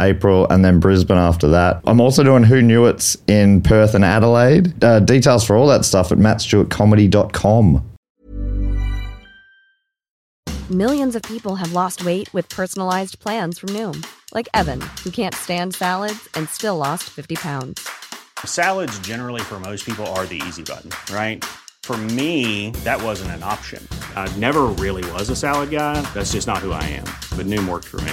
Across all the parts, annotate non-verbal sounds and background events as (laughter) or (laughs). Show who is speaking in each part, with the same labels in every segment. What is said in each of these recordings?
Speaker 1: April, and then Brisbane after that. I'm also doing Who Knew It's in Perth and Adelaide. Uh, details for all that stuff at mattstewartcomedy.com.
Speaker 2: Millions of people have lost weight with personalized plans from Noom, like Evan, who can't stand salads and still lost 50 pounds.
Speaker 3: Salads, generally, for most people, are the easy button, right? For me, that wasn't an option. I never really was a salad guy. That's just not who I am. But Noom worked for me.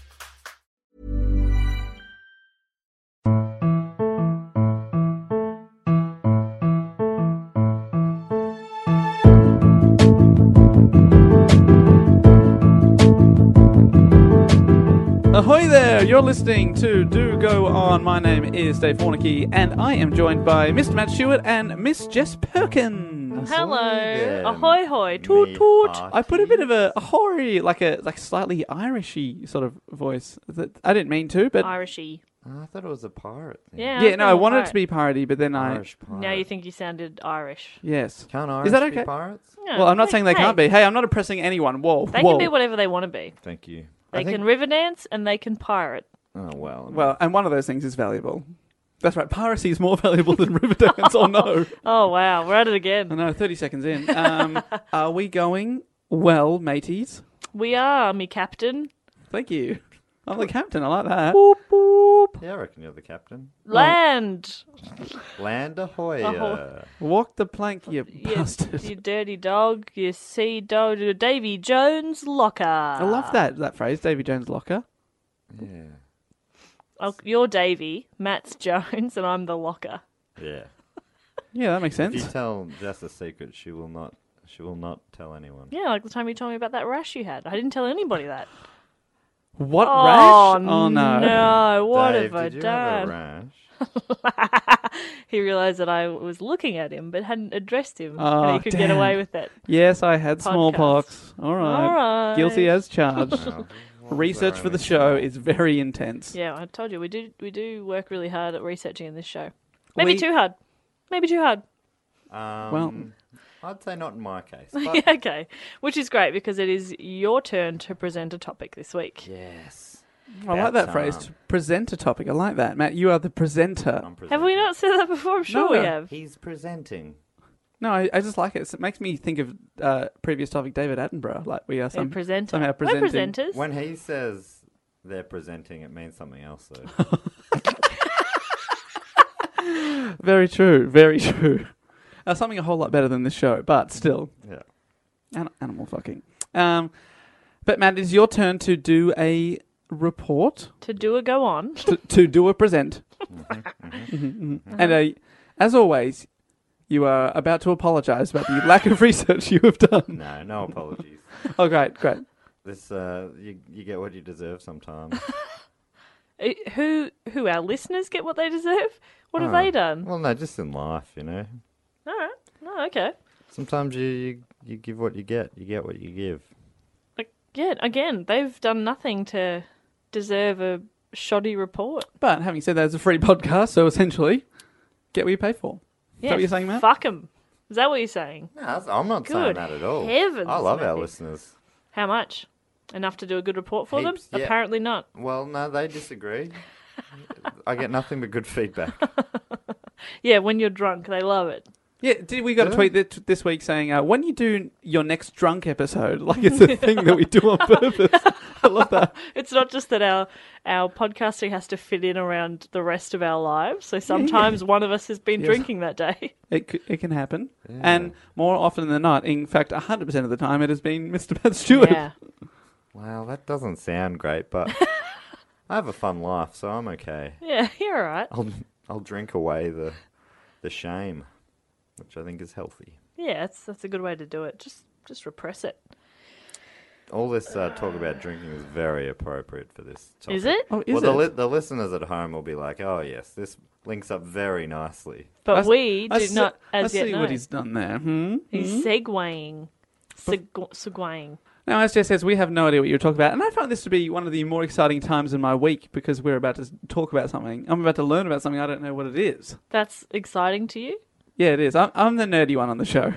Speaker 4: Ahoy there! You're listening to Do Go On. My name is Dave Warnicky, and I am joined by Mr. Matt Stewart and Miss Jess Perkins.
Speaker 5: Hello. Ahoy hoy. Toot toot.
Speaker 4: I put a bit of a, a hoary, like a like slightly Irishy sort of voice. That I didn't mean to, but
Speaker 5: Irishy.
Speaker 1: I thought it was a pirate.
Speaker 5: Yeah.
Speaker 4: yeah, no, I wanted it to
Speaker 5: pirate.
Speaker 4: be parody, but then I
Speaker 5: Now you think you sounded Irish.
Speaker 4: yes.
Speaker 1: Can't Irish
Speaker 4: Is that okay?
Speaker 1: pirates?
Speaker 5: No,
Speaker 4: well, I'm not
Speaker 5: hey-
Speaker 4: saying they
Speaker 5: hey,
Speaker 4: can't be. Hey, I'm not oppressing anyone. Whoa,
Speaker 5: They
Speaker 4: whoa.
Speaker 5: can be whatever they want to be.
Speaker 1: Thank you.
Speaker 5: They can river dance and they can pirate.
Speaker 1: Oh, well.
Speaker 4: Well, and one of those things is valuable. That's right. Piracy is more (laughs) valuable than Riverdance. or
Speaker 5: (laughs)
Speaker 4: no.
Speaker 5: Oh wow, we're at it
Speaker 4: I
Speaker 5: again.
Speaker 4: know, 30 seconds in.
Speaker 5: (laughs)
Speaker 4: Um, are we going well, mateys?
Speaker 5: We are, me captain.
Speaker 4: Thank you. I'm the captain. I like that.
Speaker 5: Boop boop.
Speaker 1: Yeah, I reckon you're the captain.
Speaker 4: Oh.
Speaker 5: Land.
Speaker 1: Land ahoy.
Speaker 5: Ahoy.
Speaker 4: Walk the plank, you
Speaker 5: You,
Speaker 4: bastard.
Speaker 5: you dirty dog. You sea dog. Davy Jones locker.
Speaker 4: I love that that phrase, Davy Jones Locker.
Speaker 1: Yeah.
Speaker 5: Oh, you're Davy. Matt's (laughs) Jones, and I'm the locker.
Speaker 1: Yeah.
Speaker 4: Yeah, that makes
Speaker 1: (laughs) If you
Speaker 4: sense.
Speaker 1: tell Jess a secret, she will not. She will not tell anyone.
Speaker 5: Yeah, like the time you told me about that rash you had. I didn't tell anybody that.
Speaker 4: What
Speaker 5: Oh,
Speaker 4: rash? Oh (laughs) no.
Speaker 5: No, what
Speaker 1: Dave,
Speaker 5: have I
Speaker 1: did you have a
Speaker 5: done?
Speaker 1: rash?
Speaker 5: He realised that I was looking at him but hadn't addressed him,
Speaker 4: Oh,
Speaker 5: and he could get away
Speaker 4: damn.
Speaker 5: with it.
Speaker 4: Yes, I had smallpox. All right.
Speaker 5: Alright.
Speaker 4: Guilty as
Speaker 1: (laughs)
Speaker 4: charged. Research for the show is very intense.
Speaker 5: Yeah, I told you we do we do work really hard at researching in this show. Maybe
Speaker 4: We-
Speaker 5: too hard. Maybe too hard. (laughs)
Speaker 1: Um,
Speaker 4: Well,
Speaker 1: I'd say not in my case.
Speaker 5: (laughs)
Speaker 1: But
Speaker 5: Yeah, okay. Which is great because it is your turn to present a topic this week.
Speaker 1: Yes.
Speaker 4: I like that phrase.
Speaker 1: um,
Speaker 4: To present a topic. I like that, Matt. You are the presenter.
Speaker 1: I'm
Speaker 5: Have we not said that before? I'm sure
Speaker 4: No. uh,
Speaker 5: we have.
Speaker 1: He's presenting.
Speaker 4: No, I, I just like it. It makes me think of uh, previous topic David Attenborough. Like we are
Speaker 5: We're
Speaker 4: some,
Speaker 5: presenter.
Speaker 4: somehow
Speaker 5: We're
Speaker 4: presenting.
Speaker 5: presenters.
Speaker 1: When he says they're presenting, it means something else.
Speaker 5: (laughs)
Speaker 1: Though.
Speaker 4: Very true. Very true. Uh, something a whole lot better than this show, but still,
Speaker 1: yeah.
Speaker 4: an- animal fucking. Um, but Matt, it's your turn to do a report,
Speaker 5: To do a go on. (laughs)
Speaker 4: to, to do a present,
Speaker 1: Mm-hmm.
Speaker 4: Mhm, mhm. and a, as always, you are about to apologise about the lack of (laughs) research you have done.
Speaker 1: No, no apologies.
Speaker 4: Oh, great, great.
Speaker 1: this uh, you you get what you deserve
Speaker 5: (laughs)
Speaker 1: sometimes.
Speaker 5: Uh, Who who our listeners get what they deserve? What have
Speaker 4: Ah.
Speaker 5: they done?
Speaker 1: well, no, just in life, you know.
Speaker 5: All right. No, okay.
Speaker 1: Sometimes you, you you give what you get. You get what you give.
Speaker 5: Like, yeah, again, they've done nothing to deserve a shoddy report.
Speaker 4: But having said that, it's a free podcast, so essentially, get what you pay for. Is that what you're saying, Matt?
Speaker 5: Fuck 'em. Is that what you're saying?
Speaker 1: No, that's- I'm not
Speaker 5: Good
Speaker 1: saying that at all.
Speaker 5: heavens,
Speaker 1: I love our
Speaker 5: Matthew.
Speaker 1: listeners.
Speaker 5: How much? Enough to do a good report for
Speaker 1: Heaps,
Speaker 5: them?
Speaker 1: yeah.
Speaker 5: Apparently not.
Speaker 1: Well, no, they disagree. I get nothing but good feedback.
Speaker 5: Yeah, when you're drunk, they love it.
Speaker 4: Yeah, did we got a tweet that, this week saying uh, when you do your next drunk episode, (laughs) like it's a thing that we do
Speaker 5: (laughs)
Speaker 4: on purpose. I love that.
Speaker 5: It's not just that our our podcasting has to fit in around the rest of our lives.
Speaker 4: (laughs)
Speaker 5: So sometimes one of us has been drinking that day.
Speaker 4: It c- it can happen, and more often than not, in fact, hundred percent of the time, it has been Mr. Matt Stewart.
Speaker 5: Yeah.
Speaker 1: Wow, that doesn't
Speaker 5: (laughs)
Speaker 1: sound great, but I have a fun life, so I'm okay.
Speaker 5: Yeah, you're all right.
Speaker 1: I'll I'll drink away the the shame, which I think is healthy.
Speaker 5: Yeah, that's that's a good way to do it. Just just repress it.
Speaker 1: All this uh, talk about drinking is very appropriate for this. Topic.
Speaker 5: Is it?
Speaker 4: Oh, is
Speaker 1: well, the,
Speaker 4: it?
Speaker 1: li- the listeners at home will be like, "Oh yes, this links up very nicely."
Speaker 5: But
Speaker 4: I s-
Speaker 5: we
Speaker 4: I
Speaker 5: do
Speaker 4: see-
Speaker 5: not
Speaker 4: I
Speaker 5: as
Speaker 4: see
Speaker 5: yet know.
Speaker 4: what he's done there. Hmm?
Speaker 5: He's segueing. Segu- segueing.
Speaker 4: Now, as Jess says, we have no idea what you're talking about, and I found this to be one of the more exciting times in my week because we're about to s- talk about something. I'm about to learn about something I don't know what it is.
Speaker 5: That's exciting to you?
Speaker 4: Yeah, it is. I'm, I'm the nerdy one on the show.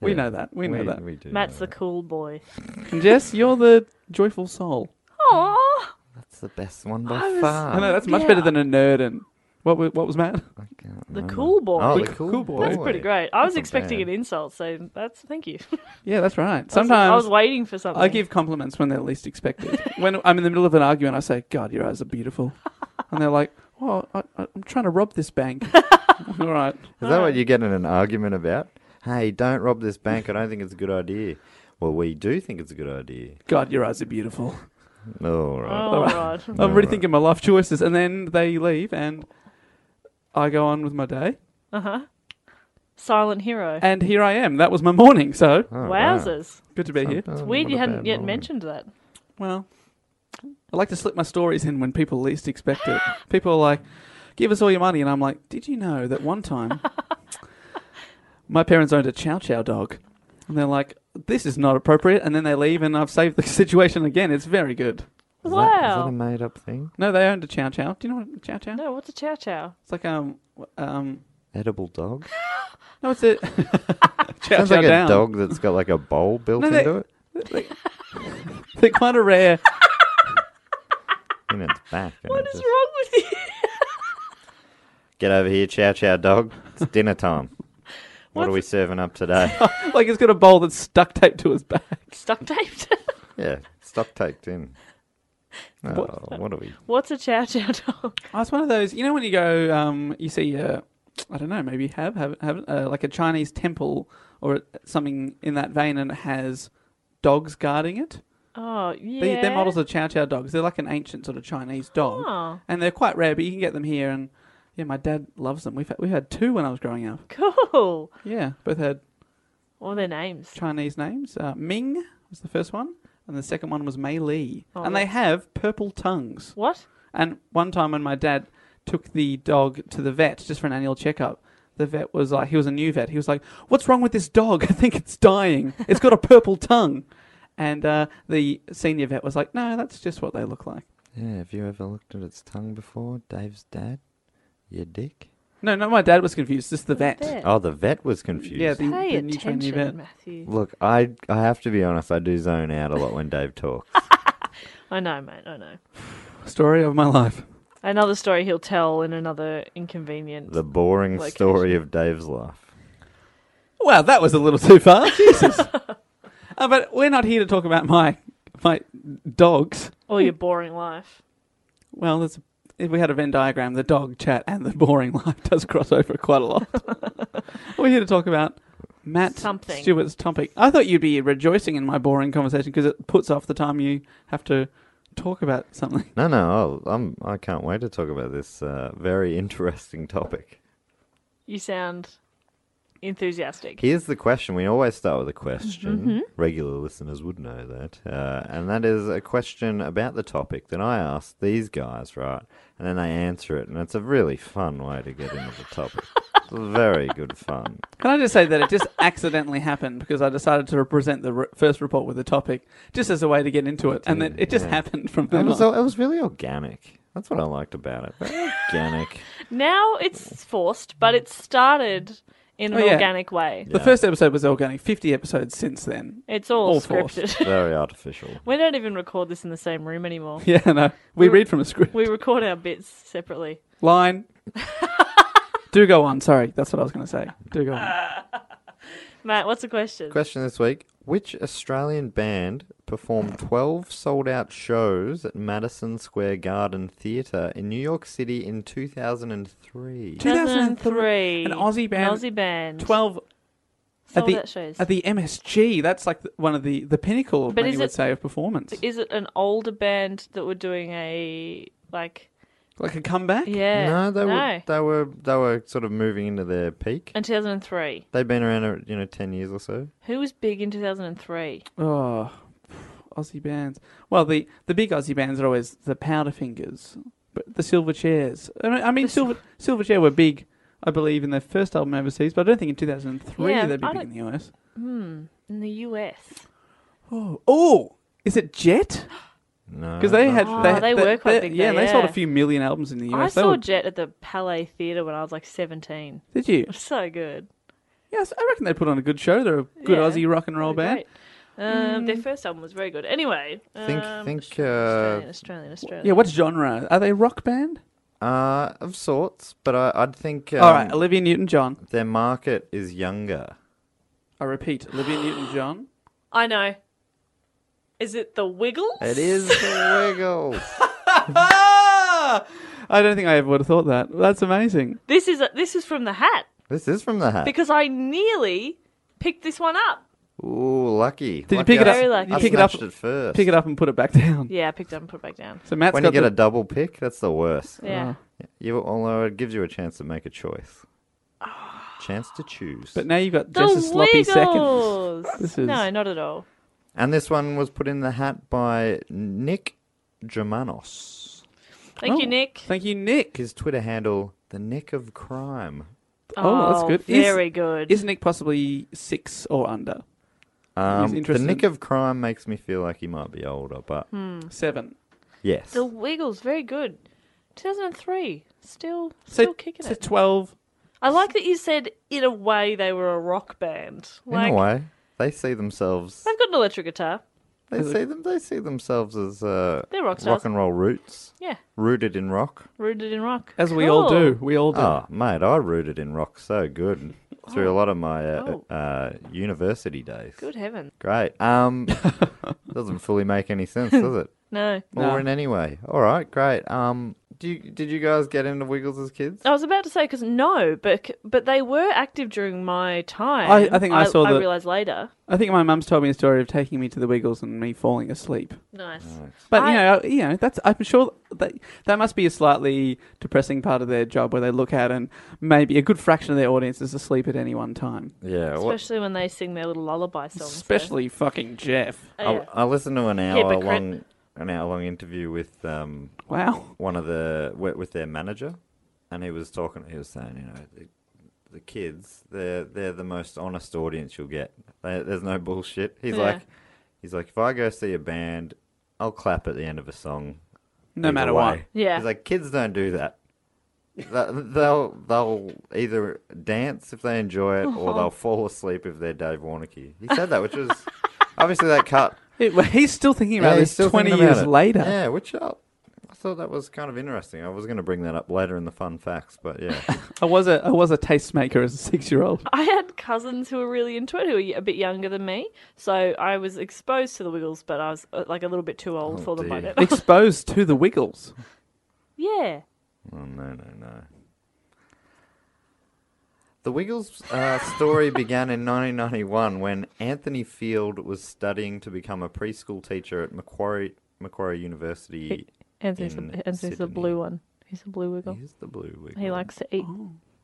Speaker 4: We know that. We know
Speaker 1: We,
Speaker 4: that.
Speaker 1: we do.
Speaker 5: Matt's
Speaker 1: know
Speaker 5: the cool boy.
Speaker 4: And Jess, you're the joyful soul.
Speaker 5: Aw.
Speaker 1: that's the best one by far.
Speaker 4: I know that's much
Speaker 5: yeah.
Speaker 4: better than a nerd. And what wa- what was Matt?
Speaker 1: I can't
Speaker 5: The
Speaker 4: Mm.
Speaker 1: remember.
Speaker 5: cool boy.
Speaker 1: Oh,
Speaker 5: That's
Speaker 1: the cool,
Speaker 4: cool boy.
Speaker 1: boy.
Speaker 4: That's
Speaker 5: pretty great. I
Speaker 1: That's
Speaker 5: was
Speaker 1: not
Speaker 5: expecting
Speaker 1: bad.
Speaker 5: an insult, so that's thank you. (laughs)
Speaker 4: Yeah, that's right.
Speaker 5: I was-
Speaker 4: Sometimes
Speaker 5: I was waiting for something.
Speaker 4: I give compliments when they're least expected. when I'm in the middle of an argument, I say, "God, your eyes are beautiful," and they're like, "Well, I, I, I'm trying to rob this bank." All right.
Speaker 1: Is that what you get in an argument about? Hey, don't rob this bank. I don't think it's a good idea. Well, we do think it's a good idea.
Speaker 4: God, your eyes are beautiful.
Speaker 1: All right.
Speaker 5: Oh god.
Speaker 4: I'm rethinking my life choices, and then they leave, and I go on with my day,
Speaker 5: Silent hero.
Speaker 4: and here I am. That was my morning. So
Speaker 5: Wowzers.
Speaker 4: good to be here.
Speaker 5: It's weird you hadn't yet mentioned that.
Speaker 4: Well, I like to slip my stories in when people least expect it. People are like, give us all your money. And I'm like, did you know that one time my parents owned a chow chow dog? And they're like, this is not appropriate. And then they leave and I've saved the (laughs) situation again. It's very good.
Speaker 5: wow.
Speaker 1: Is that a made up thing?
Speaker 4: No, they owned a chow chow. Do you know what a chow chow?
Speaker 5: No, what's a chow chow?
Speaker 4: It's like, um, w- um,
Speaker 1: Edible dog?
Speaker 4: no, it's a (laughs) chow
Speaker 1: Sounds
Speaker 4: chow
Speaker 1: like
Speaker 4: down.
Speaker 1: a dog that's got like a bowl built
Speaker 4: No, they-
Speaker 1: into it
Speaker 4: They're quite a rare.
Speaker 1: in its back. and
Speaker 5: What
Speaker 1: it
Speaker 5: is
Speaker 1: just-
Speaker 5: wrong with you? (laughs)
Speaker 1: Get over here, chow chow dog. It's dinner time. what are
Speaker 5: What's-
Speaker 1: we serving up today?
Speaker 4: like it's got a bowl that's stuck taped to his back.
Speaker 5: Stuck taped. (laughs)
Speaker 1: yeah, stock taked in. Oh, what? are we?
Speaker 5: what's a chow chow dog?
Speaker 4: Oh, it's one of those. You know when you go, um, you see, uh, I don't know, maybe have have, have uh, like a Chinese temple or something in that vein, and it has dogs guarding it.
Speaker 5: (laughs) Oh yeah.
Speaker 4: They, they're models of chow chow dogs. They're like an ancient sort of Chinese dog,
Speaker 5: Oh.
Speaker 4: and they're quite rare, but you can get them here. And yeah, my dad loves them. We've had, we had two when I was growing up.
Speaker 5: cool.
Speaker 4: Yeah, both had
Speaker 5: What are their names?
Speaker 4: Chinese names. Uh, Ming was the first one, and the second one was Mei Li,
Speaker 5: Oh,
Speaker 4: and they
Speaker 5: that's-
Speaker 4: have purple tongues.
Speaker 5: What?
Speaker 4: And one time when my dad took the dog to the vet just for an annual checkup, the vet was like, he was a new vet. He was like, "What's wrong with this dog? (laughs) I think it's dying. It's got a purple tongue." And uh, the senior vet was like, "No, that's just what they look like."
Speaker 1: Yeah, have you ever looked at its tongue before, Dave's dad? Your dick?
Speaker 4: No, no, my dad was confused. Just the vet.
Speaker 5: vet.
Speaker 1: Oh, the vet was confused.
Speaker 4: Yeah, the,
Speaker 5: Pay
Speaker 4: the new trainee vet.
Speaker 5: attention, Matthew.
Speaker 1: Look, I I have to be honest. I do zone out a lot when Dave talks.
Speaker 5: I know, mate. I know.
Speaker 4: Story of my life.
Speaker 5: Another story he'll tell in another inconvenient.
Speaker 1: the boring
Speaker 5: Location.
Speaker 1: story of Dave's life.
Speaker 4: Wow, that was a little too
Speaker 5: (laughs)
Speaker 4: far. Jesus. Uh, but we're not here to talk about my my dogs.
Speaker 5: Or your boring life.
Speaker 4: Well, there's, if we had a Venn diagram, the dog chat and the boring (laughs) life does cross over quite a lot. We're here to talk about Matt
Speaker 5: Something.
Speaker 4: Stewart's topic. I thought you'd be rejoicing in my boring conversation because it puts off the time you have to talk about something. (laughs)
Speaker 1: No, no, I'll, I'm I can't wait to talk about this uh, very interesting topic.
Speaker 5: You sound enthusiastic.
Speaker 1: Here's the question. We always start with a question. Regular listeners would know that, uh, and that is a question about the topic that I ask these guys, right? And then they answer it, and it's a really fun way to get into the topic. It's very good fun.
Speaker 4: Can I just say that it just accidentally happened because I decided to present the re- first report with the topic just as a way to get into it, and then it just
Speaker 1: yeah.
Speaker 4: happened from
Speaker 1: It
Speaker 4: then
Speaker 1: was,
Speaker 4: on.
Speaker 1: it was really organic. That's what I liked about it. Very organic.
Speaker 5: Now it's forced, but it started in an
Speaker 4: Oh, yeah.
Speaker 5: organic way.
Speaker 4: The first episode was organic. Fifty episodes since then. (laughs)
Speaker 5: It's all,
Speaker 4: All forced.
Speaker 5: scripted. (laughs)
Speaker 1: Very artificial.
Speaker 5: we don't even record this in the same room anymore.
Speaker 4: Yeah, no, we
Speaker 5: We-
Speaker 4: read from a script.
Speaker 5: We record our bits separately.
Speaker 4: line. Do go on. Sorry, that's what I was going to say. Do go on.
Speaker 5: Matt, what's the question?
Speaker 1: Question this week Which Australian band performed 12 sold out shows at Madison Square Garden Theatre in New York City in 2003?
Speaker 5: 2003.
Speaker 4: An Aussie band.
Speaker 5: Aussie band.
Speaker 4: Twelve at
Speaker 5: Sold
Speaker 4: the
Speaker 5: out shows.
Speaker 4: at the MSG. That's like the, one of the the pinnacle,
Speaker 5: But
Speaker 4: many
Speaker 5: is
Speaker 4: would
Speaker 5: it-
Speaker 4: say, of performance.
Speaker 5: Is it an older band that were doing a like
Speaker 4: Like a comeback?
Speaker 5: Yeah.
Speaker 1: no, they were they were they were sort of moving into their peak.
Speaker 5: And 2003.
Speaker 1: They've been around, uh, you know, ten years or so.
Speaker 5: Who was big in 2003?
Speaker 4: Oh, Aussie bands. Well, the, the big Aussie bands are always the Powderfingers, but the Silver Chairs. I mean, I mean Silver Silver Chair were big, I believe, in their first album overseas, but I don't think in 2003
Speaker 5: Yeah,
Speaker 4: they'd be
Speaker 5: I
Speaker 4: big
Speaker 5: don't-
Speaker 4: in the US.
Speaker 5: Hmm, In the US.
Speaker 4: Oh, oh, is it Jet?
Speaker 1: (gasps) No,
Speaker 4: Because they
Speaker 1: not
Speaker 4: had
Speaker 5: Oh,
Speaker 4: they,
Speaker 1: sure.
Speaker 5: they were quite big
Speaker 4: Yeah,
Speaker 5: though,
Speaker 4: they sold a
Speaker 5: yeah.
Speaker 4: few million albums in the
Speaker 5: I
Speaker 4: US. They
Speaker 5: saw
Speaker 4: were-
Speaker 5: Jet at the Palais Theatre when I was like 17.
Speaker 4: Did you?
Speaker 5: So good.
Speaker 4: Yes, I reckon they put on a good show. They're a good
Speaker 5: Yeah.
Speaker 4: Aussie rock and roll
Speaker 5: Oh,
Speaker 4: band.
Speaker 5: great. Um,
Speaker 4: Hmm.
Speaker 5: Their first album was very good. Anyway,
Speaker 1: Think-
Speaker 5: um,
Speaker 1: think, uh,
Speaker 5: Australian, Australian, Australian.
Speaker 4: Yeah, what genre? Are they rock band?
Speaker 1: uh, of sorts, but I, I'd think um,
Speaker 4: All right, Olivia Newton John.
Speaker 1: their market is younger.
Speaker 4: I repeat, Olivia Newton John.
Speaker 5: I know. Is it the Wiggles?
Speaker 1: It is
Speaker 5: (laughs)
Speaker 1: the Wiggles.
Speaker 4: Ah! I don't think I ever would have thought that. That's amazing.
Speaker 5: This is this is from the Hat
Speaker 1: This is from the hat.
Speaker 5: because I nearly picked this one up.
Speaker 1: Ooh, lucky.
Speaker 4: Did you
Speaker 1: Lucky
Speaker 4: pick it
Speaker 1: I-
Speaker 4: up?
Speaker 5: Very lucky.
Speaker 4: You
Speaker 1: I
Speaker 4: pick it up.
Speaker 1: snatched it first.
Speaker 4: Pick it up and put it back (laughs) down.
Speaker 5: Yeah, I picked up and put it back down.
Speaker 4: So Matt's
Speaker 1: When you
Speaker 4: got
Speaker 1: get a
Speaker 4: the,
Speaker 1: double pick, that's the worst.
Speaker 4: Uh,
Speaker 5: Yeah.
Speaker 1: You, although it gives you a chance to make a
Speaker 5: (sighs)
Speaker 1: choice. chance to choose.
Speaker 4: but now you've got
Speaker 5: The
Speaker 4: just a sloppy seconds. (laughs)
Speaker 5: Wiggles.
Speaker 4: This is-
Speaker 5: No, not at all.
Speaker 1: and this one was put in the hat by Nick Germanos.
Speaker 5: Thank you,
Speaker 4: Oh,
Speaker 5: Nick.
Speaker 4: Thank you, Nick.
Speaker 1: His Twitter handle, the Nick of Crime.
Speaker 4: Oh, that's good. Is-
Speaker 5: Very good.
Speaker 4: Is Nick possibly six or under?
Speaker 1: Um, the
Speaker 4: interested.
Speaker 1: Nick of Crime makes me feel like he might be older, but
Speaker 5: Mm.
Speaker 4: Seven.
Speaker 1: yes.
Speaker 5: Hmm. The Wiggles, very good. 2003, still
Speaker 4: So,
Speaker 5: still kicking
Speaker 4: so
Speaker 5: it.
Speaker 4: twelve.
Speaker 5: I like that you said in a way they were a rock band. Like
Speaker 1: in a way, they see themselves.
Speaker 5: they've got an electric guitar.
Speaker 1: They see them. They see themselves as uh,
Speaker 5: They're rock stars.
Speaker 1: rock and roll roots,
Speaker 5: Yeah,
Speaker 1: rooted in rock.
Speaker 5: rooted in rock.
Speaker 4: As we all
Speaker 5: Cool.
Speaker 4: do. We all do.
Speaker 1: Oh, mate, I rooted in rock so good through a lot of my uh,
Speaker 5: Oh.
Speaker 1: uh, university days.
Speaker 5: Good heaven.
Speaker 1: Great.
Speaker 4: (laughs)
Speaker 1: Um, doesn't fully make any
Speaker 5: (laughs)
Speaker 1: sense, does it?
Speaker 5: No.
Speaker 4: No.
Speaker 1: Or in any way. All right, great. Um, do you, did you guys get into Wiggles as kids?
Speaker 5: I was about to say because no, but but they were active during my time.
Speaker 4: I- I think I saw
Speaker 5: I
Speaker 4: the-
Speaker 5: realized later.
Speaker 4: I think my mum's told me a story of taking me to the Wiggles and me falling asleep.
Speaker 5: Nice.
Speaker 1: Uh,
Speaker 4: But
Speaker 5: I-
Speaker 4: you know, you know, that's I'm sure that that must be a slightly depressing part of their job where they look out and maybe a good fraction of their audience is asleep at any one time.
Speaker 1: Yeah. What,
Speaker 5: Especially when they sing their little lullaby songs. there.
Speaker 4: Especially fucking Jeff.
Speaker 5: Oh, yeah.
Speaker 1: I, I listened to an hour
Speaker 5: Hypocrite.
Speaker 1: long, an hour long interview with um,
Speaker 4: Wow.
Speaker 1: one of the with with their manager, and he was talking. He was saying, you know, the, the kids, they're they're the most honest audience you'll get. They, there's no bullshit. He's
Speaker 5: Yeah.
Speaker 1: like, he's like, if I go see a band, I'll clap at the end of a song,
Speaker 4: No
Speaker 1: either
Speaker 4: matter
Speaker 1: way."
Speaker 4: what.
Speaker 5: Yeah.
Speaker 1: he's like, kids don't do that. They- they'll they'll either dance if they enjoy it,
Speaker 5: (laughs)
Speaker 1: or they'll fall asleep if they're Dave Warnocky. He said that, which was obviously that cut.
Speaker 4: It- well, he's still thinking about
Speaker 1: Yeah, he's
Speaker 4: this
Speaker 1: still
Speaker 4: 20
Speaker 1: thinking about
Speaker 4: years
Speaker 1: it.
Speaker 4: later.
Speaker 1: Yeah, which I, I thought that was kind of interesting. I was going to bring that up later in the fun facts, but
Speaker 5: (laughs)
Speaker 1: yeah.
Speaker 4: I was a I was a tastemaker as a 6-year-old. (laughs)
Speaker 5: I had cousins who were really into it, who were a bit younger than me. So I was exposed to the Wiggles, but I was uh, like a little bit too old for them by
Speaker 1: Oh, dear.
Speaker 5: then.
Speaker 4: Exposed to the Wiggles.
Speaker 5: (laughs) yeah.
Speaker 1: oh, no, no, no. The Wiggles' uh, story began in 1991 when Anthony Field was studying to become a preschool teacher at Macquarie Macquarie University.
Speaker 5: Anthony's,
Speaker 1: In
Speaker 5: the, Anthony's the
Speaker 1: Sydney.
Speaker 5: blue one. He's a blue Wiggle.
Speaker 1: Here's the blue Wiggle.
Speaker 5: He likes to eat.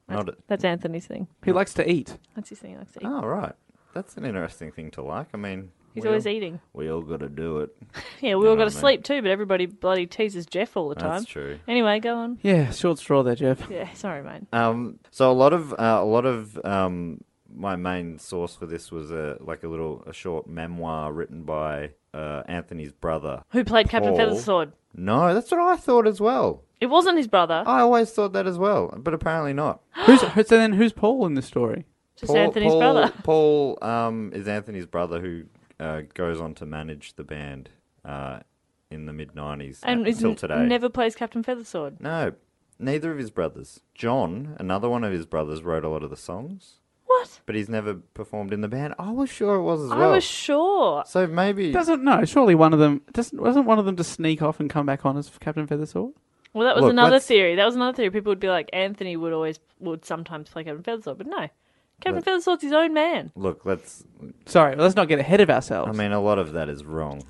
Speaker 1: Not a-
Speaker 5: That's Anthony's thing.
Speaker 4: He likes to eat.
Speaker 5: That's his thing. He likes to eat.
Speaker 1: oh, right. That's an interesting thing to like. I mean,
Speaker 5: He's
Speaker 1: we
Speaker 5: always
Speaker 1: all,
Speaker 5: eating.
Speaker 1: We all got to do it.
Speaker 5: Yeah, we all
Speaker 1: know
Speaker 5: got to
Speaker 1: what I mean.
Speaker 5: sleep too, but everybody bloody teases Jeff all the time.
Speaker 1: That's true.
Speaker 5: Anyway, go on.
Speaker 4: Yeah, short straw there, Jeff.
Speaker 5: Yeah, sorry, mate.
Speaker 1: Um, so a lot of uh, a lot of um, my main source for this was a like a little a short memoir written by uh, Anthony's brother.
Speaker 5: Who played Captain
Speaker 1: Paul.
Speaker 5: Feathersword?
Speaker 1: No, that's what I thought as well.
Speaker 5: It wasn't his brother.
Speaker 1: I always thought that as well, but apparently not.
Speaker 4: who's so then who's Paul in the story?
Speaker 5: (gasps) just Anthony's brother. (laughs)
Speaker 1: (laughs) Paul um, is Anthony's brother who uh, goes on to manage the band uh, in the mid '90s
Speaker 5: And is
Speaker 1: until
Speaker 5: n-
Speaker 1: today.
Speaker 5: never plays Captain Feathersword.
Speaker 1: No, neither of his brothers. John, another one of his brothers, wrote a lot of the songs,
Speaker 5: What?
Speaker 1: but he's never performed in the band. I was sure it was as
Speaker 5: I
Speaker 1: well.
Speaker 5: was sure.
Speaker 1: So maybe
Speaker 4: Doesn't no, surely one of them doesn't wasn't one of them to sneak off and come back on as Captain Feathersword?
Speaker 5: Well, that was
Speaker 1: Look,
Speaker 5: another
Speaker 1: let's-
Speaker 5: theory. That was another theory. People would be like, Anthony would always would sometimes play Captain Feathersword, but no, Captain Feathersword's his own man.
Speaker 1: look, let's.
Speaker 5: (laughs)
Speaker 4: Sorry, let's not get ahead of ourselves.
Speaker 1: I mean, a lot of that is wrong.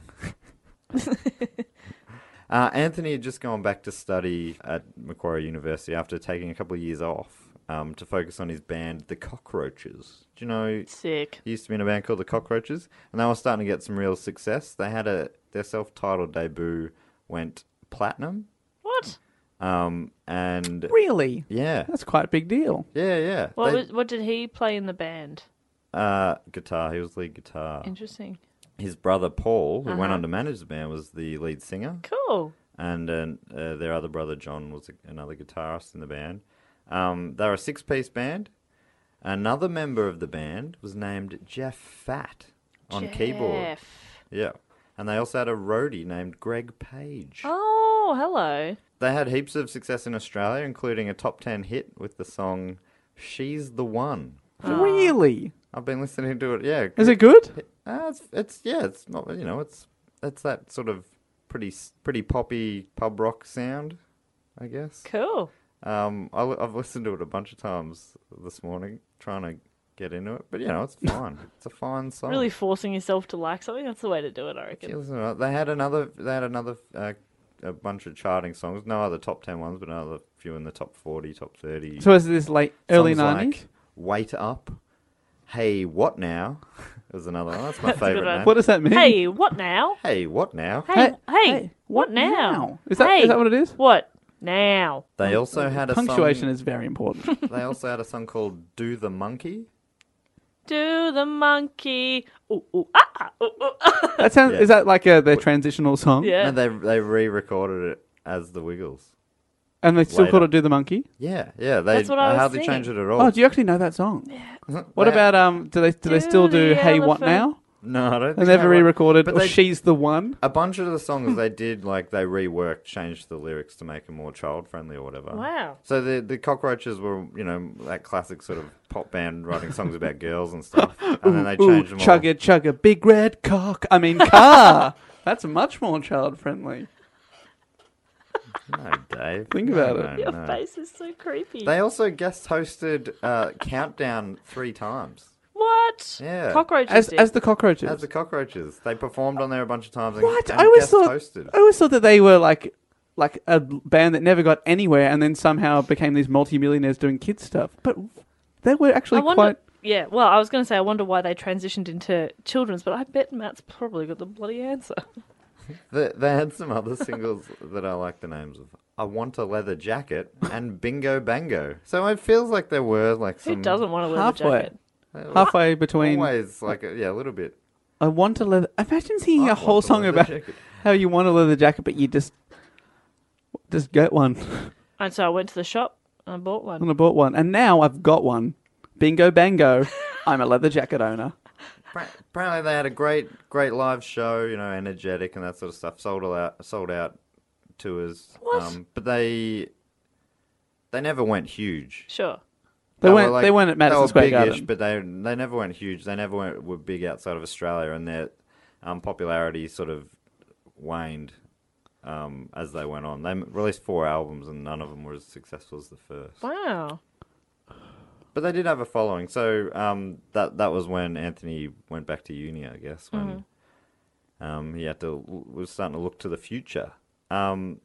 Speaker 1: Uh, Anthony had just gone back to study at Macquarie University after taking a couple of years off um, to focus on his band, The Cockroaches. Do you know?
Speaker 5: Sick.
Speaker 1: He used to be in a band called The Cockroaches, and they were starting to get some real success. They had a their self-titled debut went platinum,
Speaker 5: What?
Speaker 1: um, and
Speaker 4: Really?
Speaker 1: yeah,
Speaker 4: That's quite a big deal.
Speaker 1: yeah, yeah.
Speaker 5: What,
Speaker 1: They-
Speaker 5: was, what did he play in the band?
Speaker 1: uh, guitar. He was lead guitar.
Speaker 5: Interesting.
Speaker 1: His brother Paul, who
Speaker 5: Uh-huh.
Speaker 1: went on to manage the band, was the lead singer.
Speaker 5: Cool.
Speaker 1: and uh, uh, their other brother John was a- another guitarist in the band. Um, they were a six-piece band. Another member of the band was named Jeff Fat on keyboard.
Speaker 5: Jeff.
Speaker 1: Yeah, and they also had a roadie named Greg Page.
Speaker 5: Oh, hello.
Speaker 1: They had heaps of success in Australia, including a top ten hit with the song "She's the One."
Speaker 5: Oh.
Speaker 4: Really?
Speaker 1: I've been listening to it. Yeah,
Speaker 4: Is it good?
Speaker 1: Uh, it's, it's yeah, it's not you know, it's it's that sort of pretty s- pretty poppy pub rock sound, I guess.
Speaker 5: Cool.
Speaker 1: Um, I, li- I've listened to it a bunch of times this morning, trying to get into it. But you know, it's fine. it's a fine
Speaker 4: Oh.
Speaker 1: song.
Speaker 5: Really forcing yourself to like something. That's the way to do it, I
Speaker 1: If you
Speaker 5: reckon.
Speaker 1: listen to it- They had another. They had another uh, a bunch of charting songs. No other top ten ones, but another few in the top forty, top thirty.
Speaker 4: So is this late early
Speaker 1: Songs
Speaker 4: nineties?
Speaker 1: Like Wait up. Hey, what now? (laughs) was another one.
Speaker 5: (laughs)
Speaker 1: That's my favorite.
Speaker 5: one.
Speaker 1: name.
Speaker 4: what does that mean?
Speaker 5: Hey, what now?
Speaker 1: Hey, what now?
Speaker 5: Hey, hey,
Speaker 4: hey,
Speaker 5: what,
Speaker 4: what
Speaker 5: now?
Speaker 4: now? Is that- is
Speaker 5: Hey,
Speaker 4: that what it is?
Speaker 5: What now?
Speaker 1: They also had a
Speaker 4: Punctuation
Speaker 1: song,
Speaker 4: is very
Speaker 5: (laughs)
Speaker 4: important.
Speaker 1: They also had a song called "Do the Monkey."
Speaker 5: Do the monkey. Ooh, ooh, ah, ah, ooh, ooh, ah.
Speaker 4: That sounds.
Speaker 1: Yeah.
Speaker 4: Is that like a their transitional song?
Speaker 5: Yeah.
Speaker 1: And they they re-recorded it as the Wiggles.
Speaker 4: And they still
Speaker 1: Later.
Speaker 4: called it "Do the Monkey."
Speaker 1: Yeah, yeah. They
Speaker 5: That's what I was
Speaker 1: hardly
Speaker 5: thinking.
Speaker 1: changed it at all.
Speaker 4: Oh, do you actually know that song? What
Speaker 1: They-
Speaker 4: about um? Do they do, they
Speaker 5: Do
Speaker 4: still do
Speaker 5: the
Speaker 4: "Hey What
Speaker 5: elephant.
Speaker 4: Now"?
Speaker 1: No, I don't.
Speaker 4: They
Speaker 1: think
Speaker 4: never
Speaker 1: were.
Speaker 4: re-recorded.
Speaker 1: But
Speaker 4: Or
Speaker 1: they-
Speaker 4: "She's the One."
Speaker 1: A bunch of the
Speaker 5: Hmm.
Speaker 1: songs they did, like they reworked, changed the lyrics to make them more child friendly or whatever.
Speaker 5: Wow.
Speaker 1: So the the cockroaches were, you know, that classic sort of pop band writing songs about girls and stuff, and then they
Speaker 4: Ooh,
Speaker 1: changed them all.
Speaker 4: chugga chugga, big red cock. I
Speaker 1: (laughs)
Speaker 4: mean car. That's much more child friendly.
Speaker 1: No, Dave.
Speaker 4: Think
Speaker 1: No,
Speaker 4: about it.
Speaker 1: no,
Speaker 5: Your
Speaker 1: no.
Speaker 5: face is so creepy.
Speaker 1: They also guest hosted uh, Countdown three times.
Speaker 5: What?
Speaker 1: Yeah.
Speaker 5: Cockroaches.
Speaker 4: As
Speaker 5: did.
Speaker 4: as the cockroaches.
Speaker 1: As the cockroaches, they performed on there a bunch of times. And,
Speaker 4: what?
Speaker 1: and
Speaker 4: I always
Speaker 1: guest
Speaker 4: thought.
Speaker 1: hosted.
Speaker 4: I always thought that they were like like a band that never got anywhere and then somehow became these multimillionaires doing kids stuff. But they were actually
Speaker 5: I wonder.
Speaker 4: quite.
Speaker 5: Yeah. Well, I was going to say I wonder why they transitioned into children's, but I bet Matt's probably got the bloody answer. (laughs)
Speaker 1: They, they had some other singles that I like the names of. I want a leather jacket and Bingo Bango. So it feels like there were like
Speaker 5: Who
Speaker 1: some
Speaker 5: doesn't want a leather
Speaker 4: halfway.
Speaker 5: jacket?
Speaker 4: Halfway between,
Speaker 1: always like a, yeah a little bit.
Speaker 4: I want a leather. Imagine singing
Speaker 1: I
Speaker 4: a whole
Speaker 1: want a
Speaker 4: song
Speaker 1: leather
Speaker 4: about
Speaker 1: jacket.
Speaker 4: how you want a leather jacket, but you just just get one
Speaker 5: And so I went to the shop and I bought one.
Speaker 4: and I bought one, and now I've got one. Bingo bango, I'm a leather jacket owner.
Speaker 1: Appar- Apparently they had a great great live show, you know, energetic and that sort of stuff. Sold all out sold out tours. um,
Speaker 5: What?
Speaker 1: but they they never went huge.
Speaker 5: Sure.
Speaker 4: They
Speaker 1: were,
Speaker 4: went.
Speaker 1: like-
Speaker 4: they went at Madison
Speaker 1: were
Speaker 4: Square
Speaker 1: big-ish,
Speaker 4: Garden.
Speaker 1: but they they never went huge. They never went were big outside of Australia, and their um, popularity sort of waned um, as they went on. They m- released four albums, and none of them were as successful as the first.
Speaker 5: Wow.
Speaker 1: But they did have a following, so um, that that was when Anthony went back to uni, I guess, when um, he had to was starting to look to the future. Um,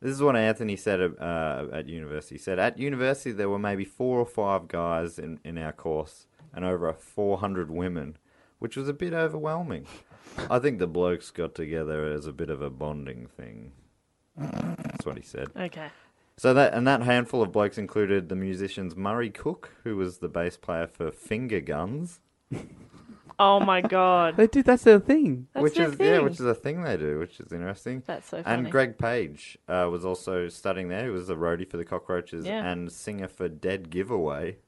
Speaker 1: this is what Anthony said uh, at university. He said at university there were maybe four or five guys in, in our course and over four hundred women, which was a bit overwhelming. I think the blokes got together as a bit of a bonding thing. That's what he said.
Speaker 5: Okay.
Speaker 1: So that and that handful of blokes included the musicians Murray Cook, who was the bass player for Finger Guns,
Speaker 5: Oh my
Speaker 4: (laughs)
Speaker 5: god.
Speaker 4: They did. That's their thing.
Speaker 5: That's
Speaker 1: which
Speaker 5: their
Speaker 1: is yeah,
Speaker 5: thing.
Speaker 1: which is a thing they do, which is interesting.
Speaker 5: That's so funny.
Speaker 1: And Greg Page uh, was also studying there. He was a roadie for the Cockroaches
Speaker 5: Yeah.
Speaker 1: and singer for Dead Giveaway.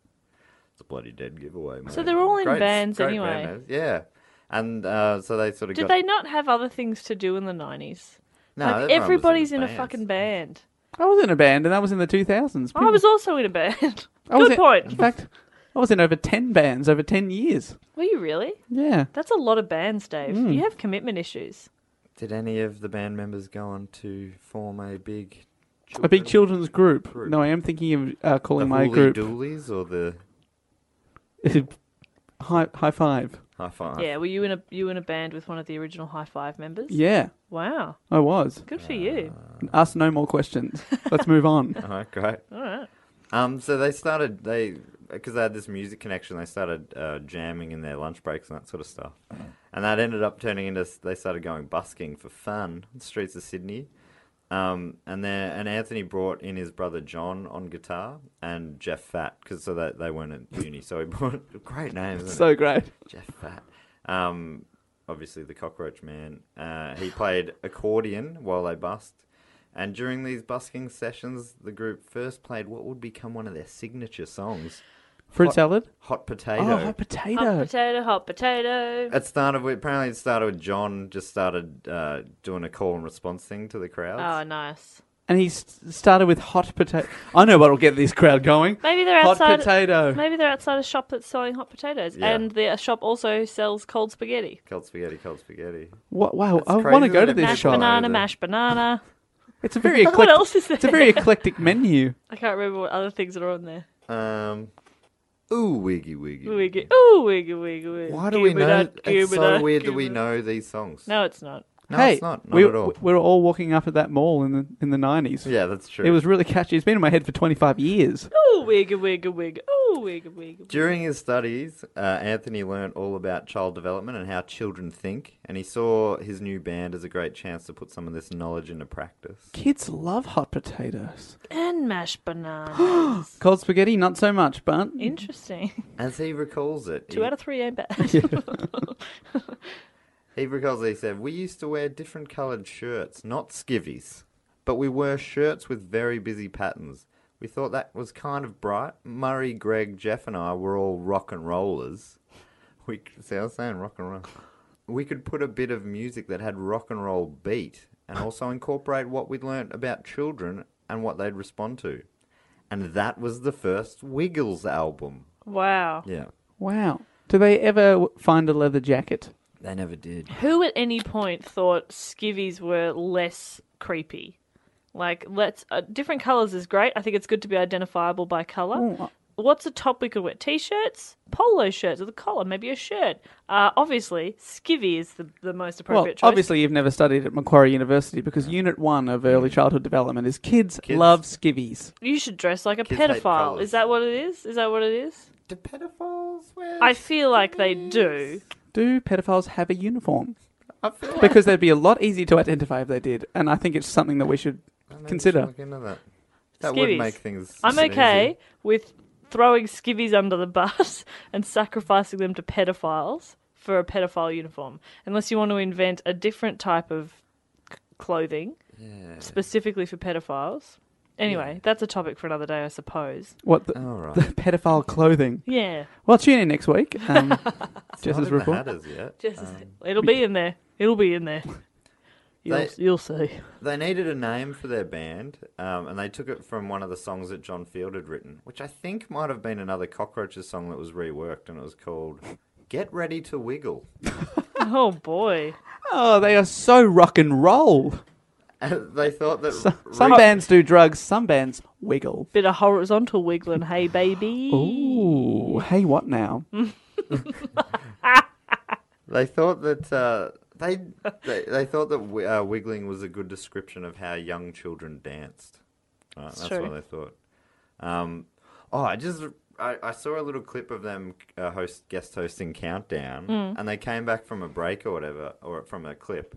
Speaker 1: It's a bloody Dead Giveaway. Mate.
Speaker 5: So they're all in
Speaker 1: Great-
Speaker 5: bands
Speaker 1: great
Speaker 5: anyway.
Speaker 1: band names, yeah. And uh, so they sort of
Speaker 5: Did
Speaker 1: got
Speaker 5: they not have other things to do in the nineties?
Speaker 1: No, everyone
Speaker 5: like
Speaker 1: was in
Speaker 5: everybody's in, a
Speaker 1: bands.
Speaker 5: fucking band.
Speaker 4: I was in a band, and that was in the 2000s.
Speaker 5: I Oh, was also in a band. (laughs)
Speaker 4: I was
Speaker 5: Good
Speaker 4: in-
Speaker 5: point.
Speaker 4: In fact, I was in over 10 bands over 10 years.
Speaker 5: Were you really?
Speaker 4: Yeah.
Speaker 5: That's a lot of bands, Dave. You have commitment issues.
Speaker 1: Did any of the band members go on to form a big
Speaker 4: A big children's group. No, I am thinking of uh, calling
Speaker 1: the
Speaker 4: my
Speaker 1: Hooly
Speaker 4: group (laughs)
Speaker 1: Doolies or the
Speaker 4: high, high Five.
Speaker 1: High five.
Speaker 5: Yeah, were you in a you in a band with one of the original High Five members?
Speaker 4: Yeah,
Speaker 5: Wow.
Speaker 4: I was.
Speaker 5: Good for you.
Speaker 4: Ask no more questions. Let's move (laughs)
Speaker 1: (laughs)
Speaker 4: on.
Speaker 1: All right, great.
Speaker 5: All right.
Speaker 1: Um, so they started they because they had this music connection. They started uh, jamming in their lunch breaks and that sort of stuff, and that ended up turning into they started going busking for fun on the streets of Sydney. Um, and then and Anthony brought in his brother John on guitar and Jeff Fat because so that they weren't at uni. So he (laughs) brought great names. isn't
Speaker 4: so
Speaker 1: it?
Speaker 4: great.
Speaker 1: Jeff Fat. Um, obviously the Cockroach Man. Uh, he played accordion while they busked, and during these busking sessions, the group first played what would become one of their signature songs,
Speaker 4: Fruit
Speaker 1: Hot-
Speaker 4: salad.
Speaker 1: "Hot Potato."
Speaker 4: Oh, hot potato.
Speaker 5: Hot potato, hot potato.
Speaker 1: it started with apparently it started with John just started uh, doing a call and response thing to the
Speaker 5: Oh,
Speaker 1: crowds.
Speaker 5: nice.
Speaker 4: and he s- started with hot potato. I know what'll get this crowd going.
Speaker 5: Maybe they're
Speaker 4: hot
Speaker 5: outside.
Speaker 4: potato.
Speaker 5: Maybe they're outside a shop that's selling hot potatoes,
Speaker 1: Yeah.
Speaker 5: and the uh, shop also sells cold spaghetti,
Speaker 1: Cold spaghetti, cold spaghetti.
Speaker 4: What? Wow,
Speaker 1: That's
Speaker 4: I
Speaker 1: crazy
Speaker 4: want to go
Speaker 1: that
Speaker 4: to
Speaker 1: it
Speaker 4: this
Speaker 1: makes
Speaker 5: mashed
Speaker 1: shop.
Speaker 4: shop.
Speaker 5: banana,
Speaker 1: Either.
Speaker 5: mashed banana.
Speaker 4: It's a
Speaker 5: (laughs)
Speaker 4: very eclectic.
Speaker 5: What else is
Speaker 4: (laughs)
Speaker 5: there?
Speaker 4: It's a very eclectic menu.
Speaker 5: I can't remember what other things are on there.
Speaker 1: Um, ooh, wiggy wiggy.
Speaker 5: Wiggy, ooh, wiggy, wiggy, wiggy. uh,
Speaker 1: Why do we know?
Speaker 5: Gubida,
Speaker 1: It's so
Speaker 5: gubida,
Speaker 1: weird that we
Speaker 5: gubida.
Speaker 1: know these songs.
Speaker 5: No, it's not.
Speaker 1: no
Speaker 4: hey,
Speaker 1: it's not. Not
Speaker 4: we,
Speaker 1: at all.
Speaker 4: we were all walking up at that mall in the in the nineties.
Speaker 1: Yeah, that's true.
Speaker 4: It was really catchy. It's been in my head for 25
Speaker 5: (laughs)
Speaker 4: years.
Speaker 5: Ooh, wiggy, wiggy, wiggy. Ooh, wiggy, wiggy. wiggy.
Speaker 1: During his studies, uh, Anthony learned all about child development and how children think, and he saw his new band as a great chance to put some of this knowledge into practice.
Speaker 4: Kids love hot potatoes.
Speaker 5: And mashed (gasps) banana.
Speaker 4: Cold spaghetti, not so much, but
Speaker 1: (laughs)
Speaker 5: Interesting.
Speaker 1: As he recalls it,
Speaker 5: Two
Speaker 1: he,
Speaker 5: out of three
Speaker 1: (laughs)
Speaker 5: ain't bad.
Speaker 1: he recalls that he said, We used to wear different coloured shirts, not skivvies, but we wore shirts with very busy patterns. We thought that was kind of bright. Murray, Greg, Jeff, and I were all rock and rollers. (laughs) We see, I was saying rock and roll. We could put a bit of music that had rock and roll beat, and also incorporate what we'd learnt about children and what they'd respond to. And that was the first Wiggles album.
Speaker 5: (laughs) wow.
Speaker 1: Yeah,
Speaker 4: wow. Do they ever w- find a leather jacket?
Speaker 1: they never did.
Speaker 5: Who at any point thought skivvies were less creepy? Like, let's uh, different colors is great. I think it's good to be identifiable by color.
Speaker 1: uh.
Speaker 5: What's a top we could wear? T-shirts, polo shirts with a collar, maybe a shirt. Uh, obviously, skivvy is the, the most appropriate
Speaker 4: Well,
Speaker 5: choice.
Speaker 4: obviously you've never studied at Macquarie University because Unit 1 of Early Childhood Development is kids,
Speaker 1: Kids.
Speaker 4: love skivvies.
Speaker 5: you should dress like a
Speaker 1: Kids hate
Speaker 5: pedophile.
Speaker 1: colours.
Speaker 5: Is that what it is? Is that what it is?
Speaker 1: Do pedophiles wear?
Speaker 5: I feel like they do.
Speaker 4: Do pedophiles have a uniform?
Speaker 1: I feel like
Speaker 4: Because they'd be a lot easier to identify if they did, and I think it's something that we should
Speaker 1: Maybe we should
Speaker 4: consider.
Speaker 1: look into that. That
Speaker 5: Skivvies.
Speaker 1: would make things.
Speaker 5: I'm
Speaker 1: a bit
Speaker 5: okay
Speaker 1: easier.
Speaker 5: with throwing skivvies under the bus (laughs) and sacrificing them to pedophiles for a pedophile uniform, unless you want to invent a different type of c- clothing
Speaker 1: (laughs)
Speaker 5: specifically for pedophiles. Anyway, that's a topic for another day, I suppose.
Speaker 4: What the,
Speaker 1: All right.
Speaker 4: the pedophile clothing?
Speaker 5: Yeah,
Speaker 4: Well, tune in next
Speaker 1: (laughs)
Speaker 4: week. Um,
Speaker 1: Not
Speaker 4: Jess's
Speaker 1: in the
Speaker 4: report.
Speaker 1: Hatters yet.
Speaker 5: just it'll be in there. It'll be in there. You'll,
Speaker 1: Um, They-
Speaker 5: you'll see.
Speaker 1: They needed a name for their band, um, and they took it from one of the songs that John Field had written, which I think might have been another Cockroaches song that was reworked, and it was called "Get Ready to Wiggle." (laughs)
Speaker 5: Oh boy,
Speaker 4: Oh, they are so rock and roll.
Speaker 1: And they thought that
Speaker 4: So- some
Speaker 1: re-
Speaker 4: bands do drugs, some bands wiggle.
Speaker 5: bit of horizontal wiggling, hey baby.
Speaker 4: Ooh, hey, what now?
Speaker 1: they thought that uh, they, they they thought that wi- uh, wiggling was a good description of how young children danced. Right, that's
Speaker 5: true.
Speaker 1: what they thought. Um, oh, I just I, I saw a little clip of them uh, host guest hosting Countdown, and they came back from a break or whatever, or from a clip,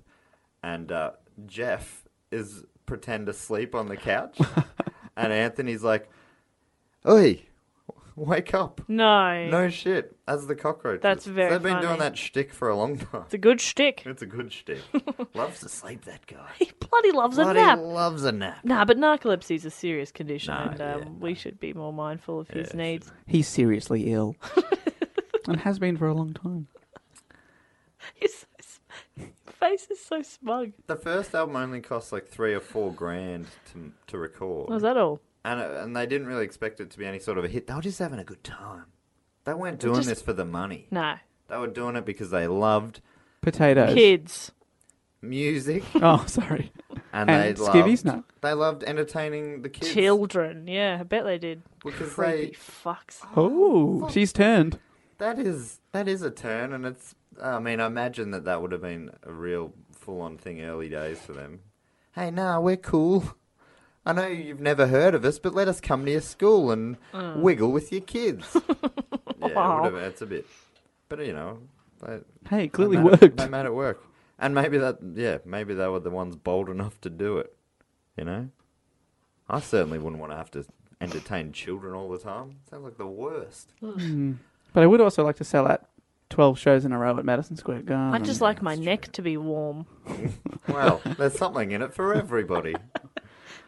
Speaker 1: and uh, Jeff is pretend to sleep on the couch, and Anthony's like, "Oi, wake up!"
Speaker 5: No,
Speaker 1: No shit. As the cockroaches.
Speaker 5: That's very
Speaker 1: They've been
Speaker 5: funny.
Speaker 1: doing that shtick for a long time. (laughs)
Speaker 5: it's a good shtick.
Speaker 1: It's a good
Speaker 5: (laughs)
Speaker 1: shtick. loves to sleep, that guy.
Speaker 5: He bloody loves
Speaker 1: Bloody
Speaker 5: a nap.
Speaker 1: loves a nap.
Speaker 5: Nah, but narcolepsy is a serious condition,
Speaker 1: Nah,
Speaker 5: and um,
Speaker 1: yeah,
Speaker 5: we should be more mindful of his needs.
Speaker 4: He's seriously
Speaker 1: (laughs)
Speaker 4: ill. and has been for a long time.
Speaker 5: He's so, s- (laughs) his face is so smug.
Speaker 1: The first album only cost like three or four grand to, to record.
Speaker 5: Was that all?
Speaker 1: And, it- and they didn't really expect it to be any sort of a hit. They were just having a good time. They weren't doing
Speaker 5: Just-
Speaker 1: this for the money.
Speaker 5: No,
Speaker 1: They were doing it because they loved
Speaker 4: Potatoes.
Speaker 5: kids. (laughs)
Speaker 1: music
Speaker 4: Oh, sorry.
Speaker 1: and,
Speaker 4: And
Speaker 1: they
Speaker 4: skivvies?
Speaker 1: loved
Speaker 4: No.
Speaker 1: they loved entertaining the kids.
Speaker 5: Children, yeah, I bet they did.
Speaker 1: Because
Speaker 5: Creepy
Speaker 1: they
Speaker 5: fucks.
Speaker 4: Oh, she's turned.
Speaker 1: that is that is a turn, and it's. I mean, I imagine that that would have been a real full-on thing early days for them. Hey, nah, we're cool. I know you've never heard of us, but let us come to your school and wiggle with your kids. yeah, it would have, it's a bit. But you know, like,
Speaker 4: Hey, it clearly
Speaker 1: they made It,
Speaker 4: worked.
Speaker 1: they made it work, and maybe that. Yeah, maybe they were the ones bold enough to do it. You know, I certainly wouldn't want to have to entertain children all the time. Sounds like the worst.
Speaker 4: But I would also like to sell out 12 shows in a row at Madison Square Garden.
Speaker 5: I'd just like my neck to be warm.
Speaker 1: Well, there's something in it for everybody.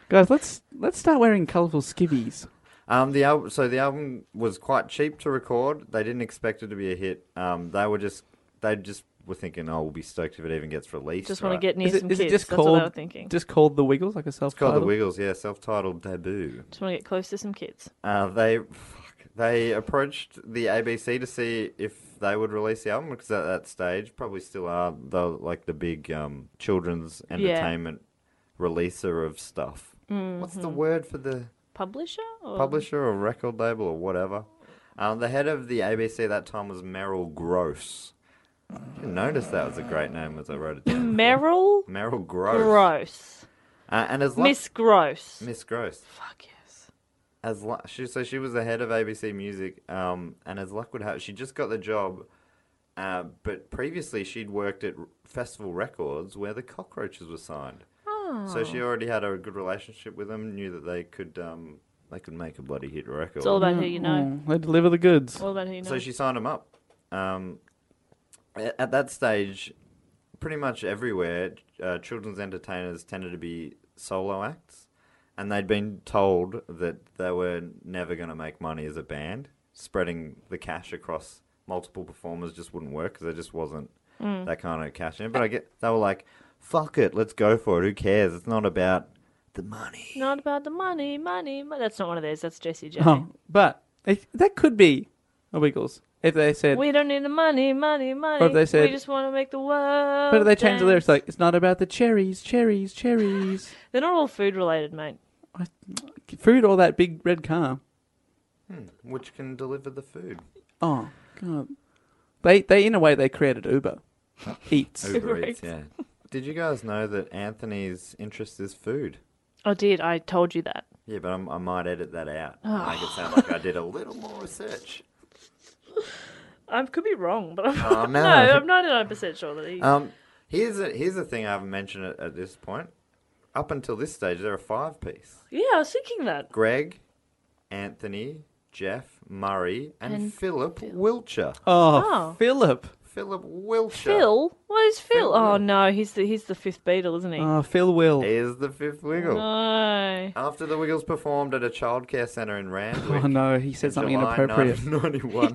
Speaker 4: Guys, let's let's start wearing colourful skivvies.
Speaker 1: Um, the al- so the album was quite cheap to record. They didn't expect it to be a hit. Um, they were just they just were thinking, oh, we'll be stoked if it even gets released.
Speaker 5: Just want
Speaker 1: right?
Speaker 5: to get near
Speaker 4: Is it,
Speaker 5: some
Speaker 4: is
Speaker 5: kids.
Speaker 4: it just
Speaker 5: That's
Speaker 4: called
Speaker 5: what I was thinking.
Speaker 4: just called the Wiggles, like a self
Speaker 1: It's called The Wiggles, yeah, self-titled debut.
Speaker 5: Just want to get close to some kids.
Speaker 1: Uh, they fuck, they approached the ABC to see if they would release the album because at that stage probably still are the like the big um, children's entertainment releaser of stuff.
Speaker 5: Mm-hmm.
Speaker 1: What's the word for the
Speaker 5: Publisher? Or...
Speaker 1: publisher or record label or whatever. Um, the head of the ABC at that time was Meryl Gross. I didn't notice that was a great name as I wrote it
Speaker 5: (laughs)
Speaker 1: down.
Speaker 5: Meryl
Speaker 1: Meryl Gross.
Speaker 5: Gross.
Speaker 1: Uh, and as lu-
Speaker 5: Miss Gross.
Speaker 1: Miss Gross.
Speaker 5: Fuck yes.
Speaker 1: As lu- she, so she was the head of ABC Music. Um, and as luck would have, she just got the job. Uh, but previously, she'd worked at Festival Records where the Cockroaches were signed. So
Speaker 5: Oh.
Speaker 1: she already had a good relationship with them. Knew that they could um, they could make a bloody hit record.
Speaker 5: It's all about who you know.
Speaker 4: They deliver the goods.
Speaker 5: All about who you know.
Speaker 1: So she signed him up. Um, a- at that stage, pretty much everywhere, uh, children's entertainers tended to be solo acts, and they'd been told that they were never going to make money as a band. Spreading the cash across multiple performers just wouldn't work because there just wasn't
Speaker 5: Mm.
Speaker 1: that kind of cash in. it. But I get they were like, "Fuck it, let's go for it. Who cares? It's not about the money."
Speaker 5: Not about the money, money, money. That's not one of theirs. That's Jesse J.
Speaker 4: Oh, but it, that could be a Wiggles if they said.
Speaker 5: We don't need the money, money, money.
Speaker 4: Or if they said-
Speaker 5: we just want to make the world.
Speaker 4: but if they change the lyrics
Speaker 5: dance.
Speaker 4: like it's not about the cherries, cherries, cherries,
Speaker 5: (laughs) They're not all food related, mate.
Speaker 4: food or that big red car.
Speaker 1: Which can deliver the food.
Speaker 4: Oh god, they they in a way they created
Speaker 1: (laughs)
Speaker 4: Uber Eats.
Speaker 1: Uber
Speaker 5: (laughs) Right.
Speaker 1: Eats, yeah. Did you guys know that Anthony's interest is food?
Speaker 5: Oh, did I told you that?
Speaker 1: Yeah, but I'm, I might edit that out. and Make it sound like I did a little more research.
Speaker 5: I could be wrong, but I'm,
Speaker 1: Oh,
Speaker 5: (laughs) no.
Speaker 1: no.
Speaker 5: I'm 99 percent sure that he.
Speaker 4: Uh,
Speaker 1: Um, here's a, here's a thing I haven't mentioned at, at this point. Up until this stage, there are five piece:
Speaker 5: yeah, I was thinking that.
Speaker 1: Greg, Anthony, Jeff, Murray, and,
Speaker 5: And
Speaker 1: Philip Wilcher.
Speaker 4: Oh,
Speaker 5: Oh.
Speaker 4: Philip.
Speaker 1: Philip Wilcher
Speaker 5: Phil, what is Phil?
Speaker 1: Phil
Speaker 5: oh
Speaker 1: Will.
Speaker 5: no, he's the he's the fifth Beatle, isn't he?
Speaker 4: Oh, Phil will.
Speaker 1: is the fifth Wiggle.
Speaker 5: no.
Speaker 1: After the Wiggles performed at a childcare centre in Randwick.
Speaker 4: Oh no, he said
Speaker 1: in
Speaker 4: something
Speaker 1: July
Speaker 4: inappropriate.
Speaker 1: 1991.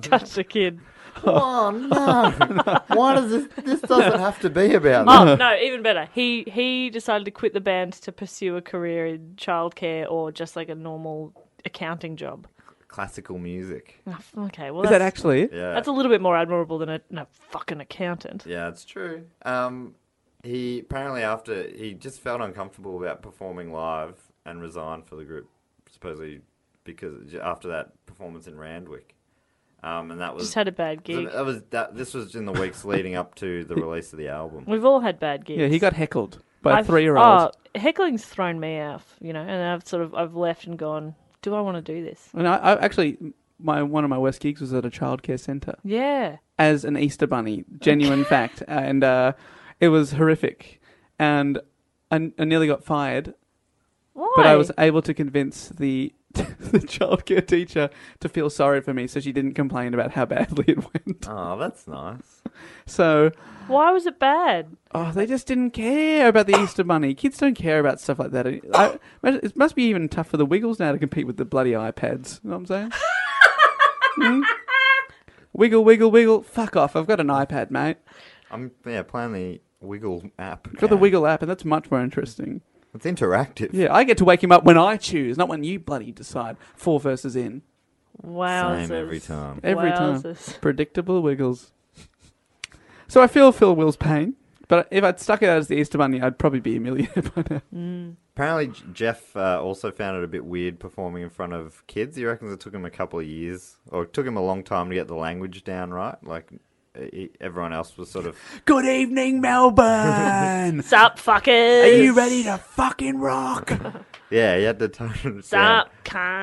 Speaker 4: (laughs)
Speaker 5: (laughs) Touched a kid.
Speaker 1: Oh no! (laughs) Why does this? This doesn't have to be about that.
Speaker 5: Oh no, even better. He he decided to quit the band to pursue a career in childcare or just like a normal accounting job.
Speaker 1: Classical music.
Speaker 5: Oh, f- Okay, well
Speaker 4: Is
Speaker 5: that's,
Speaker 4: that actually it?
Speaker 1: Yeah,
Speaker 5: that's a little bit more admirable than a, than a fucking accountant.
Speaker 1: Uh, yeah, it's true. Um, he apparently after he just felt uncomfortable about performing live and resigned for the group, supposedly because after that performance in Randwick, um, and that was
Speaker 5: Just had a bad gig.
Speaker 1: that was that. This was in the weeks leading up to the release of the album.
Speaker 5: (laughs) We've all had bad gigs.
Speaker 4: Yeah, he got heckled by a
Speaker 5: I've-
Speaker 4: three-year-old.
Speaker 5: Oh, heckling's thrown me off, you know, and I've sort of I've left and gone. Do I want to do this?
Speaker 4: And I, I actually, my one of my worst gigs was at a childcare centre
Speaker 5: Yeah.
Speaker 4: as an Easter bunny.
Speaker 5: (laughs)
Speaker 4: Genuine fact, and uh, it was horrific. And I, I nearly got fired,
Speaker 5: Why?
Speaker 4: but I was able to convince the (laughs) the childcare teacher to feel sorry for me, so she didn't complain about how badly it went.
Speaker 1: Oh, that's nice.
Speaker 4: So,
Speaker 5: Why was it bad?
Speaker 4: oh, they just didn't care about the Easter bunny. Kids don't care about stuff like that. I, it must be even tough for the Wiggles now to compete with the bloody iPads. You know what I'm saying? Hmm? Wiggle, wiggle, wiggle. Fuck off. I've got an iPad, mate.
Speaker 1: I'm yeah playing the Wiggle app.
Speaker 4: I've got the
Speaker 1: now.
Speaker 4: Wiggle app, and that's much more interesting.
Speaker 1: It's interactive.
Speaker 4: Yeah, I get to wake him up when I choose, not when you bloody decide. Four verses in.
Speaker 5: Wow.
Speaker 1: Same every time.
Speaker 4: Every time.
Speaker 5: Wowzers.
Speaker 4: Predictable Wiggles. So I feel Phil Will's pain, But if I'd stuck it out as the Easter Bunny, I'd probably be a millionaire by now.
Speaker 1: Apparently, J- Jeff uh, also found it a bit weird performing in front of kids. He reckons it took him a couple of years, or it took him a long time to get the language down right. Like e- everyone else was sort of
Speaker 4: Good evening, Melbourne.
Speaker 5: Sup, fuckers?
Speaker 4: to fucking (laughs) rock?
Speaker 1: yeah, he had to tone it down
Speaker 5: Sup,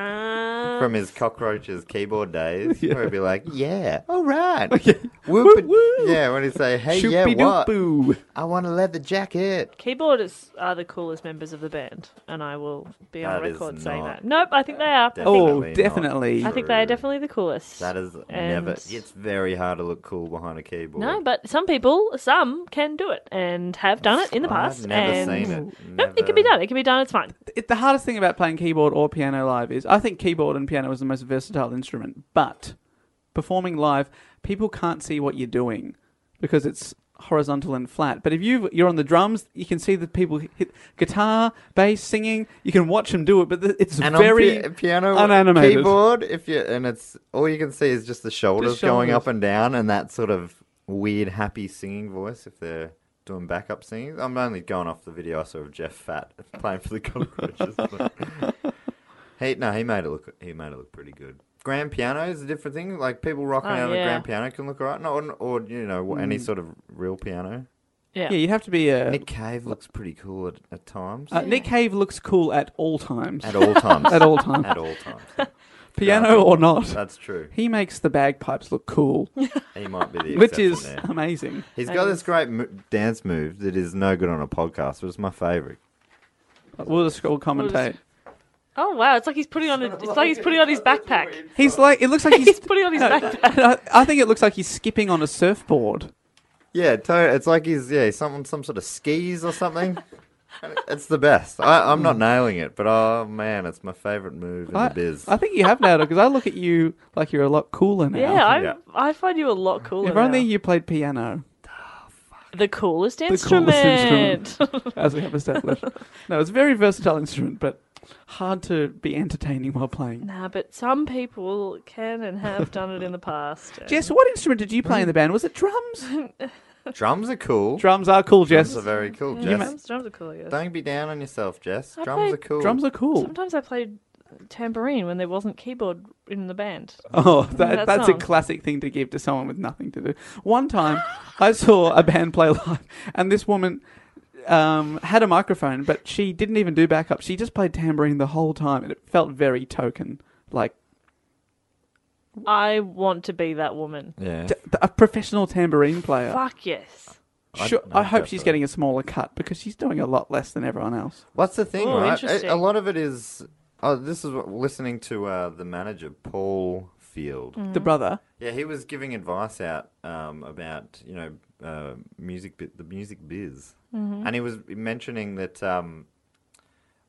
Speaker 5: cunt?
Speaker 1: from his cockroaches keyboard days, where he'd be like, "Yeah, all right,
Speaker 4: Woo,
Speaker 1: (laughs) whoop,
Speaker 4: woo.
Speaker 1: yeah." When he say, "Hey, yeah, what?
Speaker 4: Shoopy-doopoo.
Speaker 1: I want a leather jacket."
Speaker 5: Keyboardists are the coolest members of the band, and I will be on
Speaker 1: That is
Speaker 5: record saying
Speaker 1: not-
Speaker 5: that. Nope, I think they are.
Speaker 4: Oh,
Speaker 1: not
Speaker 4: definitely.
Speaker 5: I think they are definitely the coolest.
Speaker 1: That is
Speaker 5: And-
Speaker 1: never. It's very hard to look cool behind a keyboard.
Speaker 5: No, but some people, some can do it and have done it in the
Speaker 1: I've
Speaker 5: past.
Speaker 1: never
Speaker 5: and
Speaker 1: seen it.
Speaker 5: Nope, it can be
Speaker 1: Never.
Speaker 5: done. It can be done. It's fine.
Speaker 4: It- the hardest thing about playing keyboard or piano live is I think keyboard and piano is the most versatile instrument, but performing live, people can't see what you're doing because it's horizontal and flat. But if you you're on the drums, you can see that people hit guitar, bass, singing. You can watch them do it, but th- it's
Speaker 1: And
Speaker 4: very
Speaker 1: on pi- piano
Speaker 4: unanimated.
Speaker 1: keyboard, if you and it's all you can see is just the shoulders, going
Speaker 4: shoulders.
Speaker 1: up and down, and that sort of weird, happy singing voice if they're doing backup singing. I'm only going off the video I saw of Jeff Fat (laughs) playing for the Cockroaches. (laughs) but- he no, he made it look he made it look pretty good. Grand piano is a different thing. Like people rocking
Speaker 5: Oh,
Speaker 1: out on a
Speaker 5: yeah.
Speaker 1: grand piano can look alright, or, or you know any sort of real piano.
Speaker 5: Yeah.
Speaker 4: Yeah, you have to be a.
Speaker 1: Nick Cave looks pretty cool at, at times.
Speaker 4: Uh, Nick Cave looks cool at all times.
Speaker 1: (laughs) at all times.
Speaker 4: (laughs) At all times.
Speaker 1: At all times.
Speaker 4: Piano or not,
Speaker 1: That's true.
Speaker 4: he makes the bagpipes look cool,
Speaker 1: He might be the exception
Speaker 4: which is
Speaker 1: there.
Speaker 4: amazing.
Speaker 1: He's got this great mo- dance move that is no good on a podcast, but it's my favorite.
Speaker 4: We'll just all
Speaker 5: (laughs)
Speaker 4: commentate.
Speaker 5: Oh wow! It's like he's putting on. A, it's like he's putting on his backpack.
Speaker 4: He's like, it looks like he's.
Speaker 5: He's putting on his backpack.
Speaker 4: I, I think it looks like he's skipping on a surfboard.
Speaker 1: Yeah, to- it's like he's yeah some some sort of skis or something. And it's the best. I, I'm not nailing it, but oh man, it's my favorite move in
Speaker 4: Hmm. I,
Speaker 1: the biz.
Speaker 4: I think you have nailed it because I look at you like you're a lot cooler now.
Speaker 5: Yeah, I
Speaker 1: Yeah.
Speaker 5: I find you a lot cooler.
Speaker 4: if only
Speaker 5: now.
Speaker 4: you played piano.
Speaker 5: the coolest
Speaker 4: The
Speaker 5: instrument.
Speaker 4: coolest instrument, as we have established. No, it's a very versatile instrument, but hard to be entertaining while playing.
Speaker 5: (laughs) nah, but some people can and have done it in the past. and-
Speaker 4: Jess, what instrument did you play in the band? Was it drums?
Speaker 5: (laughs)
Speaker 1: Drums are cool.
Speaker 4: drums are cool, Jess.
Speaker 1: Drums are very cool,
Speaker 5: Yeah,
Speaker 1: Jess.
Speaker 5: drums, drums are cool. Yes.
Speaker 1: Don't be down on yourself, Jess.
Speaker 5: I
Speaker 1: Drums are
Speaker 5: played-
Speaker 1: cool.
Speaker 4: Drums are cool.
Speaker 5: Sometimes I played tambourine when there wasn't keyboard in the band.
Speaker 4: (laughs) Oh, that,
Speaker 5: that
Speaker 4: that's a
Speaker 5: song.
Speaker 4: classic thing to give to someone with nothing to do. One time, I saw a band play live, and this woman um, had a microphone, but she didn't even do backup. She just played tambourine the whole time, and it felt very token, like
Speaker 5: I want to be that woman.
Speaker 1: Yeah.
Speaker 4: t- a professional tambourine player.
Speaker 5: Fuck yes.
Speaker 4: Sure,
Speaker 1: I'd-
Speaker 4: I,
Speaker 1: I'd go
Speaker 4: hope
Speaker 1: for
Speaker 4: she's
Speaker 1: it.
Speaker 4: getting a smaller cut because she's doing a lot less than everyone else.
Speaker 1: What's the thing,
Speaker 5: Oh,
Speaker 1: right?
Speaker 5: interesting.
Speaker 1: A, a lot of it is. Oh, this is what, listening to uh, the manager, Paul Field.
Speaker 5: Mm.
Speaker 4: The brother,
Speaker 1: Yeah, he was giving advice out um, about you know uh, music, bi- the music biz, and he was mentioning that um,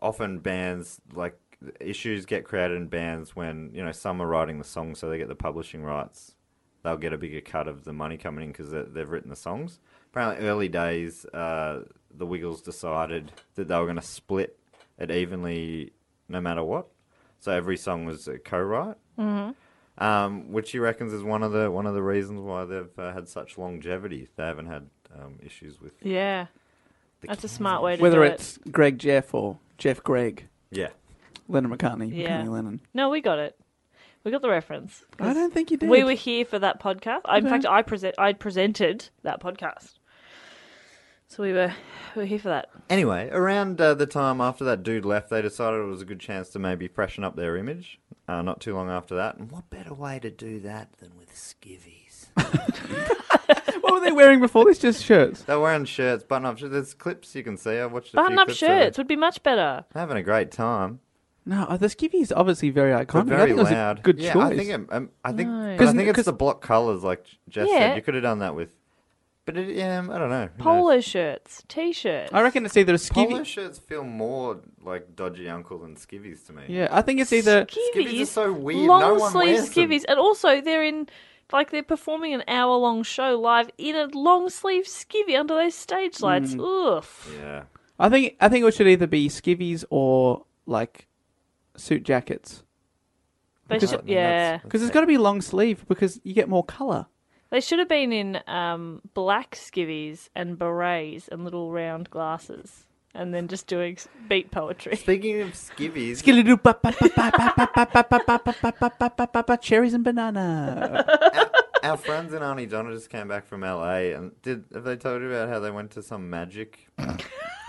Speaker 1: often bands like issues get created in bands when you know some are writing the song, so they get the publishing rights. They'll get a bigger cut of the money coming in because they've written the songs. Apparently, early days, uh, the Wiggles decided that they were going to split it evenly, no matter what. So every song was a co-write
Speaker 5: Mm-hmm.
Speaker 1: um, which he reckons is one of the one of the reasons why they've uh, had such longevity. They haven't had um, issues with
Speaker 5: Yeah.
Speaker 1: the
Speaker 5: That's a
Speaker 1: kids.
Speaker 5: smart way to
Speaker 4: whether
Speaker 5: do it.
Speaker 4: it's Greg Jeff or Jeff Greg,
Speaker 1: Yeah,
Speaker 4: Lennon McCartney,
Speaker 5: Yeah.
Speaker 4: McCartney Lennon.
Speaker 5: No, we got it. We got the reference.
Speaker 4: I don't think you did.
Speaker 5: We were here for that podcast. I, in fact, I present I presented that podcast. So we were we were here for that.
Speaker 1: Anyway, around uh, the time after that dude left, they decided it was a good chance to maybe freshen up their image. Uh, not too long after that, and what better way to do that than
Speaker 4: (laughs)
Speaker 1: with skivvies?
Speaker 4: what were they wearing before this? Just shirts.
Speaker 1: They're wearing shirts, button-up shirts. There's clips you can see. I watched a few
Speaker 5: Button up
Speaker 1: clips uh, of it.
Speaker 5: shirts would be much better.
Speaker 1: Having a great time.
Speaker 4: No, uh, the skivvy is obviously very
Speaker 1: But
Speaker 4: iconic. I
Speaker 1: very
Speaker 4: think it was
Speaker 1: loud.
Speaker 4: a good
Speaker 1: yeah,
Speaker 4: choice.
Speaker 1: I think it, um, I think
Speaker 5: No.
Speaker 1: but I
Speaker 4: 'Cause-
Speaker 1: think it's
Speaker 4: 'cause-
Speaker 1: the block colors like Jess
Speaker 5: Yeah.
Speaker 1: said. You could have done that with, but it, yeah, I don't know. Who knows?
Speaker 5: Polo shirts, t-shirts.
Speaker 4: I reckon it's either a skivvy.
Speaker 1: Polo shirts feel more like dodgy uncle than skivvies to me.
Speaker 4: Yeah, I think it's either.
Speaker 1: skivvies are so weird, no
Speaker 5: Long
Speaker 1: one
Speaker 5: sleeve
Speaker 1: wears them.
Speaker 5: skivvies, and also they're in like they're performing an hour long show live in a long sleeve skivvy under those stage lights. Oof.
Speaker 1: Yeah.
Speaker 4: I think I think it should either be skivvies or like suit jackets
Speaker 5: They
Speaker 4: Because-
Speaker 5: should, yeah.
Speaker 4: because it's got to be long sleeve because you get more color.
Speaker 5: They should have been in um, black skivvies and berets and little round glasses, and then just doing s- beat
Speaker 1: (laughs)
Speaker 5: poetry.
Speaker 1: Speaking of skivvies,
Speaker 4: Cherries and banana.
Speaker 1: our, our friends in Auntie Donna just came back from LA, and did have they told you about how they went to some
Speaker 4: (coughs)
Speaker 1: magic,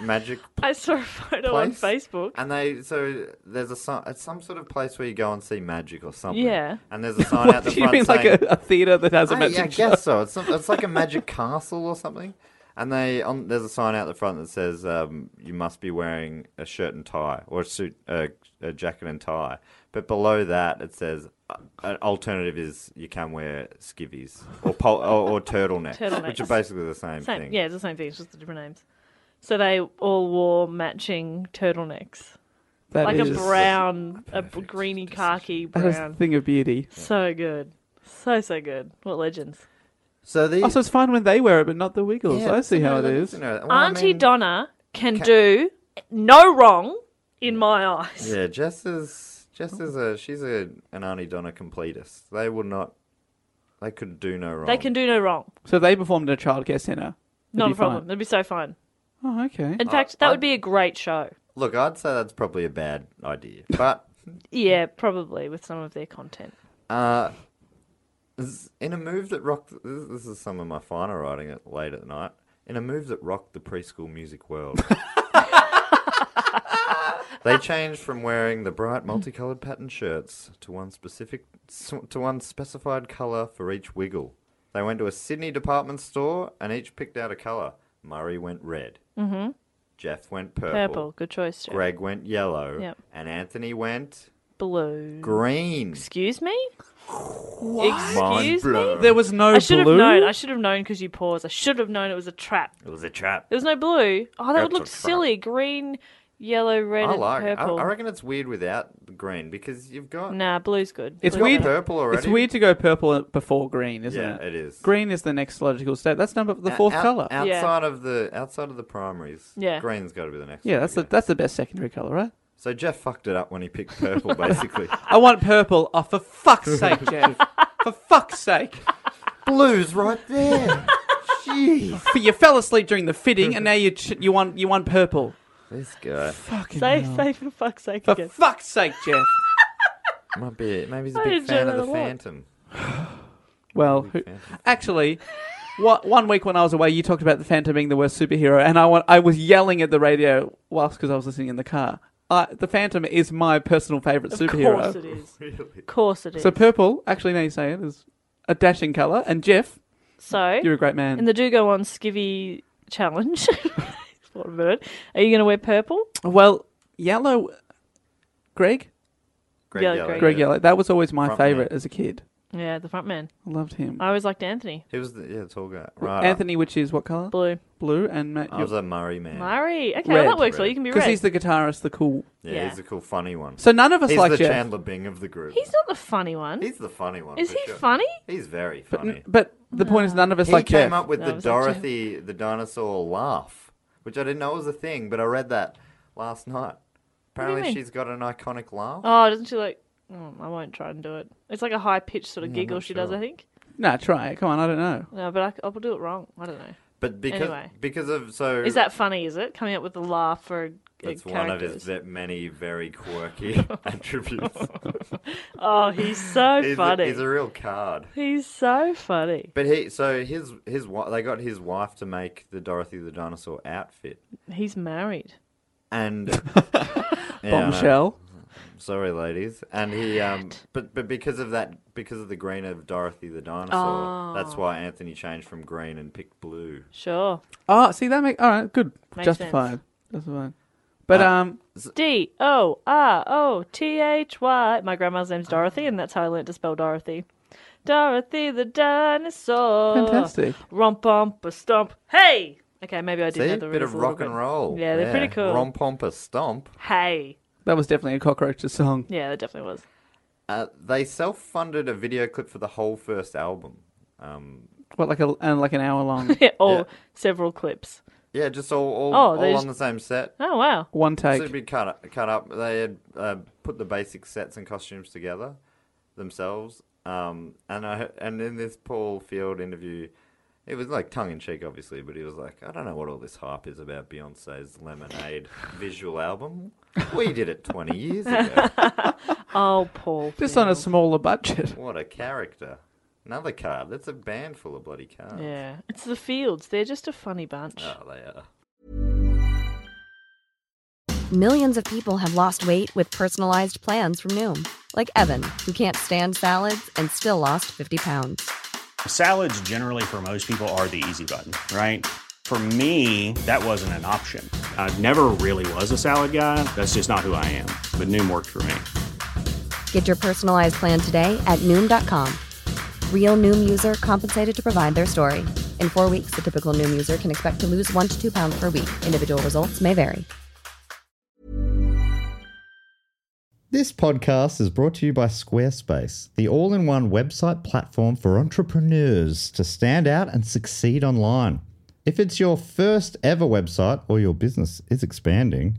Speaker 1: magic
Speaker 5: I saw a photo
Speaker 1: place
Speaker 5: on Facebook.
Speaker 1: and they so there's a sign. It's some sort of place where you go and see magic or something.
Speaker 5: Yeah.
Speaker 1: and there's
Speaker 4: (laughs)
Speaker 1: a sign out the
Speaker 4: you
Speaker 1: front
Speaker 4: mean like
Speaker 1: saying,
Speaker 4: a, a theater that has a
Speaker 1: I, yeah, I
Speaker 4: magic show?
Speaker 5: (laughs)
Speaker 1: guess so. It's, some, it's like a magic castle or something. And they on there's a sign out the front that says um, you must be wearing a shirt and tie or a suit, uh, a jacket and tie. But below that it says uh, an alternative is you can wear skivvies or pol- or, or turtlenecks, which are
Speaker 5: Turtlenecks.
Speaker 1: basically the same,
Speaker 5: Same,
Speaker 1: thing.
Speaker 5: yeah, it's the same thing. It's just the different names. So they all wore matching turtlenecks,
Speaker 4: That
Speaker 5: like a
Speaker 4: is-
Speaker 5: brown, a b- greeny khaki
Speaker 4: That is a
Speaker 5: brown.
Speaker 4: thing of beauty.
Speaker 5: So good, so so good. What legends?
Speaker 1: So these
Speaker 4: Also, it's fine when they wear it, but not the Wiggles.
Speaker 1: yeah,
Speaker 4: I see how it
Speaker 1: that's-
Speaker 4: is.
Speaker 1: you know, well, I
Speaker 5: Auntie
Speaker 1: mean-
Speaker 5: Donna can, do no wrong in my eyes.
Speaker 1: Yeah, Jess is
Speaker 5: Oh.
Speaker 1: Jess is a she's a an Auntie Donna completist. They would not. They could do no wrong.
Speaker 5: They can do no wrong.
Speaker 4: So they performed at a childcare centre.
Speaker 5: Not
Speaker 4: be
Speaker 5: a problem.
Speaker 4: fine.
Speaker 5: That'd be so fun.
Speaker 4: Oh, okay.
Speaker 1: Uh,
Speaker 5: In fact, that would be a great show.
Speaker 1: Look, I'd say that's probably a bad
Speaker 5: (laughs)
Speaker 1: idea, but
Speaker 5: Yeah, probably with some of their content.
Speaker 1: uh, z- in a move that rocked, this, this is some of my finer writing at late at night. In a move that rocked the preschool music
Speaker 5: (laughs)
Speaker 1: world, they changed from wearing the bright multicolored pattern shirts to one specific s- to one specified color for each wiggle. They went to a Sydney department store and each picked out a color. Murray went red. Mm-hmm. Jeff went purple.
Speaker 5: Purple, good choice. Jeff.
Speaker 1: Greg went yellow.
Speaker 5: Yep.
Speaker 1: And Anthony went
Speaker 5: Blue.
Speaker 1: green.
Speaker 5: Excuse me.
Speaker 1: Mind
Speaker 5: Excuse me.
Speaker 1: blown.
Speaker 4: There was no
Speaker 5: I should have
Speaker 4: blue.
Speaker 5: known. I should have known because you paused. I should have known it was a trap.
Speaker 1: It was a trap.
Speaker 5: There was no blue. Oh, that would
Speaker 1: That's a
Speaker 5: look
Speaker 1: trap.
Speaker 5: silly. Green, yellow, red,
Speaker 1: I like. I,
Speaker 5: and purple.
Speaker 1: I reckon it's weird without the green because you've got
Speaker 5: Nah, blue's good.
Speaker 4: It's
Speaker 5: Blue's
Speaker 4: weird.
Speaker 5: better.
Speaker 1: purple already.
Speaker 4: It's weird to go purple before green, isn't
Speaker 1: Yeah,
Speaker 4: it?
Speaker 1: it is.
Speaker 4: Green is the next logical step. That's number the
Speaker 1: O-
Speaker 4: fourth
Speaker 1: out-
Speaker 4: color.
Speaker 1: outside
Speaker 5: Yeah.
Speaker 1: of the outside of the primaries.
Speaker 5: Yeah.
Speaker 1: green's got to be the next.
Speaker 4: yeah,
Speaker 1: one
Speaker 4: that's
Speaker 1: to
Speaker 4: the
Speaker 1: go.
Speaker 4: that's the best secondary color, right?
Speaker 1: So Jeff fucked it up when he picked
Speaker 4: (laughs)
Speaker 1: purple, basically.
Speaker 4: I want purple. Oh, for fuck's sake, (laughs) Jeff! for fuck's sake!
Speaker 1: Blue's right there. Jeez,
Speaker 4: But you fell asleep during the fitting, and now you ch- you want you want purple.
Speaker 1: this guy
Speaker 4: Fucking
Speaker 5: Say,
Speaker 4: hell.
Speaker 5: say for fuck's sake
Speaker 4: for
Speaker 5: again.
Speaker 4: fuck's sake, Jeff.
Speaker 1: might be. Maybe he's a
Speaker 5: I
Speaker 1: big
Speaker 5: enjoy
Speaker 1: fan of
Speaker 5: that
Speaker 1: the
Speaker 5: a lot.
Speaker 1: Phantom.
Speaker 4: Well, who, actually, what, one week when I was away, you talked about the Phantom being the worst superhero, and I, wa- I was yelling at the radio whilst because I was listening in the car. I, the Phantom is my personal favourite
Speaker 5: Of
Speaker 4: superhero.
Speaker 5: course
Speaker 4: (laughs)
Speaker 5: it is. Of course it is.
Speaker 4: So purple, actually, now you say it, is a dashing colour. And Jeff,
Speaker 5: So,
Speaker 4: you're a great man.
Speaker 5: in the do go on skivvy challenge, (laughs) what a minute. Are you going to wear purple?
Speaker 4: well, yellow, Greg,
Speaker 1: Greg
Speaker 5: Yeah,
Speaker 1: Yellow.
Speaker 5: Greg
Speaker 4: Greg Yellow. That was always my
Speaker 1: Front
Speaker 4: favourite
Speaker 1: man.
Speaker 4: as a kid.
Speaker 5: Yeah, the front man.
Speaker 4: I loved him.
Speaker 5: I always liked Anthony.
Speaker 1: He was the yeah tall guy. Right.
Speaker 4: Anthony, which is what colour?
Speaker 5: Blue.
Speaker 4: Blue, and Matt.
Speaker 1: I was a Murray man.
Speaker 5: Murray. Okay,
Speaker 4: Red.
Speaker 5: well, that works well.
Speaker 1: Red.
Speaker 5: You can be
Speaker 4: because
Speaker 5: red.
Speaker 4: he's the guitarist, the cool.
Speaker 1: Yeah,
Speaker 5: Yeah.
Speaker 1: he's a cool, funny one.
Speaker 4: So none of us
Speaker 1: he's
Speaker 4: like
Speaker 1: the
Speaker 4: Jeff.
Speaker 1: Chandler Bing of the group.
Speaker 5: He's not the funny one.
Speaker 1: He's the funny one.
Speaker 5: is
Speaker 1: for
Speaker 5: he
Speaker 1: sure.
Speaker 5: funny?
Speaker 1: He's very
Speaker 4: But,
Speaker 1: funny.
Speaker 4: but the point is, none of us
Speaker 1: he
Speaker 4: like
Speaker 1: came
Speaker 4: Jeff.
Speaker 1: up with
Speaker 5: No, it
Speaker 1: the
Speaker 5: was like Jeff.
Speaker 1: Dorothy the dinosaur laugh, which I didn't know was a thing, but I read that last night. Apparently,
Speaker 5: mean?
Speaker 1: she's got an iconic laugh.
Speaker 5: Oh, doesn't she like? Oh, I won't try and do it. It's like a high pitched sort of giggle
Speaker 1: not
Speaker 5: she does.
Speaker 1: sure.
Speaker 5: I think.
Speaker 4: Nah, try it. Come on, I don't know.
Speaker 5: No, but I, will do it wrong. I don't know.
Speaker 1: But because
Speaker 5: Anyway.
Speaker 1: because of so
Speaker 5: Is that funny? Is it coming up with a laugh for a,
Speaker 1: (laughs) that's
Speaker 5: a
Speaker 1: one of his
Speaker 5: characters?
Speaker 1: ve- many very
Speaker 5: (laughs)
Speaker 1: quirky (laughs) attributes.
Speaker 5: Oh, he's
Speaker 1: (laughs)
Speaker 5: so
Speaker 1: he's, a,
Speaker 5: funny.
Speaker 1: he's a real card.
Speaker 5: He's so funny.
Speaker 1: But he so his his wi- they got his wife to make the Dorothy the dinosaur outfit
Speaker 5: He's married.
Speaker 4: (laughs)
Speaker 1: and Yeah, I know.
Speaker 4: Bombshell.
Speaker 1: Sorry, ladies. And he, um, but but because of that, because of the green of Dorothy the dinosaur, that's
Speaker 5: Oh.
Speaker 1: why Anthony changed from green and picked blue.
Speaker 5: Sure.
Speaker 4: Oh, see that make all right. Good,
Speaker 5: Makes
Speaker 4: justified, justified. But um,
Speaker 5: D O R O T H Y. My grandma's name's Dorothy, and that's how I learnt to spell Dorothy. Dorothy the dinosaur.
Speaker 4: fantastic.
Speaker 5: Romp, bump, a stomp. Hey. Okay, maybe I did
Speaker 1: See,
Speaker 5: know
Speaker 1: a
Speaker 5: the
Speaker 1: bit
Speaker 5: riddles
Speaker 1: of
Speaker 5: a little
Speaker 1: rock and
Speaker 5: bit.
Speaker 1: roll.
Speaker 5: Yeah, they're pretty cool.
Speaker 1: Romp, pomp, a stomp.
Speaker 5: Hey.
Speaker 4: That was definitely a cockroaches song.
Speaker 5: Yeah, that definitely was. (laughs)
Speaker 1: Uh, they self-funded a video clip for the whole first album. Um,
Speaker 4: What like a and like an hour
Speaker 5: (laughs)
Speaker 4: long,
Speaker 5: Yeah, or
Speaker 1: Yeah.
Speaker 5: several clips.
Speaker 1: yeah, just all all,
Speaker 5: Oh, they
Speaker 1: all
Speaker 5: just-
Speaker 1: on the same set.
Speaker 5: Oh wow.
Speaker 4: one
Speaker 1: So it'd
Speaker 4: take.
Speaker 1: be cut cut up. They had uh, put the basic sets and costumes together themselves,
Speaker 6: Um, and I and in this Paul Field interview, it was like tongue in cheek, obviously, but he was like, "I don't know what all this hype is about Beyonce's Lemonade visual album. We did it twenty years ago.
Speaker 5: Oh, Paul.
Speaker 4: Just
Speaker 5: Field.
Speaker 4: on a smaller budget. (laughs)
Speaker 6: What a character! Another card. That's a band full of bloody cards.
Speaker 5: Yeah, it's the Fields. They're just a funny bunch.
Speaker 6: Oh, they are.
Speaker 2: Millions of people have lost weight with personalized plans from Noom, like Evan, who can't stand salads and still lost 50 pounds.
Speaker 3: Salads, generally, for most people, are the easy button, right? For me, that wasn't an option. I never really was a salad guy. That's just not who I am. But Noom worked for me.
Speaker 2: Get your personalized plan today at Noom.com. Real Noom user compensated to provide their story. In four weeks, the typical Noom user can expect to lose one to two pounds per week. Individual results may vary.
Speaker 1: This podcast is brought to you by Squarespace, the all in one website platform for entrepreneurs to stand out and succeed online. If it's your first ever website or your business is expanding,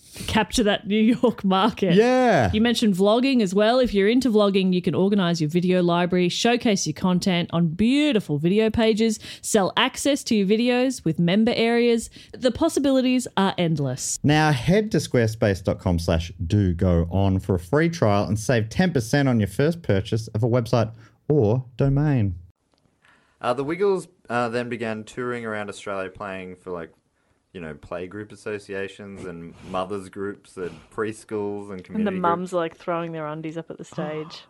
Speaker 7: (laughs) Capture that New York market.
Speaker 1: Yeah.
Speaker 7: You mentioned vlogging as well. If you're into vlogging, you can organize your video library, showcase your content on beautiful video pages, sell access to your videos with member areas. The possibilities are endless.
Speaker 1: Now head to squarespace.com slash do go on for a free trial and save 10% on your first purchase of a website or domain.
Speaker 6: Uh, the Wiggles uh, then began touring around Australia, playing for like, you know, playgroup associations and mothers groups and preschools and
Speaker 5: And
Speaker 6: community.
Speaker 5: the
Speaker 6: groups.
Speaker 5: mums are like throwing their undies up at
Speaker 1: (gasps)
Speaker 5: the stage.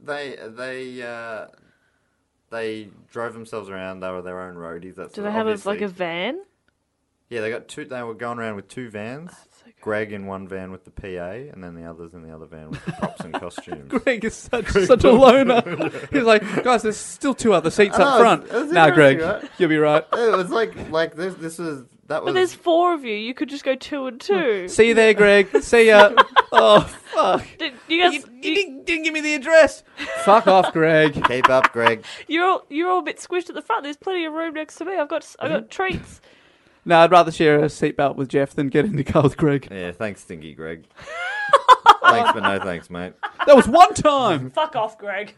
Speaker 6: They they uh, they drove themselves around. They were their own roadies. That's
Speaker 5: Do they have a, like
Speaker 6: obviously-
Speaker 5: a van?
Speaker 6: Yeah, they got two. They were going around with two vans.
Speaker 5: Oh,
Speaker 6: Greg in one van with the PA, and then the others in the other van with the props
Speaker 5: (laughs)
Speaker 6: and costumes.
Speaker 4: Greg is such, such a loner. (laughs) He's like, guys, there's still two other seats
Speaker 6: Oh,
Speaker 4: up front.
Speaker 6: that's
Speaker 4: Now, Greg,
Speaker 6: interesting, right?
Speaker 4: you'll be right.
Speaker 6: It was like like this. This was that was.
Speaker 5: But there's four of you. You could just go two
Speaker 1: (laughs)
Speaker 5: and two.
Speaker 4: See you there, Greg. See ya. oh, fuck.
Speaker 5: Did- you guys,
Speaker 4: You,
Speaker 5: you,
Speaker 4: you didn't, didn't give me the address. Fuck off,
Speaker 6: (laughs)
Speaker 4: Greg.
Speaker 6: (laughs) Keep up, Greg.
Speaker 5: you're all you're all a bit squished at the front. There's plenty of room next to me. I've got I got treats.
Speaker 4: No, I'd rather share a seatbelt with Jeff than get in the car with Greg.
Speaker 6: Yeah, thanks, Stinky Greg.
Speaker 5: (laughs)
Speaker 6: thanks, but no thanks, mate.
Speaker 4: That was one
Speaker 5: (laughs)
Speaker 4: time.
Speaker 5: Fuck off, Greg.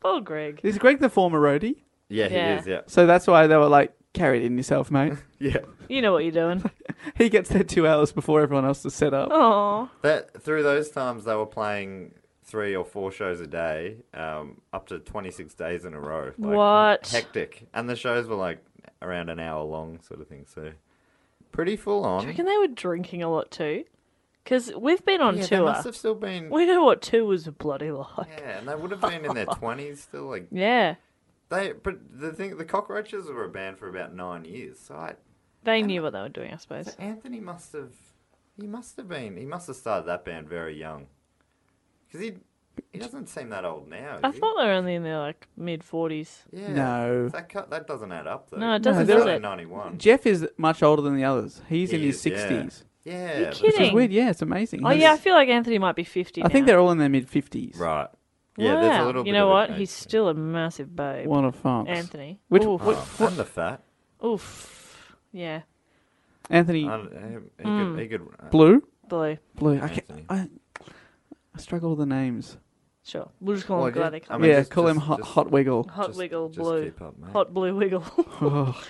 Speaker 5: Poor Greg.
Speaker 4: Is Greg the former roadie?
Speaker 6: Yeah,
Speaker 5: Yeah.
Speaker 6: he is. Yeah,
Speaker 4: So that's why they were like, carry it in yourself, mate.
Speaker 6: yeah.
Speaker 5: You know what you're doing.
Speaker 4: He gets there two hours before everyone else is set up.
Speaker 5: Oh. Aw.
Speaker 6: That through those times they were playing three or four shows a day, um, up to twenty six days in a row. Like,
Speaker 5: What?
Speaker 6: hectic! And the shows were like around an hour long, sort of thing. So pretty full
Speaker 5: Do
Speaker 6: on.
Speaker 5: you reckon they were drinking a lot too? Because we've been on
Speaker 6: yeah, they
Speaker 5: tour.
Speaker 6: must have still been.
Speaker 5: We know what two was bloody like.
Speaker 6: Yeah, and they would have
Speaker 5: (laughs)
Speaker 6: been in their twenties still. Like
Speaker 5: Yeah,
Speaker 6: they, but the thing, the cockroaches were a band for about nine years. So I,
Speaker 5: they knew what they were doing, I suppose.
Speaker 6: so Anthony must have, he must have been, he must have started that band very young, because he, he doesn't seem that old now.
Speaker 5: I
Speaker 6: is he?
Speaker 5: thought they were only in their like mid forties.
Speaker 6: Yeah.
Speaker 4: No.
Speaker 6: That cut, that doesn't add up though.
Speaker 5: No, it
Speaker 4: doesn't,
Speaker 6: It's
Speaker 4: does
Speaker 6: only
Speaker 5: it?
Speaker 6: 91.
Speaker 4: Jeff is much older than the others. He's in
Speaker 6: He
Speaker 4: his
Speaker 6: is, yeah.
Speaker 4: 60s.
Speaker 6: Yeah. but-
Speaker 5: kidding?
Speaker 4: Which is weird. Yeah, it's amazing.
Speaker 5: Oh
Speaker 4: He's-
Speaker 5: yeah, I feel like Anthony might be fifty.
Speaker 4: I think
Speaker 5: now.
Speaker 4: they're all in their mid 50s.
Speaker 6: Right. Yeah, there's a
Speaker 5: Wow.
Speaker 6: little
Speaker 5: You
Speaker 6: bit
Speaker 5: know
Speaker 6: of a
Speaker 5: what?
Speaker 6: age
Speaker 5: He's
Speaker 6: there.
Speaker 5: still a massive babe.
Speaker 4: What a funk.
Speaker 5: Anthony.
Speaker 4: Which-
Speaker 5: Oof.
Speaker 6: Oh, I'm the fat.
Speaker 5: Oof. Yeah.
Speaker 4: Anthony
Speaker 6: I'm, he, he could, he could, uh,
Speaker 4: Blue?
Speaker 5: Blue.
Speaker 4: Blue. I, can't,
Speaker 6: Anthony.
Speaker 4: I, I struggle with the names.
Speaker 5: Sure. We'll just call
Speaker 6: Well,
Speaker 5: him Glad they
Speaker 6: yeah, Oh, I
Speaker 5: come.
Speaker 6: mean,
Speaker 4: yeah,
Speaker 6: just-
Speaker 4: call him
Speaker 6: just-
Speaker 4: hot,
Speaker 6: just-
Speaker 4: hot Wiggle.
Speaker 5: (laughs) Hot
Speaker 6: just-
Speaker 5: Wiggle
Speaker 6: just
Speaker 5: Blue.
Speaker 6: keep up, mate.
Speaker 5: Hot Blue Wiggle.
Speaker 4: Oh,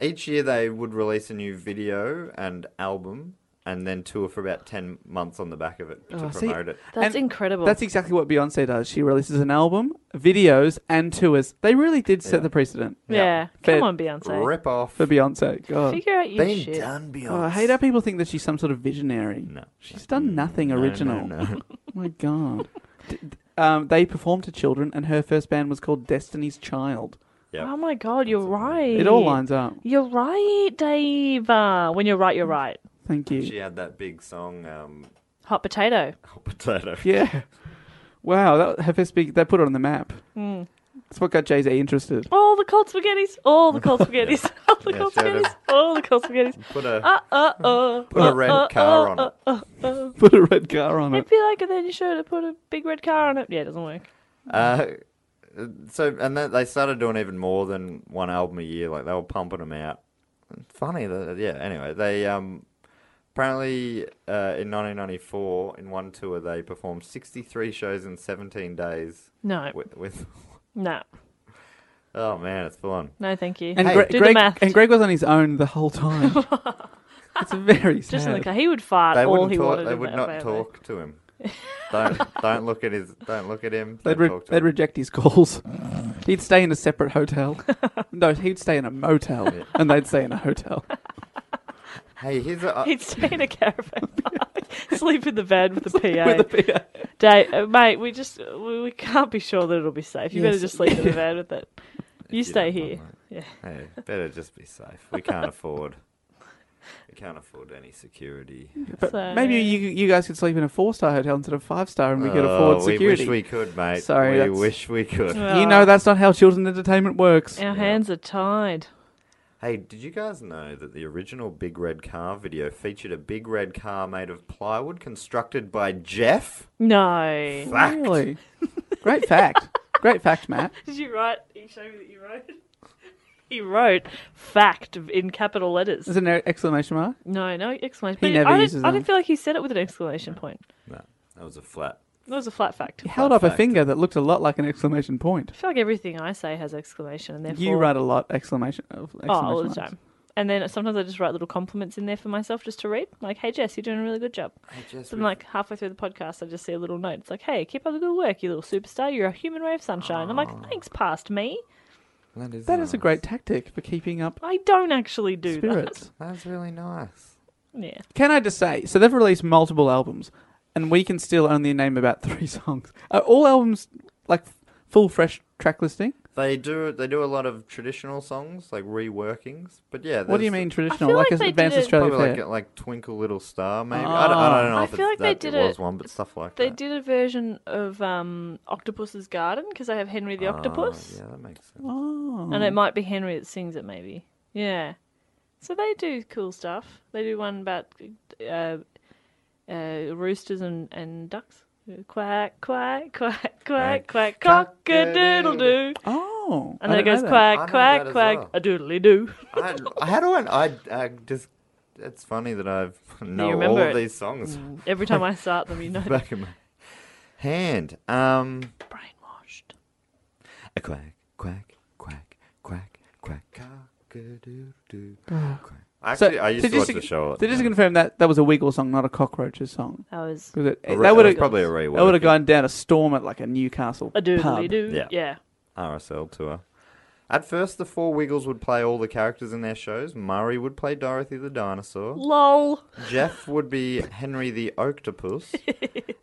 Speaker 6: each year they would release a new video and album and then tour for about 10 months on the back of it to
Speaker 4: Oh,
Speaker 6: promote
Speaker 4: see-
Speaker 6: it.
Speaker 5: (laughs) That's
Speaker 4: And
Speaker 5: incredible.
Speaker 4: That's exactly what Beyonce does. She releases an album, videos, and tours. They really did set the precedent
Speaker 5: yeah.
Speaker 4: Fair-
Speaker 5: Come on, Beyonce.
Speaker 6: Rip off.
Speaker 4: for Beyonce. God.
Speaker 5: Figure out your
Speaker 6: Been
Speaker 5: shit.
Speaker 6: done, Beyonce.
Speaker 4: Oh, I hate how people think that she's some sort of visionary.
Speaker 6: No.
Speaker 4: She's done nothing
Speaker 6: No, no,
Speaker 4: original. Oh
Speaker 6: no.
Speaker 4: My God. D- d- um, they performed to children, and her first band was called Destiny's Child.
Speaker 6: Yep.
Speaker 5: Oh my god, you're right.
Speaker 4: It all lines up.
Speaker 5: You're right, Dave. Uh, When you're
Speaker 6: Mm.
Speaker 5: right, you're right.
Speaker 4: Thank
Speaker 6: She
Speaker 4: you.
Speaker 6: had that big song, um, (laughs)
Speaker 5: Hot potato.
Speaker 6: Hot Potato.
Speaker 4: Yeah. Wow, that, her first big, they put it on the map.
Speaker 5: Hmm.
Speaker 4: That's what got Jay Z interested. (laughs)
Speaker 5: All the cold spaghettis. All the cold
Speaker 6: (laughs)
Speaker 5: spaghettis. All the
Speaker 6: Yeah,
Speaker 5: cold
Speaker 6: sure it is.
Speaker 5: spaghettis. All the cold spaghettis.
Speaker 6: Put a,
Speaker 5: Uh uh uh.
Speaker 6: put a red car on it. Mm.
Speaker 4: Put a red car on it.
Speaker 5: It'd be like, and then you should have put a big red car on it. Yeah, it doesn't work.
Speaker 6: Uh, so, and that, they started doing even more than one album a year. Like, they were pumping them out. Funny that, yeah, anyway. They, um, apparently, uh, in 1994, in one tour, they performed 63 shows in 17 days
Speaker 5: No,
Speaker 6: with, with
Speaker 5: no,
Speaker 6: oh man, it's full on.
Speaker 5: no, thank you.
Speaker 4: And,
Speaker 6: Hey.
Speaker 4: Gre-
Speaker 5: Do the
Speaker 4: Greg,
Speaker 5: math.
Speaker 4: and Greg was on his own the whole
Speaker 5: (laughs)
Speaker 4: time. it's very sad.
Speaker 5: Just in the car, he would fart
Speaker 6: They
Speaker 5: all
Speaker 6: wouldn't
Speaker 5: he
Speaker 6: talk,
Speaker 5: wanted.
Speaker 6: they
Speaker 5: in
Speaker 6: would
Speaker 5: that
Speaker 6: not
Speaker 5: family.
Speaker 6: talk
Speaker 5: (laughs)
Speaker 6: to him. don't don't look at his don't look at him.
Speaker 4: They'd,
Speaker 6: Don't
Speaker 4: re-
Speaker 6: talk to
Speaker 4: they'd
Speaker 6: him.
Speaker 4: reject his calls. He'd stay in a separate
Speaker 5: (laughs)
Speaker 4: hotel. no, he'd stay in a motel, and they'd stay in a
Speaker 5: (laughs)
Speaker 4: hotel.
Speaker 6: hey, here's a uh,
Speaker 4: Uh,
Speaker 5: He'd stay in a caravan (laughs) park, sleep in the van with the PA.
Speaker 4: With the PA.
Speaker 5: Day, uh, mate, we just we, we can't be sure that it'll be safe. You better
Speaker 4: Yes.
Speaker 5: just sleep in the van
Speaker 4: (laughs)
Speaker 5: with it. You stay
Speaker 6: don't
Speaker 5: here.
Speaker 6: mind
Speaker 5: Yeah.
Speaker 6: hey, better just be safe. We can't afford we can't afford any security.
Speaker 4: But
Speaker 5: So-
Speaker 4: maybe you you guys could sleep in a four star hotel instead of five star, and we could
Speaker 6: Oh,
Speaker 4: afford security.
Speaker 6: We wish we could, mate.
Speaker 4: Sorry,
Speaker 6: we
Speaker 4: that's-
Speaker 6: wish
Speaker 4: (laughs)
Speaker 6: we could.
Speaker 4: You know that's not how children's entertainment works.
Speaker 5: Our hands are tied.
Speaker 6: Hey, did you guys know that the original Big Red Car video featured a big red car made of plywood constructed by Jeff?
Speaker 4: (laughs)
Speaker 5: No.
Speaker 6: Fact.
Speaker 4: Really, great
Speaker 5: (laughs)
Speaker 4: fact. Great fact, Matt.
Speaker 5: Did you write? You show me that you wrote. (laughs) He wrote "fact" in capital letters.
Speaker 4: Is it an exclamation mark?
Speaker 5: No, no exclamation.
Speaker 4: He
Speaker 5: but
Speaker 4: never
Speaker 5: I,
Speaker 4: uses
Speaker 5: didn't, I
Speaker 4: them.
Speaker 5: didn't feel like he said it with an exclamation point.
Speaker 6: No, that was a flat.
Speaker 5: That was a flat fact.
Speaker 4: He
Speaker 5: I
Speaker 4: held
Speaker 6: Fun
Speaker 4: up a
Speaker 6: fact.
Speaker 4: finger that looked a lot like an exclamation point.
Speaker 5: feel like everything I say has exclamation, and therefore
Speaker 4: You write a lot exclamation. Of exclamation
Speaker 5: oh all the
Speaker 4: marks.
Speaker 5: time. And then sometimes I just write little compliments in there for myself just to read. Like, hey Jess, you're doing a really good job.
Speaker 6: Hey, Jess,
Speaker 5: So I'm
Speaker 6: we-
Speaker 5: like halfway through the podcast, I just see a little note. It's like, hey, keep up the good work, you little superstar. You're a human ray of sunshine. I'm like, thanks, past me.
Speaker 6: that is
Speaker 4: That is a
Speaker 6: nice.
Speaker 4: great tactic for keeping up
Speaker 5: I don't actually do
Speaker 4: spirits.
Speaker 6: That's really nice.
Speaker 5: that. (laughs) Yeah.
Speaker 4: Can I just say, so they've released multiple albums, and we can still only name about (laughs) three songs. Are all albums like full fresh track listing?
Speaker 6: They do they do a lot of traditional songs, like reworkings. But yeah,
Speaker 4: What do you
Speaker 6: there's
Speaker 4: mean traditional?
Speaker 5: feel
Speaker 4: Like,
Speaker 5: like
Speaker 4: is
Speaker 5: they
Speaker 4: Advanced
Speaker 5: did it-
Speaker 4: Australia
Speaker 6: Probably
Speaker 4: Fair?
Speaker 6: like like Twinkle Little Star, maybe. I, don't, I don't know
Speaker 5: I
Speaker 6: if
Speaker 5: feel
Speaker 6: it's
Speaker 5: like they
Speaker 6: that
Speaker 5: did
Speaker 6: it was
Speaker 5: it-
Speaker 6: one, but stuff like
Speaker 5: They
Speaker 6: that.
Speaker 5: did a version of um, Octopus's Garden because they have Henry
Speaker 6: Ah,
Speaker 5: the Octopus.
Speaker 6: Oh, Yeah, that makes sense.
Speaker 4: oh.
Speaker 5: And it might be Henry that sings it, maybe. Yeah. So they do cool stuff. They do one about uh, uh, roosters and, and ducks. Quack, quack, quack, quack, quack, cock a doodle doo.
Speaker 4: Oh.
Speaker 5: And
Speaker 4: I
Speaker 5: then it
Speaker 4: didn't
Speaker 5: goes
Speaker 4: know that.
Speaker 6: I know
Speaker 5: quack, quack,
Speaker 6: that as well.
Speaker 5: quack, a doodly doo.
Speaker 6: I, how do I? I, I just. It's funny that I've (laughs) know all
Speaker 5: remember
Speaker 6: of
Speaker 5: it? Mm.
Speaker 6: these songs
Speaker 5: Every time I start them, you know,
Speaker 6: (laughs) back in my hand. Um,
Speaker 5: brainwashed.
Speaker 6: a quack, quack, quack, quack, quack, cock-a-doodle-doo, quack. Actually, I used
Speaker 4: so
Speaker 6: to watch
Speaker 4: just
Speaker 6: the show. at
Speaker 4: So
Speaker 6: the
Speaker 4: just to
Speaker 6: moment.
Speaker 4: confirm that that was a Wiggle song, not a Cockroaches song.
Speaker 5: That was
Speaker 4: 'Cause it,
Speaker 6: A re-
Speaker 4: that
Speaker 6: it
Speaker 4: would
Speaker 6: was
Speaker 4: have
Speaker 6: probably a
Speaker 4: that would have
Speaker 6: reworking.
Speaker 4: gone down a storm at like a Newcastle
Speaker 5: a doodly
Speaker 4: pub.
Speaker 5: doo.
Speaker 6: Yeah.
Speaker 5: Yeah.
Speaker 6: RSL tour. At first, the four Wiggles would play all the characters in their shows. Murray would play Dorothy the
Speaker 5: (laughs)
Speaker 6: dinosaur.
Speaker 5: Lol.
Speaker 6: Jeff would be Henry the octopus.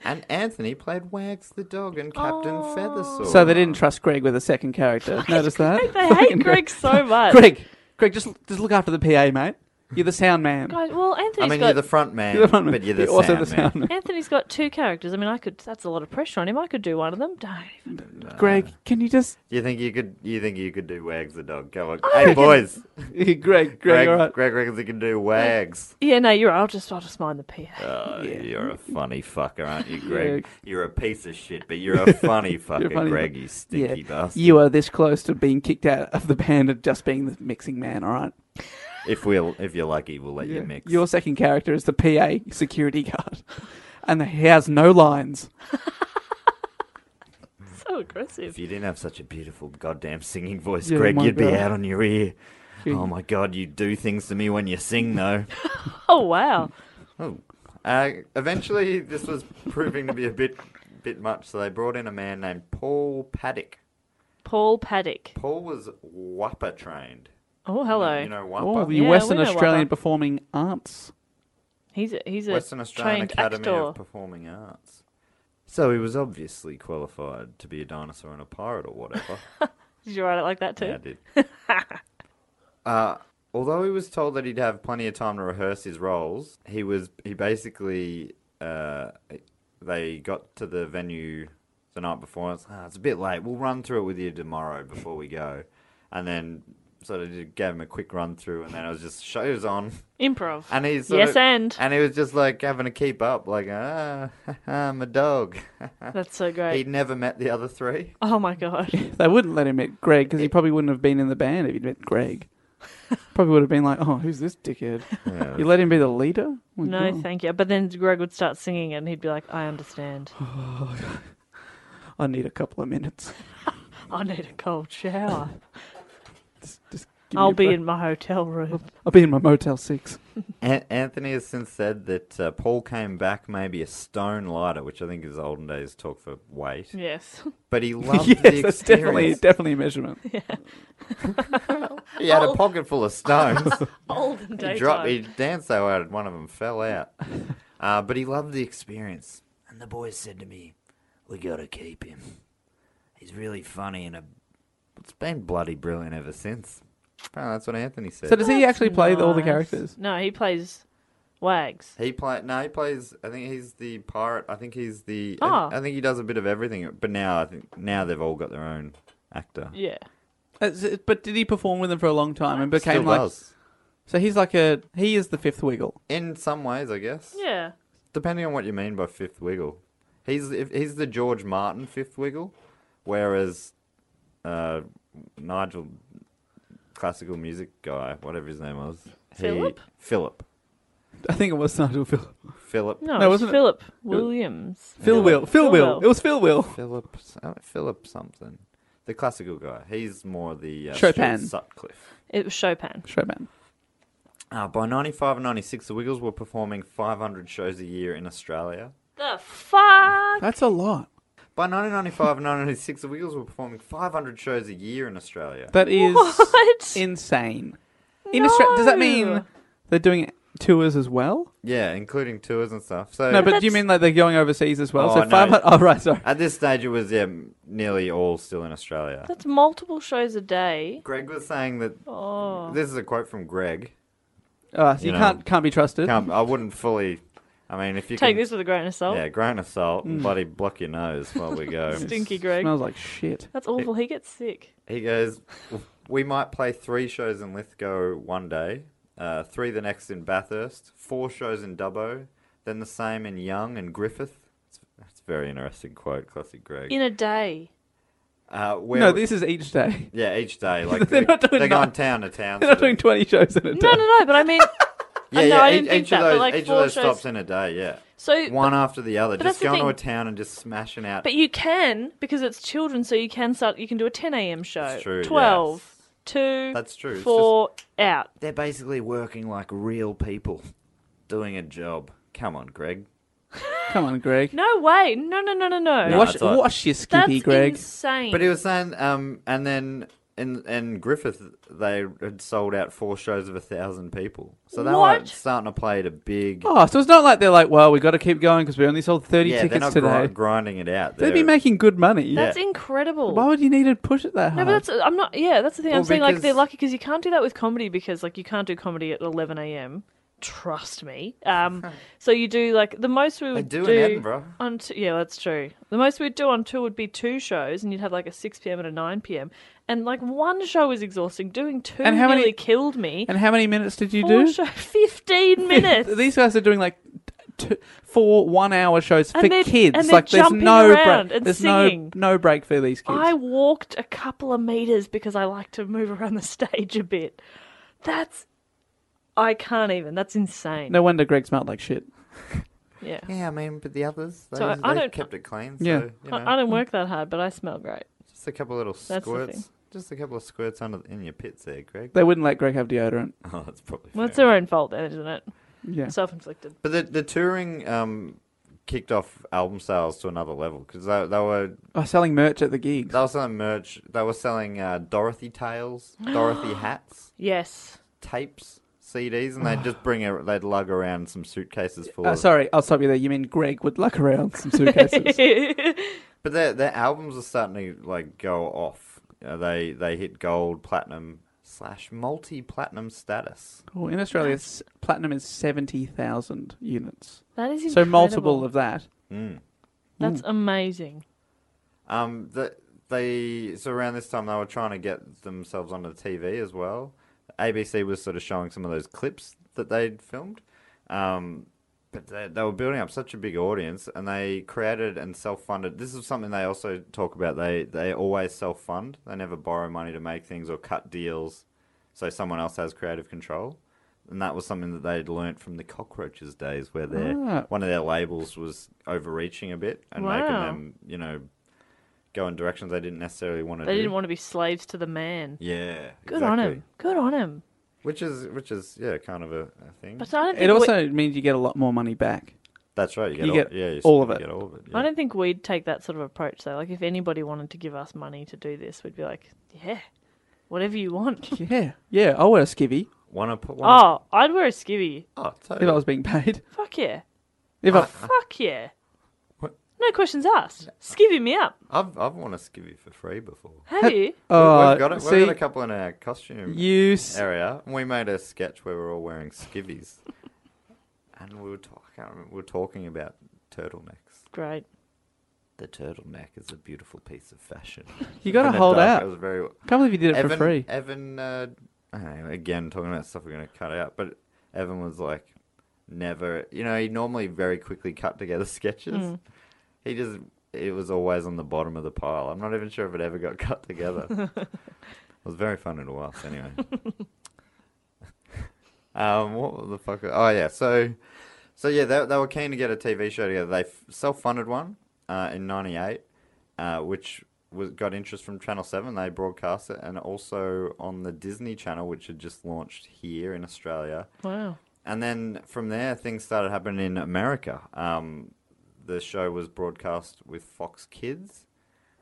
Speaker 6: and Anthony played Wags the dog and Captain Feathersword.
Speaker 4: So they didn't trust Greg with a second character. Notice (laughs) that?
Speaker 5: They hate Greg so much.
Speaker 4: Greg, Greg, just just look after the PA, mate. You're the sound man.
Speaker 5: God, well, Anthony's
Speaker 6: I mean,
Speaker 5: got...
Speaker 6: you're the front man,
Speaker 4: You're the front man.
Speaker 6: but you're the
Speaker 4: You're (laughs) also
Speaker 6: sound
Speaker 4: the
Speaker 6: man.
Speaker 4: sound man.
Speaker 5: Anthony's got two characters. I mean, I could. That's a lot of pressure on him. I could do one of them. Don't even.
Speaker 4: Greg, can you just
Speaker 6: You think you could? You think you could do Wags the dog? Come on, hey boys,
Speaker 4: Greg, Greg,
Speaker 6: (laughs) Greg,
Speaker 4: all right.
Speaker 6: Greg reckons he can do Wags.
Speaker 5: Yeah, no, you're. right. I'll just. I'll just mind the PA.
Speaker 6: Oh, You're a funny fucker, aren't
Speaker 4: (laughs)
Speaker 6: you, Greg?
Speaker 4: Yeah.
Speaker 6: You're a piece of shit,
Speaker 4: (laughs)
Speaker 6: but you're a funny fucker,
Speaker 4: funny
Speaker 6: Greg.
Speaker 4: fuck-
Speaker 6: You stinky bastard.
Speaker 4: You are this close to being kicked out of the band and just being the mixing man, all right?
Speaker 6: If we'll, if you're lucky, we'll let you mix.
Speaker 4: Your second character is the PA security guard. (laughs) And he has no lines.
Speaker 5: So aggressive.
Speaker 6: If you didn't have such a beautiful goddamn singing voice,
Speaker 4: Yeah,
Speaker 6: Greg,
Speaker 4: my
Speaker 6: you'd be
Speaker 4: God.
Speaker 6: out on your ear. Oh my god, you do things to me when you sing, (laughs) though.
Speaker 5: Oh wow.
Speaker 6: Uh, eventually, this was proving to be a bit bit much, so they brought in a man named Paul Paddock.
Speaker 5: Paul Paddock.
Speaker 6: Paul was WAPA trained.
Speaker 5: Oh hello.
Speaker 6: You know
Speaker 4: Oh,
Speaker 6: WAPA?
Speaker 4: the
Speaker 5: Yeah,
Speaker 4: Western
Speaker 5: we know
Speaker 4: Australian
Speaker 5: Wappa.
Speaker 4: Performing Arts.
Speaker 5: he's a he's a
Speaker 6: Western Australian
Speaker 5: trained
Speaker 6: Academy
Speaker 5: actor.
Speaker 6: of Performing Arts. So he was obviously qualified to be a dinosaur and a pirate or (laughs) whatever.
Speaker 5: Did you write it like that too?
Speaker 6: Yeah, I did.
Speaker 5: (laughs)
Speaker 6: uh, although he was told that he'd have plenty of time to rehearse his roles, he was he basically uh, they got to the venue the night before. It's, "Ah, it's a bit late. We'll run through it with you tomorrow before we go, and then sort of did- gave him a quick run through, and then it was just shows on. (laughs)
Speaker 5: Improv.
Speaker 6: And he's sort
Speaker 5: Yes,
Speaker 6: of-
Speaker 5: and.
Speaker 6: and he was just like having to keep up, like ah, (laughs) I'm a dog.
Speaker 5: That's so
Speaker 6: He'd
Speaker 5: great.
Speaker 6: never met the other three.
Speaker 5: Oh my
Speaker 6: (laughs)
Speaker 5: god.
Speaker 4: They wouldn't let him meet Greg because he probably wouldn't have been in the band if he'd met Greg. probably would have been like, oh, who's this dickhead?
Speaker 6: (laughs)
Speaker 4: You let him be the leader? Oh my
Speaker 5: No,
Speaker 4: God.
Speaker 5: thank you. But then Greg would start singing and he'd be like, I understand.
Speaker 4: I need a couple of minutes.
Speaker 5: I need a cold
Speaker 6: (laughs)
Speaker 5: shower.
Speaker 4: Just give me
Speaker 5: I'll
Speaker 4: a
Speaker 5: be
Speaker 4: break.
Speaker 5: in my
Speaker 4: (laughs)
Speaker 5: hotel room.
Speaker 4: I'll be in my Motel 6.
Speaker 6: An- Anthony has since said that uh, Paul came back maybe a stone lighter, which I think is olden days talk for
Speaker 5: (laughs)
Speaker 6: weight.
Speaker 5: Yes.
Speaker 4: (laughs)
Speaker 6: But he loved the
Speaker 4: yes, that's definitely,
Speaker 6: experience.
Speaker 4: definitely a measurement.
Speaker 6: He
Speaker 4: Oh.
Speaker 6: had a pocket full of
Speaker 4: (laughs)
Speaker 6: stones.
Speaker 5: Olden
Speaker 6: he
Speaker 5: days.
Speaker 6: dropped. He danced so hard, one of them
Speaker 4: (laughs)
Speaker 6: fell out. Uh, but he loved the experience. And the boys said to me, "We gotta keep him. He's really funny, and a... it's been bloody brilliant ever since." Apparently, that's what Anthony said.
Speaker 4: So does he actually play all the characters?
Speaker 5: No, he plays Wags.
Speaker 6: He play no, he plays. I think he's the pirate. I think he's the. I-
Speaker 5: Ah.
Speaker 6: I, think he does a bit of everything. But now I think now they've all got their own actor.
Speaker 5: Yeah.
Speaker 4: That's it, Uh, But did he perform with them for a long time and became
Speaker 6: Still
Speaker 4: like?
Speaker 6: does.
Speaker 4: So he's like a he is the fifth wiggle.
Speaker 6: In some ways, I guess.
Speaker 5: Yeah.
Speaker 6: Depending on what you mean by fifth wiggle, he's if, he's the George Martin fifth wiggle, whereas uh, Nigel, classical music guy, whatever his name was, he-
Speaker 5: Philip?
Speaker 6: Philip.
Speaker 4: I think it was Nigel Phil
Speaker 6: Philip.
Speaker 5: No,
Speaker 4: No,
Speaker 5: it's
Speaker 4: wasn't it-
Speaker 5: Philip Williams.
Speaker 4: Phil Will Phil Will.
Speaker 5: Phil Will.
Speaker 4: It was Phil Will.
Speaker 6: Philip. Philip something. The classical guy. He's more the uh,
Speaker 4: Chopin.
Speaker 6: Stuart Sutcliffe.
Speaker 5: It was Chopin.
Speaker 4: Showman.
Speaker 6: Uh, by 95 and 96, the Wiggles were performing 500 shows a year in Australia.
Speaker 5: The fuck?
Speaker 4: That's a lot.
Speaker 6: By 1995 and 1996, the Wiggles were performing 500 shows a year in Australia.
Speaker 4: That is
Speaker 6: (laughs)
Speaker 5: What?
Speaker 4: insane. In Austra- does that mean
Speaker 5: No.
Speaker 4: they're doing tours as well?
Speaker 6: yeah, including tours and stuff. So
Speaker 4: no, but do you
Speaker 5: that's-
Speaker 4: mean like they're going overseas as well?
Speaker 6: Uh, Oh,
Speaker 4: so
Speaker 6: no.
Speaker 4: five hundred. Oh right, sorry.
Speaker 6: at this stage, it was yeah, m- nearly all still in Australia.
Speaker 5: That's multiple shows a day.
Speaker 6: Greg was saying that
Speaker 5: Oh.
Speaker 6: this is a quote from Greg.
Speaker 4: Uh, so you,
Speaker 6: You know.
Speaker 4: can't can't be trusted.
Speaker 6: Can't, I wouldn't fully. I mean, if you
Speaker 5: Take
Speaker 6: can,
Speaker 5: this with a grain of salt. Mm.
Speaker 6: yeah, grain of salt and bloody block your nose while we
Speaker 5: (laughs)
Speaker 6: go.
Speaker 5: Stinky Greg.
Speaker 4: Smells like shit.
Speaker 5: That's awful. He gets sick.
Speaker 6: He goes, We might play three shows in Lithgow one day, uh, three the next in Bathurst, four shows in Dubbo, then the same in Young and Griffith. It's- That's a very interesting quote, classic Greg.
Speaker 5: In a day.
Speaker 6: Uh, where
Speaker 4: No,
Speaker 6: we-
Speaker 4: this is each day. (laughs)
Speaker 6: Yeah, each day. Like
Speaker 4: They're
Speaker 6: they're,
Speaker 4: not doing
Speaker 6: they're going
Speaker 4: nine.
Speaker 6: town to town.
Speaker 4: They're not
Speaker 6: sort
Speaker 4: doing
Speaker 6: of-
Speaker 4: twenty shows in a day.
Speaker 5: No, no, no, but I
Speaker 6: (laughs)
Speaker 5: mean,
Speaker 6: yeah,
Speaker 5: no,
Speaker 6: yeah.
Speaker 5: I
Speaker 6: each,
Speaker 5: didn't think
Speaker 6: each
Speaker 5: that,
Speaker 6: of
Speaker 5: but
Speaker 6: those,
Speaker 5: like
Speaker 6: each
Speaker 5: four
Speaker 6: of those
Speaker 5: shows-
Speaker 6: stops in a day. Yeah,
Speaker 5: so
Speaker 6: one after the other.
Speaker 5: but
Speaker 6: Just
Speaker 5: that's the
Speaker 6: going to a
Speaker 5: thing.
Speaker 6: town and just smashing out.
Speaker 5: But you can because it's children, so you can start. You can do a ten a.m. show,
Speaker 6: That's true,
Speaker 5: twelve,
Speaker 6: yes.
Speaker 5: two,
Speaker 6: That's true, it's
Speaker 5: four out.
Speaker 6: they're basically working like real people, doing a job. Come on, Greg.
Speaker 4: Come on, Greg.
Speaker 5: No way! No, no, no, no, no.
Speaker 6: No,
Speaker 4: wash,
Speaker 6: it's like-
Speaker 4: wash your
Speaker 5: That's
Speaker 4: skippy, Greg.
Speaker 5: insane.
Speaker 6: But he was saying, um, and then in in Griffith they had sold out four shows of a thousand people, so they
Speaker 5: What?
Speaker 6: were starting to play at a big.
Speaker 4: Oh, so it's not like they're like, well, we got to keep going because we only sold 30
Speaker 6: yeah, they're
Speaker 4: tickets
Speaker 6: not
Speaker 4: today.
Speaker 6: gri- grinding it out.
Speaker 4: They'd be
Speaker 6: They're-
Speaker 4: making good money.
Speaker 5: that's
Speaker 6: yeah.
Speaker 5: incredible.
Speaker 4: Why would you need to push it that
Speaker 5: no,
Speaker 4: hard?
Speaker 5: but that's I'm not. Yeah, that's the thing. I'm
Speaker 6: Well,
Speaker 5: saying like
Speaker 6: because-
Speaker 5: they're lucky because you can't do that with comedy because like you can't do comedy at eleven a.m. Trust me. Um, so you do like the most we
Speaker 6: They
Speaker 5: would
Speaker 6: do in Edinburgh.
Speaker 5: On t- yeah, that's true. The most we'd do on tour would be two shows, and you'd have like a six pm and a nine pm, and like one show was exhausting. Doing two
Speaker 4: And how many-
Speaker 5: nearly killed me.
Speaker 4: and how many minutes did you
Speaker 5: Four
Speaker 4: do? (laughs)
Speaker 5: show- (laughs) fifteen minutes.
Speaker 4: These guys are doing like t- four one hour shows
Speaker 5: And
Speaker 4: for
Speaker 5: they're-
Speaker 4: kids.
Speaker 5: and they're
Speaker 4: like there's
Speaker 5: jumping
Speaker 4: no
Speaker 5: around
Speaker 4: break.
Speaker 5: and
Speaker 4: There's
Speaker 5: singing.
Speaker 4: no no break for these kids.
Speaker 5: I walked a couple of meters because I like to move around the (laughs) stage a bit. That's I can't even. That's insane.
Speaker 4: No wonder Greg smelled like shit.
Speaker 5: Yeah.
Speaker 6: Yeah, I mean, but the others, they,
Speaker 5: So I- I
Speaker 6: they
Speaker 5: don't-
Speaker 6: kept it clean. So,
Speaker 4: Yeah.
Speaker 6: you know,
Speaker 5: I, I don't work that hard, but I smell great.
Speaker 6: just a couple little
Speaker 5: That's the
Speaker 6: squirts.
Speaker 5: thing.
Speaker 6: Just a couple of squirts under in your pits there, Greg. (laughs)
Speaker 4: They wouldn't let Greg have deodorant.
Speaker 6: Oh, that's probably.
Speaker 5: Well, it's
Speaker 6: fair.
Speaker 5: their own fault then, isn't it?
Speaker 4: Yeah.
Speaker 5: Self inflicted.
Speaker 6: But the the touring um, kicked off album sales to another level because they, they were
Speaker 4: Oh, selling merch at the gigs.
Speaker 6: they were selling merch. They were selling uh, Dorothy tales, (gasps) Dorothy hats,
Speaker 5: Yes.
Speaker 6: tapes, CDs, and they'd just bring a, they'd lug around some suitcases full.
Speaker 4: Uh,
Speaker 6: of,
Speaker 4: sorry, I'll stop you there. You mean Greg would luck around some
Speaker 5: (laughs)
Speaker 4: suitcases?
Speaker 6: But their their albums are starting to like go off. Uh, they they hit gold, platinum slash multi platinum status.
Speaker 4: oh, in Australia, s- platinum is 70,000 units.
Speaker 5: That is
Speaker 4: So
Speaker 5: incredible.
Speaker 4: multiple of mm. that.
Speaker 5: That's amazing.
Speaker 6: Um, the, they so around this time they were trying to get themselves onto the TV as well. ABC was sort of showing some of those clips that they'd filmed, um, but they, they were building up such a big audience, and they created and self-funded. This is something they also talk about. They they always self-fund. They never borrow money to make things or cut deals, so someone else has creative control. And that was something that they'd learnt from the cockroaches days, where their
Speaker 4: Ah.
Speaker 6: one of their labels was overreaching a bit and making
Speaker 5: Wow.
Speaker 6: them, you know, go in directions they didn't necessarily want to.
Speaker 5: They
Speaker 6: do.
Speaker 5: didn't want to be slaves to the man.
Speaker 6: Yeah.
Speaker 5: Good on
Speaker 6: exactly.
Speaker 5: him. Good on him.
Speaker 6: Which is which is yeah, kind of a, a thing.
Speaker 5: But I don't think
Speaker 4: It also means you get a lot more money back.
Speaker 6: That's right. You get,
Speaker 4: you
Speaker 6: all,
Speaker 4: get
Speaker 6: yeah, you
Speaker 4: all of
Speaker 6: you
Speaker 4: it.
Speaker 6: Get all of it.
Speaker 5: we,
Speaker 6: yeah.
Speaker 5: I don't think we'd take that sort of approach though. Like if anybody wanted to give us money to do this, we'd be like, yeah, whatever you
Speaker 4: (laughs)
Speaker 5: want.
Speaker 4: Yeah. Yeah, I wear a skivvy
Speaker 6: Wanna put one?
Speaker 5: oh, I'd wear a skivvy.
Speaker 6: oh
Speaker 4: if I
Speaker 6: totally.
Speaker 4: was being paid.
Speaker 5: Fuck yeah.
Speaker 4: If
Speaker 6: Ah,
Speaker 4: I,
Speaker 5: Fuck yeah.
Speaker 6: What?
Speaker 5: No questions asked. Skivvy me up.
Speaker 6: I've I've won a skivvy for free before.
Speaker 5: (laughs)
Speaker 4: (laughs)
Speaker 5: Have you?
Speaker 4: oh,
Speaker 6: we've got it.
Speaker 4: see,
Speaker 6: We've got a couple in our costume
Speaker 4: you s-
Speaker 6: area, and we made a sketch where we're all wearing skivvies, (laughs) and we were talking. I can't remember. We were talking about turtlenecks.
Speaker 5: Great.
Speaker 6: The turtleneck is a beautiful piece of fashion.
Speaker 4: you got
Speaker 6: And
Speaker 4: to
Speaker 6: it
Speaker 4: hold
Speaker 6: does.
Speaker 4: out.
Speaker 6: It was very
Speaker 4: can't believe you did it
Speaker 6: Evan,
Speaker 4: for free.
Speaker 6: Evan, uh, I don't know, again, talking about stuff we're going to cut out, but Evan was like, never, you know, he normally very quickly cut together (laughs) sketches. He just, it was always on the bottom of the pile. I'm not even sure if it ever got (laughs) cut together. it was very funny to watch, anyway. (laughs) um, what the fuck? Oh, yeah, so, so yeah, they, they were keen to get a TV show together. They f- self funded one uh, in 98 uh, which was got interest from Channel Seven. They broadcast it, and also on the Disney Channel, which had just launched here in Australia.
Speaker 5: Wow.
Speaker 6: And then from there, things started happening in America. Um, the show was broadcast with Fox Kids,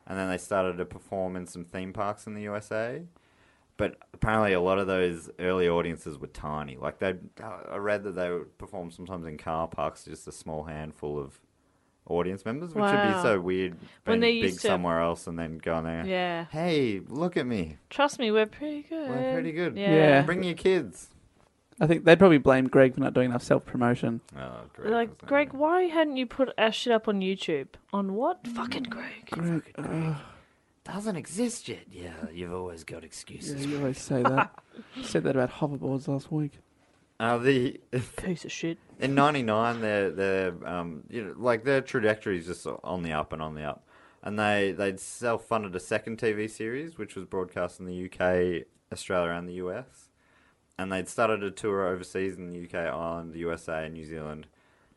Speaker 6: and then they started to perform in some theme parks in the USA. But apparently, a lot of those early audiences were tiny. Like they, I read that they would perform sometimes in car parks, just a small handful of audience members, which would be
Speaker 5: Wow.
Speaker 6: so weird.
Speaker 5: When
Speaker 6: Being
Speaker 5: they
Speaker 6: big
Speaker 5: used to-
Speaker 6: somewhere else and then going there.
Speaker 5: Yeah.
Speaker 6: Hey, look at me.
Speaker 5: Trust me, we're pretty good.
Speaker 6: We're pretty good.
Speaker 5: Yeah.
Speaker 6: Bring your kids.
Speaker 4: I think they'd probably blame Greg for not doing enough self promotion.
Speaker 6: Oh, great.
Speaker 5: They're like, Greg, why hadn't you put our shit up on YouTube? On what? Fucking Greg.
Speaker 4: Greg, uh,
Speaker 6: doesn't exist yet. Yeah, you've always got excuses.
Speaker 4: you always say that.
Speaker 6: (laughs)
Speaker 4: You said that about hoverboards last week.
Speaker 6: Uh, the
Speaker 5: Piece of shit.
Speaker 6: in '99, their their um, you know, like their trajectory is just on the up and on the up, and they they'd self funded a second TV series which was broadcast in the UK, Australia, and the US, and they'd started a tour overseas in the UK, Ireland, the USA, and New Zealand.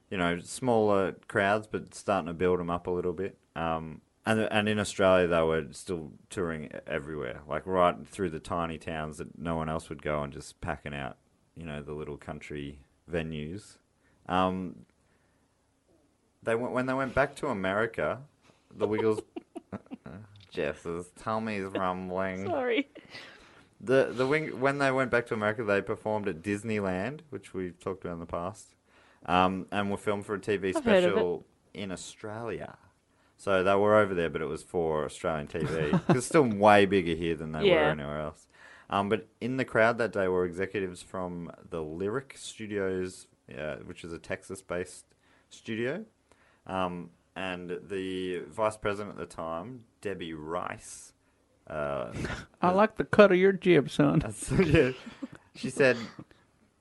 Speaker 6: You know, smaller crowds, but starting to build them up a little bit. Um, and and in Australia, they were still touring everywhere, like right through the tiny towns that no one else would go, and just packing out, you know, the little country venues. Um, they went when they went back to America. The Wiggles, (laughs) Jess's tummy's rumbling.
Speaker 5: Sorry.
Speaker 6: The the wing when they went back to America, they performed at Disneyland, which we've talked about in the past, um, and were filmed for a TV
Speaker 5: I've heard of it.
Speaker 6: special in Australia. So they were over there, but it was for Australian TV. it's still way bigger here than they were
Speaker 5: Yeah.
Speaker 6: anywhere else. Um, but in the crowd that day were executives from the Lyric Studios, uh, which is a Texas-based studio, um, and the vice president at the time, Debbie Rice. Uh,
Speaker 4: I like the cut of your jib, son.
Speaker 6: That's so good. She said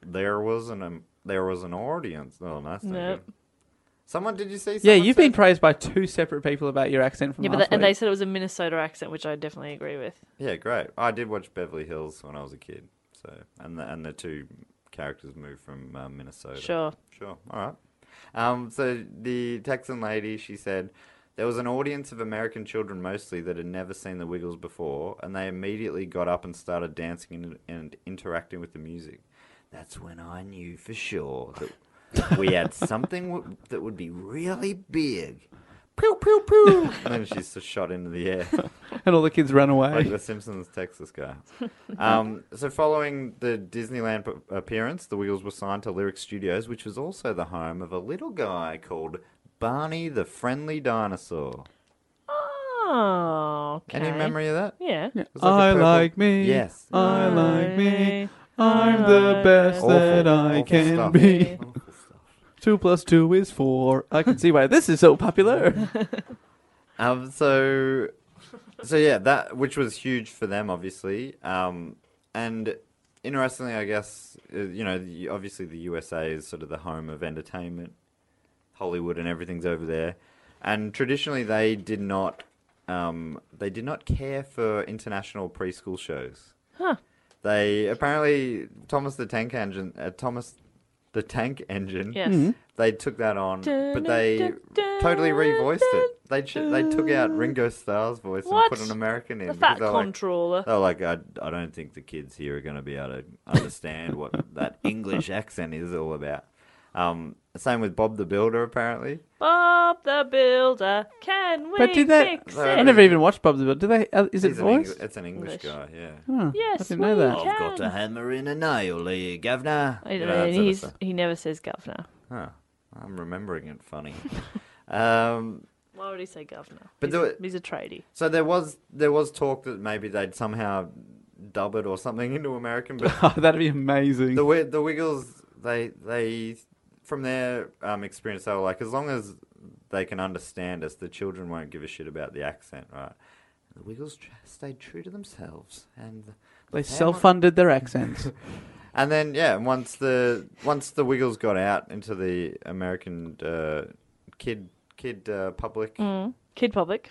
Speaker 6: there was an um, there was an audience. Oh, no, that's not
Speaker 5: Nope.
Speaker 6: good. Someone did you see?
Speaker 4: (laughs) Yeah,
Speaker 6: someone
Speaker 4: you've been
Speaker 6: said-
Speaker 4: praised by two separate people about your accent from
Speaker 5: Yeah, but
Speaker 4: last
Speaker 5: the, and they
Speaker 4: week.
Speaker 5: said it was a Minnesota accent, which I definitely agree with.
Speaker 6: yeah, great. I did watch Beverly Hills when I was a kid. So and the, and the two characters moved from uh, Minnesota.
Speaker 5: Sure.
Speaker 6: Sure. All right. Um, so the Texan lady, she said, There was an audience of American children mostly that had never seen the Wiggles before, and they immediately got up and started dancing and, and interacting with the music. That's when I knew for sure that we (laughs) had something w- that would be really big. Pew, pew, pew. And then she's just shot into the air
Speaker 4: And all the kids run
Speaker 6: like
Speaker 4: away.
Speaker 6: the Simpsons Texas guy. Um, (laughs) so, following the Disneyland p- appearance, the Wiggles were signed to Lyric Studios, which was also the home of a little guy called Barney the Friendly Dinosaur.
Speaker 5: Oh, okay.
Speaker 6: Any memory of that?
Speaker 5: Yeah.
Speaker 6: It was
Speaker 4: (laughs)
Speaker 6: a
Speaker 4: I
Speaker 6: purple-
Speaker 4: like me.
Speaker 6: Yes.
Speaker 4: I like me. I'm the best
Speaker 6: Awful,
Speaker 4: that I
Speaker 6: awful
Speaker 4: can
Speaker 6: stuff.
Speaker 4: be.
Speaker 6: Awful stuff.
Speaker 4: Two plus two is four. I can see why this is so
Speaker 5: (laughs)
Speaker 4: popular.
Speaker 6: Um, so, so yeah, that which was huge for them, obviously. Um, and interestingly, I guess uh, you know, the, obviously the USA is sort of the home of entertainment, Hollywood, and everything's over there. And traditionally, they did not, um, they did not care for international preschool shows. They apparently Thomas the Tank Engine, uh, Thomas the Tank Engine.
Speaker 5: Yes.
Speaker 6: They took that on, but they totally revoiced it. They ch- they took out Ringo Starr's voice
Speaker 5: Uh, What?
Speaker 6: and put an American in.
Speaker 5: The
Speaker 6: because
Speaker 5: fat
Speaker 6: they're like, uh,
Speaker 5: controller.
Speaker 6: they're like, I, I don't think the kids here are going to be able to understand
Speaker 5: (laughs)
Speaker 6: what that English accent is all about. Um, same with Bob the Builder, apparently.
Speaker 5: Bob the Builder, can we
Speaker 4: But did they-
Speaker 5: fix
Speaker 6: I
Speaker 4: I
Speaker 5: it?
Speaker 4: never even watched Bob the Builder. Do they? uh, Is it
Speaker 6: He's an Eng-
Speaker 4: voice?
Speaker 6: it's an English,
Speaker 5: English.
Speaker 6: guy, yeah.
Speaker 4: Huh,
Speaker 5: Yes,
Speaker 4: I didn't know that.
Speaker 5: we can. Got a
Speaker 6: hammer in a nail here, governor.
Speaker 5: I
Speaker 6: You
Speaker 5: don't
Speaker 6: know, that
Speaker 5: know,
Speaker 6: sort of
Speaker 5: he's,
Speaker 6: stuff.
Speaker 5: he never says governor.
Speaker 6: Huh. I'm remembering it
Speaker 5: (laughs)
Speaker 6: funny. um,
Speaker 5: Why would he say governor?
Speaker 6: But
Speaker 5: he's,
Speaker 6: the-
Speaker 5: he's a tradie.
Speaker 6: So there was there was talk that maybe they'd somehow dub it or something into American, but
Speaker 4: (laughs) Oh, That'd be amazing.
Speaker 6: the Wi- the Wiggles they they from their um, experience they were like as long as they can understand us, the children won't give a shit about the accent, right? The Wiggles tr- stayed true to themselves, and the
Speaker 4: They
Speaker 6: family-
Speaker 4: self-funded their accents.
Speaker 5: (laughs)
Speaker 6: and then yeah, and once the once the Wiggles got out into the American uh, kid kid uh, public,
Speaker 5: Kid public.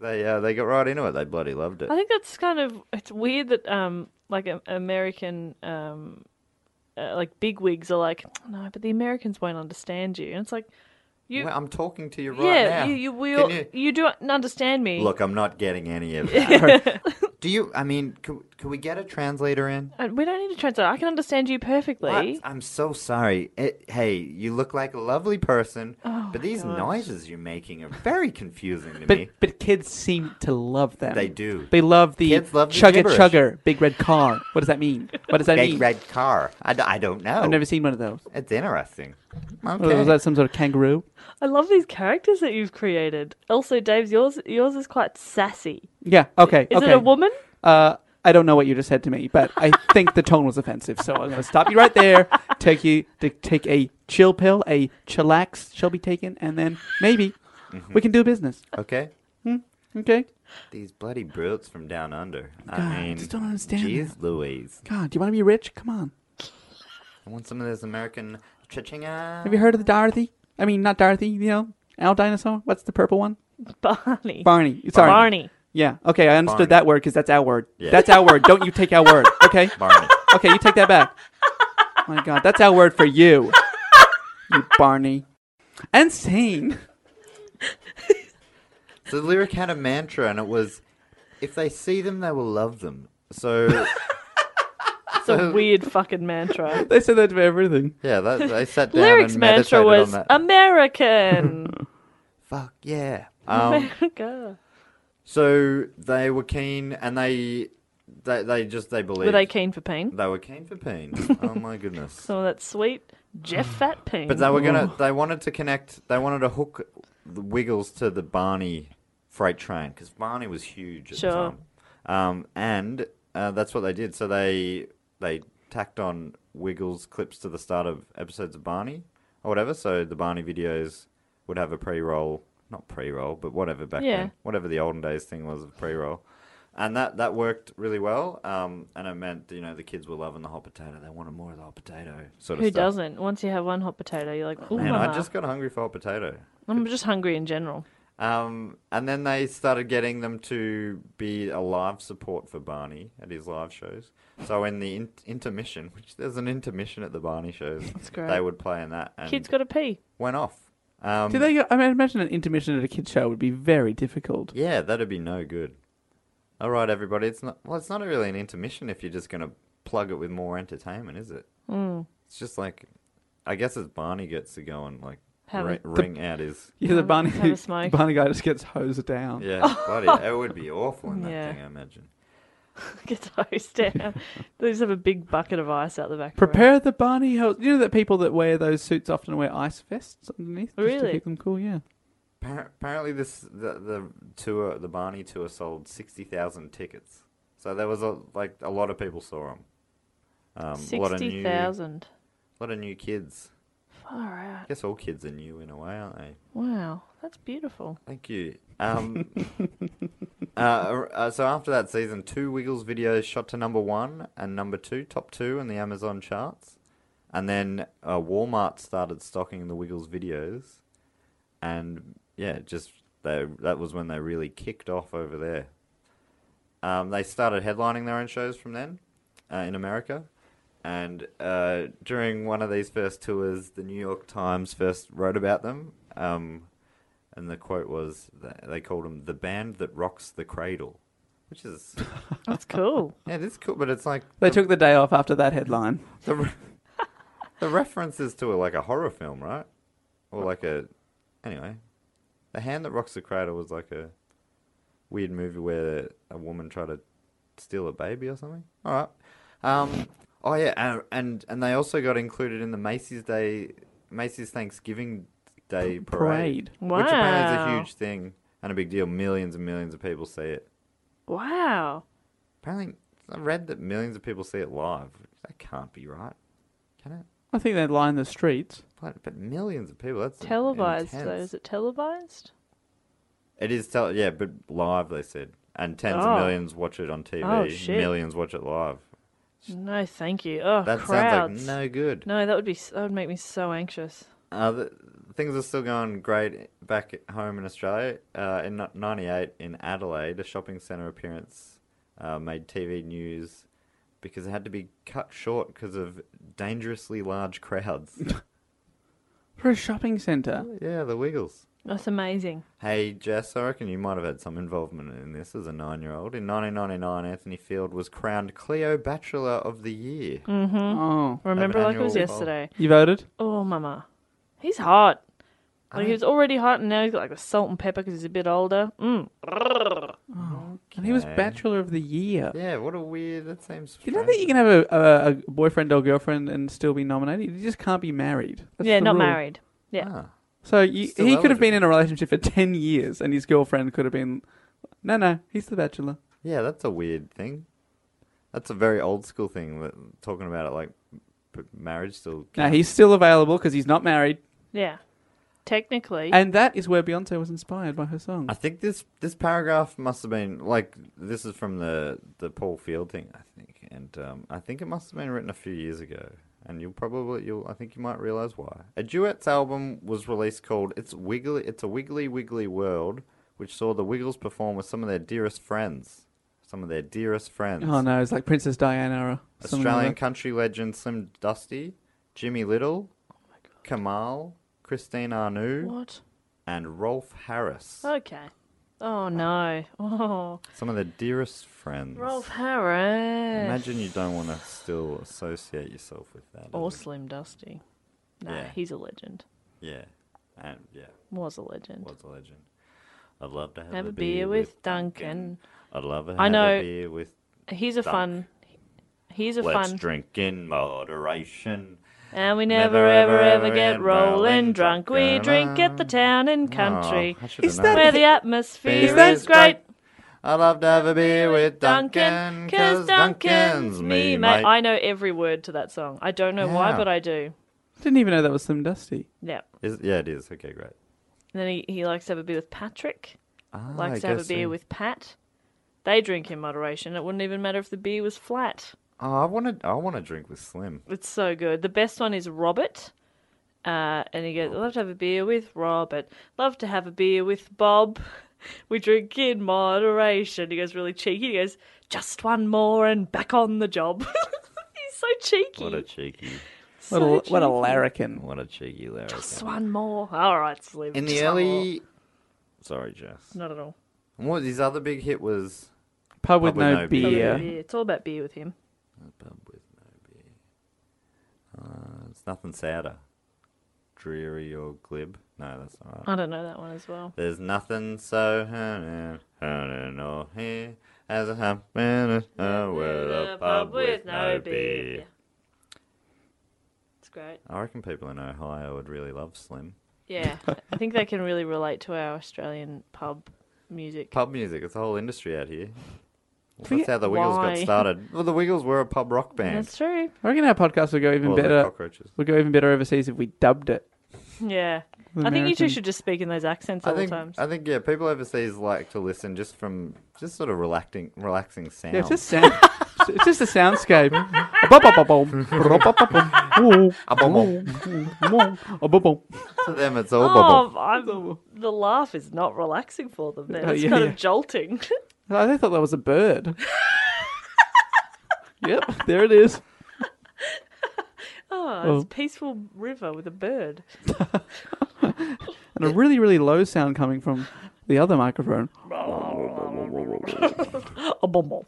Speaker 6: they uh, they got right into it. They bloody loved it.
Speaker 5: I think that's kind of it's weird that um like a, American um uh, like bigwigs are like no, but the Americans won't understand you, and it's like you
Speaker 6: Well, I'm talking to you right
Speaker 5: yeah
Speaker 6: now.
Speaker 5: you you
Speaker 6: Can
Speaker 5: will
Speaker 6: you-
Speaker 5: you... don't understand me.
Speaker 6: Look, I'm not getting
Speaker 5: (laughs)
Speaker 6: any of that. Do you? I mean, could, could we get a translator in?
Speaker 5: Uh, we don't need to translate. I can understand you perfectly.
Speaker 6: I, am so sorry. It, hey, you look like a lovely person, but these noises you're making are very confusing to
Speaker 4: But
Speaker 6: me.
Speaker 4: but kids seem to love them.
Speaker 6: They do.
Speaker 4: They love the
Speaker 6: Kids love the
Speaker 4: chugger
Speaker 6: gibberish.
Speaker 4: chugger big red car. What does that mean? What does that
Speaker 6: Big
Speaker 4: mean?
Speaker 6: red car. I, d- I don't know.
Speaker 4: I've never seen Oh, one of those.
Speaker 6: It's interesting.
Speaker 4: Was
Speaker 6: Okay.
Speaker 4: that some sort of kangaroo?
Speaker 5: I love these characters that you've created. Also, Dave's yours yours is quite sassy.
Speaker 4: Yeah. Okay.
Speaker 5: Is
Speaker 4: okay.
Speaker 5: it a woman? (laughs)
Speaker 4: Uh, I don't know what you just said to me, but I think the tone was offensive, so I'm going to stop you right there. Take you to take a chill pill, a chillax shall be taken, and then maybe
Speaker 6: Mm-hmm.
Speaker 4: we can do business.
Speaker 6: okay.
Speaker 4: Okay.
Speaker 6: These bloody brutes from down under. I mean,
Speaker 4: just don't understand
Speaker 6: Jeez, Louise.
Speaker 4: God, do you want to be rich? Come on.
Speaker 6: I want some of this American cha-chinga.
Speaker 4: Have you heard of the Dorothy? I mean, not Dorothy. You know, Al dinosaur. What's the purple one?
Speaker 5: Barney.
Speaker 4: Barney. Sorry.
Speaker 5: Barney.
Speaker 4: Yeah. Okay, I understood
Speaker 6: Barney.
Speaker 4: that word because that's our word.
Speaker 6: Yeah.
Speaker 4: That's our word. Don't you take our
Speaker 6: (laughs)
Speaker 4: word. Okay.
Speaker 6: Barney.
Speaker 4: Okay, you take that back. My God, that's our word for you. (laughs) You Barney. Insane.
Speaker 6: The lyric had a mantra, and it was, "If they see them, they will love them."
Speaker 4: (laughs)
Speaker 6: So
Speaker 5: It's
Speaker 6: (laughs)
Speaker 5: a weird fucking mantra.
Speaker 4: They said that for everything.
Speaker 6: yeah, that, they sat down
Speaker 5: Lyrics
Speaker 6: and
Speaker 5: mantra
Speaker 6: meditated
Speaker 5: was
Speaker 6: on that. (laughs)
Speaker 5: American. (laughs)
Speaker 6: Fuck yeah. Um,
Speaker 5: America.
Speaker 6: so they were keen, and they they, they just they believed
Speaker 5: Were they keen for pain?
Speaker 6: They were keen
Speaker 5: (laughs)
Speaker 6: for pain. oh my goodness.
Speaker 5: Some of that sweet
Speaker 6: (sighs)
Speaker 5: Jeff Fat Ping.
Speaker 6: But they were gonna. They wanted to connect. They wanted to hook the Wiggles to the Barney freight train because Barney was huge at
Speaker 5: Sure.
Speaker 6: the time, um, and uh, that's what they did. So they they tacked on Wiggles clips to the start of episodes of Barney or whatever. So the Barney videos would have a pre-roll, not pre-roll, but whatever back
Speaker 5: Yeah.
Speaker 6: then, whatever the olden days thing was of pre-roll. And that, that worked really well, um, and it meant you know the kids were loving the hot potato. They wanted more of the hot potato sort of
Speaker 5: Who
Speaker 6: stuff.
Speaker 5: doesn't? Once you have one hot potato, you're like, ooh,
Speaker 6: Man,
Speaker 5: mama.
Speaker 6: I
Speaker 5: (laughs)
Speaker 6: just got hungry for hot potato.
Speaker 5: I'm just hungry in general.
Speaker 6: Um, and then they started getting them to be a live support for Barney at his live shows. So in the in- intermission, which there's an intermission at the Barney shows,
Speaker 5: great.
Speaker 6: they would play in that and
Speaker 5: Kids got to pee. (laughs)
Speaker 6: went off. Um,
Speaker 4: Do they? Go, I mean, I imagine an intermission at a kids show would be very difficult.
Speaker 6: Yeah, that'd be no good. All right, everybody. It's not well. It's not really an intermission if you're just going to plug it with more entertainment, is it? Mm. It's just like, I guess as Barney gets to go and like
Speaker 5: Have
Speaker 6: ri-
Speaker 5: a-
Speaker 6: ring out his
Speaker 4: Yeah, the Barney,
Speaker 5: have a smoke.
Speaker 4: the (laughs) Barney guy just gets hosed down.
Speaker 6: yeah,
Speaker 5: (laughs)
Speaker 6: bloody, it would be awful in that
Speaker 5: Yeah.
Speaker 6: thing. I imagine.
Speaker 5: Get hosed
Speaker 6: (laughs)
Speaker 5: down. they just have a big bucket of ice out the back. of the room.
Speaker 4: Prepare the Barney hose. You know that people that wear those suits often wear ice vests underneath just to
Speaker 5: Really?
Speaker 4: keep them cool. Yeah.
Speaker 6: Appar- Apparently, this the, the tour, the Barney tour, sold sixty thousand tickets. So there was a like a lot of people saw him. Um, a lot of
Speaker 5: Sixty
Speaker 6: new,
Speaker 5: thousand.
Speaker 6: lot of new kids.
Speaker 5: Far out.
Speaker 6: I guess all kids are new in a way, aren't they?
Speaker 5: Wow, that's beautiful.
Speaker 6: Thank you. Um, (laughs) uh, uh, so after that season, two Wiggles videos shot to number one and number two, top two in the Amazon charts, and then uh, Walmart started stocking the Wiggles videos, and yeah, just they that was when they really kicked off over there. Um, they started headlining their own shows from then uh, in America. And uh, during one of these first tours, the New York Times first wrote about them. Um, and the quote was th- they called him the band that rocks the cradle, which is
Speaker 5: That's
Speaker 6: (laughs)
Speaker 5: cool.
Speaker 6: yeah, it is cool, but it's like
Speaker 4: They took the day off after that headline.
Speaker 6: the re- (laughs) the references to it like a horror film, right? Or like a anyway, the hand that rocks the cradle was like a weird movie where a woman tried to steal a baby or something. All right. Um, oh yeah, and, and and they also got included in the Macy's Day Macy's Thanksgiving Day
Speaker 4: parade.
Speaker 6: parade, which apparently is a
Speaker 5: Wow.
Speaker 6: huge thing and a big deal. Millions and millions of people see it.
Speaker 5: Wow.
Speaker 6: Apparently, I read that millions of people see it live. That can't be right, can it?
Speaker 4: I think they'd line the streets.
Speaker 6: But, but millions of people. That's
Speaker 5: Televised though.
Speaker 6: intense.
Speaker 5: Is it televised?
Speaker 6: It is tele. Yeah, but live they said, and tens
Speaker 5: Oh.
Speaker 6: of millions watch it on TV.
Speaker 5: Oh, shit.
Speaker 6: Millions watch it live.
Speaker 5: No, thank you. Oh,
Speaker 6: That
Speaker 5: crowds.
Speaker 6: sounds like no good.
Speaker 5: No, that would be s- that would make me so anxious.
Speaker 6: Uh, the, things are still going great back at home in Australia. Uh, in n- '98 in Adelaide, a shopping centre appearance uh, made TV news because it had to be cut short because of dangerously
Speaker 4: (laughs)
Speaker 6: large crowds.
Speaker 4: For a shopping centre.
Speaker 6: yeah, the Wiggles.
Speaker 5: That's amazing.
Speaker 6: Hey Jess, I reckon you might have had some involvement in this as a nine-year-old. In 1999, Anthony Field was crowned Clio Bachelor of the Year.
Speaker 4: Oh.
Speaker 5: Remember like it was
Speaker 6: annual poll.
Speaker 5: yesterday.
Speaker 4: You voted?
Speaker 5: Oh, mama, he's hot. Like he was already hot, and now he's got like the salt and pepper because he's a bit older. Mm.
Speaker 4: And he was
Speaker 6: Okay.
Speaker 4: Bachelor of the Year.
Speaker 6: Yeah, what a weird. That seems.
Speaker 4: You don't think you can have a, a, a boyfriend or girlfriend and still be nominated? You just can't be married. That's
Speaker 5: yeah,
Speaker 4: the
Speaker 5: not
Speaker 4: rule.
Speaker 5: married. Yeah,
Speaker 6: Ah,
Speaker 4: So you,
Speaker 6: Still
Speaker 4: he could have been
Speaker 6: eligible.
Speaker 4: in a relationship for 10 years and his girlfriend could have been, no, no, he's the Bachelor.
Speaker 6: yeah, that's a weird thing. That's a very old school thing. That, talking about it like p- marriage still.
Speaker 4: Now he's still available because he's not married.
Speaker 5: yeah. Technically,
Speaker 4: And that is where Beyonce was inspired by her song.
Speaker 6: I think this this paragraph must have been like this is from the the Paul Field thing, I think, and um, I think it must have been written a few years ago. And you'll probably you'll I think you might realize why. A duets album was released called "It's Wiggly It's a Wiggly Wiggly World," which saw the Wiggles perform with some of their dearest friends, some of their dearest friends.
Speaker 4: Oh no, it's like Princess Diana or something
Speaker 6: Australian
Speaker 4: like that.
Speaker 6: country legend Slim Dusty, Jimmy Little, Kamal, Christine Arnoux,
Speaker 5: Oh what?
Speaker 6: and Rolf Harris.
Speaker 5: Okay. Oh no. (laughs) Oh,
Speaker 6: Some of their dearest friends.
Speaker 5: Rolf Harris.
Speaker 6: Imagine you don't want to still associate yourself with that.
Speaker 5: or
Speaker 6: as a-
Speaker 5: Slim Dusty. Nah,
Speaker 6: Yeah.
Speaker 5: he's a legend.
Speaker 6: Yeah. And yeah,
Speaker 5: Was a legend.
Speaker 6: what's a legend? I'd love to have,
Speaker 5: Have a beer with Duncan.
Speaker 6: I'd love to have
Speaker 5: I
Speaker 6: a
Speaker 5: know-
Speaker 6: beer with.
Speaker 5: He's a
Speaker 6: Dunk.
Speaker 5: fun. He's a
Speaker 6: Let's
Speaker 5: fun.
Speaker 6: drink in moderation.
Speaker 5: And we never, ever, ever get rolling drunk. We drink at the town and country.
Speaker 6: Oh, I should've
Speaker 4: Is
Speaker 6: known.
Speaker 4: that-
Speaker 5: Where the atmosphere
Speaker 6: Beer
Speaker 5: is great.
Speaker 6: I'd love to have a beer with Duncan,
Speaker 5: Duncan, cause Duncan's me, mate. I know every word to that song. I don't know why,
Speaker 6: Yeah.
Speaker 5: but I do.
Speaker 4: Didn't even know that was Slim Dusty.
Speaker 5: Yeah.
Speaker 6: Is, yeah, it is. Okay, great.
Speaker 5: And then he, he likes to have a beer with Patrick.
Speaker 6: Ah, I
Speaker 5: likes to have a
Speaker 6: guess
Speaker 5: beer
Speaker 6: so.
Speaker 5: with Pat. They drink in moderation. It wouldn't even matter if the beer was flat.
Speaker 6: Oh, I want to. I want to drink with Slim.
Speaker 5: It's so good. The best one is Robert. Uh, and he goes, I'd love to have a beer with Robert. Love to have a beer with Bob. (laughs) We drink in moderation. He goes really cheeky. He goes, just one more and back on the job. (laughs) He's so cheeky.
Speaker 6: What a cheeky.
Speaker 4: What a, what a larrikin.
Speaker 6: What a cheeky lyric.
Speaker 5: Just one more. All right, just leave it.
Speaker 6: In the
Speaker 5: Just one more.
Speaker 6: early. Sorry, Jess.
Speaker 5: Not at all.
Speaker 6: And what his other big hit was?
Speaker 4: Pub with
Speaker 6: Pub with
Speaker 4: no,
Speaker 6: no
Speaker 4: beer.
Speaker 6: beer.
Speaker 5: Yeah. It's all about beer with him.
Speaker 6: Pub with no beer. Uh, it's nothing sadder. Dreary or glib. No, that's not right.
Speaker 5: I don't know that one as well.
Speaker 6: There's nothing so hurting, hurting or here as a happening uh, with a pub with no beer.
Speaker 5: It's great.
Speaker 6: I reckon people in Ohio would really love Slim.
Speaker 5: Yeah, I think they can really relate to our Australian pub music.
Speaker 6: Pub music, it's a whole industry out here.
Speaker 4: Forget
Speaker 6: That's how the Wiggles
Speaker 5: why.
Speaker 6: got started. Well, the Wiggles were a pub rock band.
Speaker 5: That's true.
Speaker 4: I reckon our podcast would go even
Speaker 6: Well, they're
Speaker 4: better.
Speaker 6: cockroaches.
Speaker 4: Would go even better overseas if we dubbed it.
Speaker 5: Yeah. I think you
Speaker 4: American.
Speaker 5: two should just speak in those accents
Speaker 6: I
Speaker 5: all
Speaker 6: think
Speaker 5: the times.
Speaker 6: I think yeah, people overseas like to listen just from just sort of relaxing relaxing sounds.
Speaker 4: Yeah, it's just sound. it's just a soundscape. Ba-ba-ba-boom. Ba-ba-ba-boom. Ooh. Ooh. Ba-ba-boom.
Speaker 6: to them it's all (laughs) bubble.
Speaker 5: Oh, I'm, the laugh is not relaxing for them. Then
Speaker 4: Oh,
Speaker 5: it's
Speaker 4: yeah,
Speaker 5: kind
Speaker 4: yeah.
Speaker 5: of jolting. (laughs)
Speaker 4: I they thought that was a bird. yep, there it is.
Speaker 5: Oh,
Speaker 4: Oh.
Speaker 5: it's a peaceful river with a bird.
Speaker 4: And a really, really low sound coming from the other microphone.
Speaker 5: A bumble.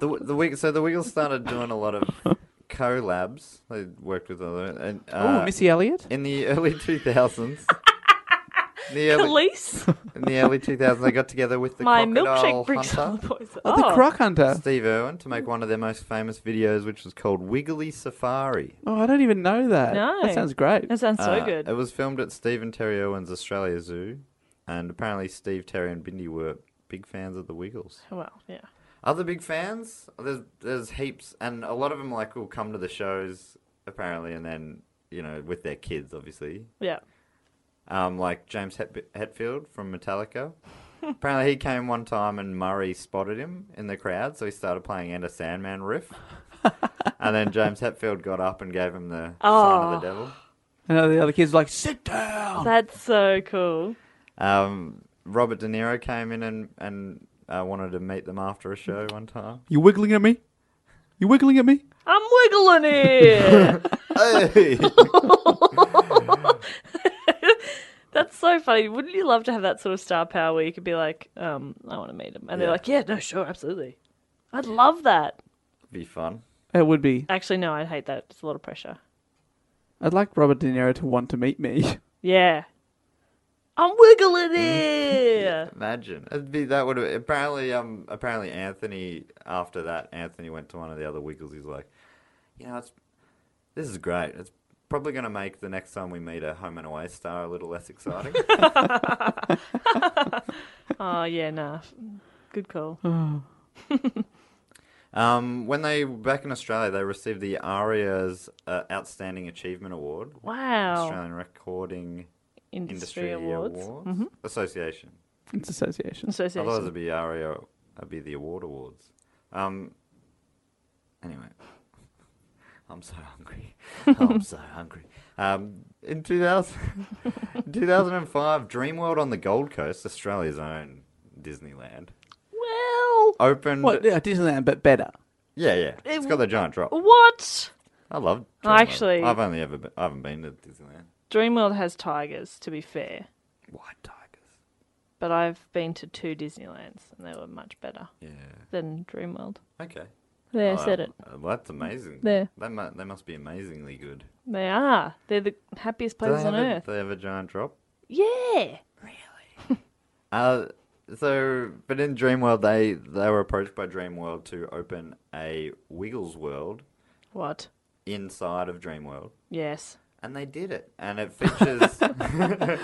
Speaker 6: the the Wig- so the Wiggles started doing a lot of collabs. They worked with other and
Speaker 4: Oh,
Speaker 6: uh,
Speaker 4: Missy Elliott.
Speaker 6: in the early
Speaker 5: (laughs)
Speaker 6: two thousands. The early,
Speaker 5: Police.
Speaker 6: in the early 2000s, they got together with the
Speaker 5: My
Speaker 6: Crocodile
Speaker 5: milkshake (laughs) brings all
Speaker 6: Hunter,
Speaker 5: the poison.
Speaker 4: Oh, the croc hunter.
Speaker 6: (laughs) Steve Irwin, to make one of their most famous videos, which was called Wiggly Safari.
Speaker 4: Oh, I don't even know that.
Speaker 5: No.
Speaker 4: That sounds great.
Speaker 5: That sounds so
Speaker 6: Uh,
Speaker 5: good.
Speaker 6: It was filmed at Steve and Terry Irwin's Australia Zoo, and apparently Steve, Terry, and Bindi were big fans of the Wiggles.
Speaker 5: Well, Oh, yeah.
Speaker 6: Other big fans? There's there's heaps, and a lot of them like will come to the shows apparently, and then you know with their kids obviously.
Speaker 5: Yeah.
Speaker 6: Um, like James Het- Hetfield from Metallica. apparently he came one time and Murray spotted him in the crowd, so he started playing Enter Sandman riff. and then James Hetfield got up and gave him the sign of the devil.
Speaker 4: And all the other kids were like, sit
Speaker 6: Oh.
Speaker 4: down.
Speaker 5: That's so cool.
Speaker 6: Um, Robert De Niro came in and and uh, wanted to meet them after a show one time.
Speaker 4: You wiggling at me? You wiggling at me?
Speaker 5: I'm wiggling
Speaker 6: (laughs)
Speaker 5: here.
Speaker 6: Hey!
Speaker 5: That's so funny. Wouldn't you love to have that sort of star power where you could be like, um, I want to meet him, and they're
Speaker 6: Yeah.
Speaker 5: like, Yeah, no, sure, absolutely. I'd love that.
Speaker 6: Be fun.
Speaker 4: It would be.
Speaker 5: Actually, no, I'd hate that. It's a lot of pressure.
Speaker 4: I'd like Robert De Niro to want to meet me. (laughs)
Speaker 5: Yeah. I'm
Speaker 6: Mm.
Speaker 5: wiggling here.
Speaker 6: Imagine It'd be, that would have apparently um apparently Anthony after that Anthony went to one of the other Wiggles. He's like, you know, it's this is great. It's probably going to make the next time we meet a home and away star a little less (laughs) exciting.
Speaker 5: oh yeah, nah. Good call.
Speaker 6: um, when they were back in Australia, they received the ARIA's uh, Outstanding Achievement Award,
Speaker 5: Wow.
Speaker 6: Australian Recording
Speaker 5: Industry,
Speaker 6: Industry Awards, Mm-hmm.
Speaker 5: awards.
Speaker 6: Association.
Speaker 4: It's association.
Speaker 5: Association.
Speaker 6: Otherwise, it'd be ARIA, it'd E be the award awards. Um. Anyway, (laughs) I'm so hungry. (laughs) I'm so hungry. Um, in (laughs) 2000, 2005, Dreamworld on the Gold Coast, Australia's own Disneyland,
Speaker 5: Well,
Speaker 6: opened.
Speaker 4: What? Yeah, Disneyland, but better.
Speaker 6: Yeah, yeah. It's got the giant drop.
Speaker 5: what?
Speaker 6: I love. Dreamworld.
Speaker 5: Actually-
Speaker 6: I've only ever been, I haven't been to Disneyland.
Speaker 5: Dreamworld has tigers, to be fair,
Speaker 6: White tigers.
Speaker 5: but I've been to two Disneylands and they were much better
Speaker 6: Yeah.
Speaker 5: than Dreamworld.
Speaker 6: Okay.
Speaker 5: There, I
Speaker 6: Oh,
Speaker 5: said it.
Speaker 6: uh, that's amazing.
Speaker 5: There.
Speaker 6: They must, they must be amazingly good.
Speaker 5: They are. They're the happiest
Speaker 6: Do they
Speaker 5: places on
Speaker 6: have a-
Speaker 5: earth.
Speaker 6: they have a giant drop.
Speaker 5: Yeah.
Speaker 6: Uh, so, but in Dreamworld, they they were approached by Dreamworld to open a Wiggles World
Speaker 5: What?
Speaker 6: inside of Dreamworld,
Speaker 5: Yes.
Speaker 6: and they did it. And it
Speaker 5: (laughs)
Speaker 6: features.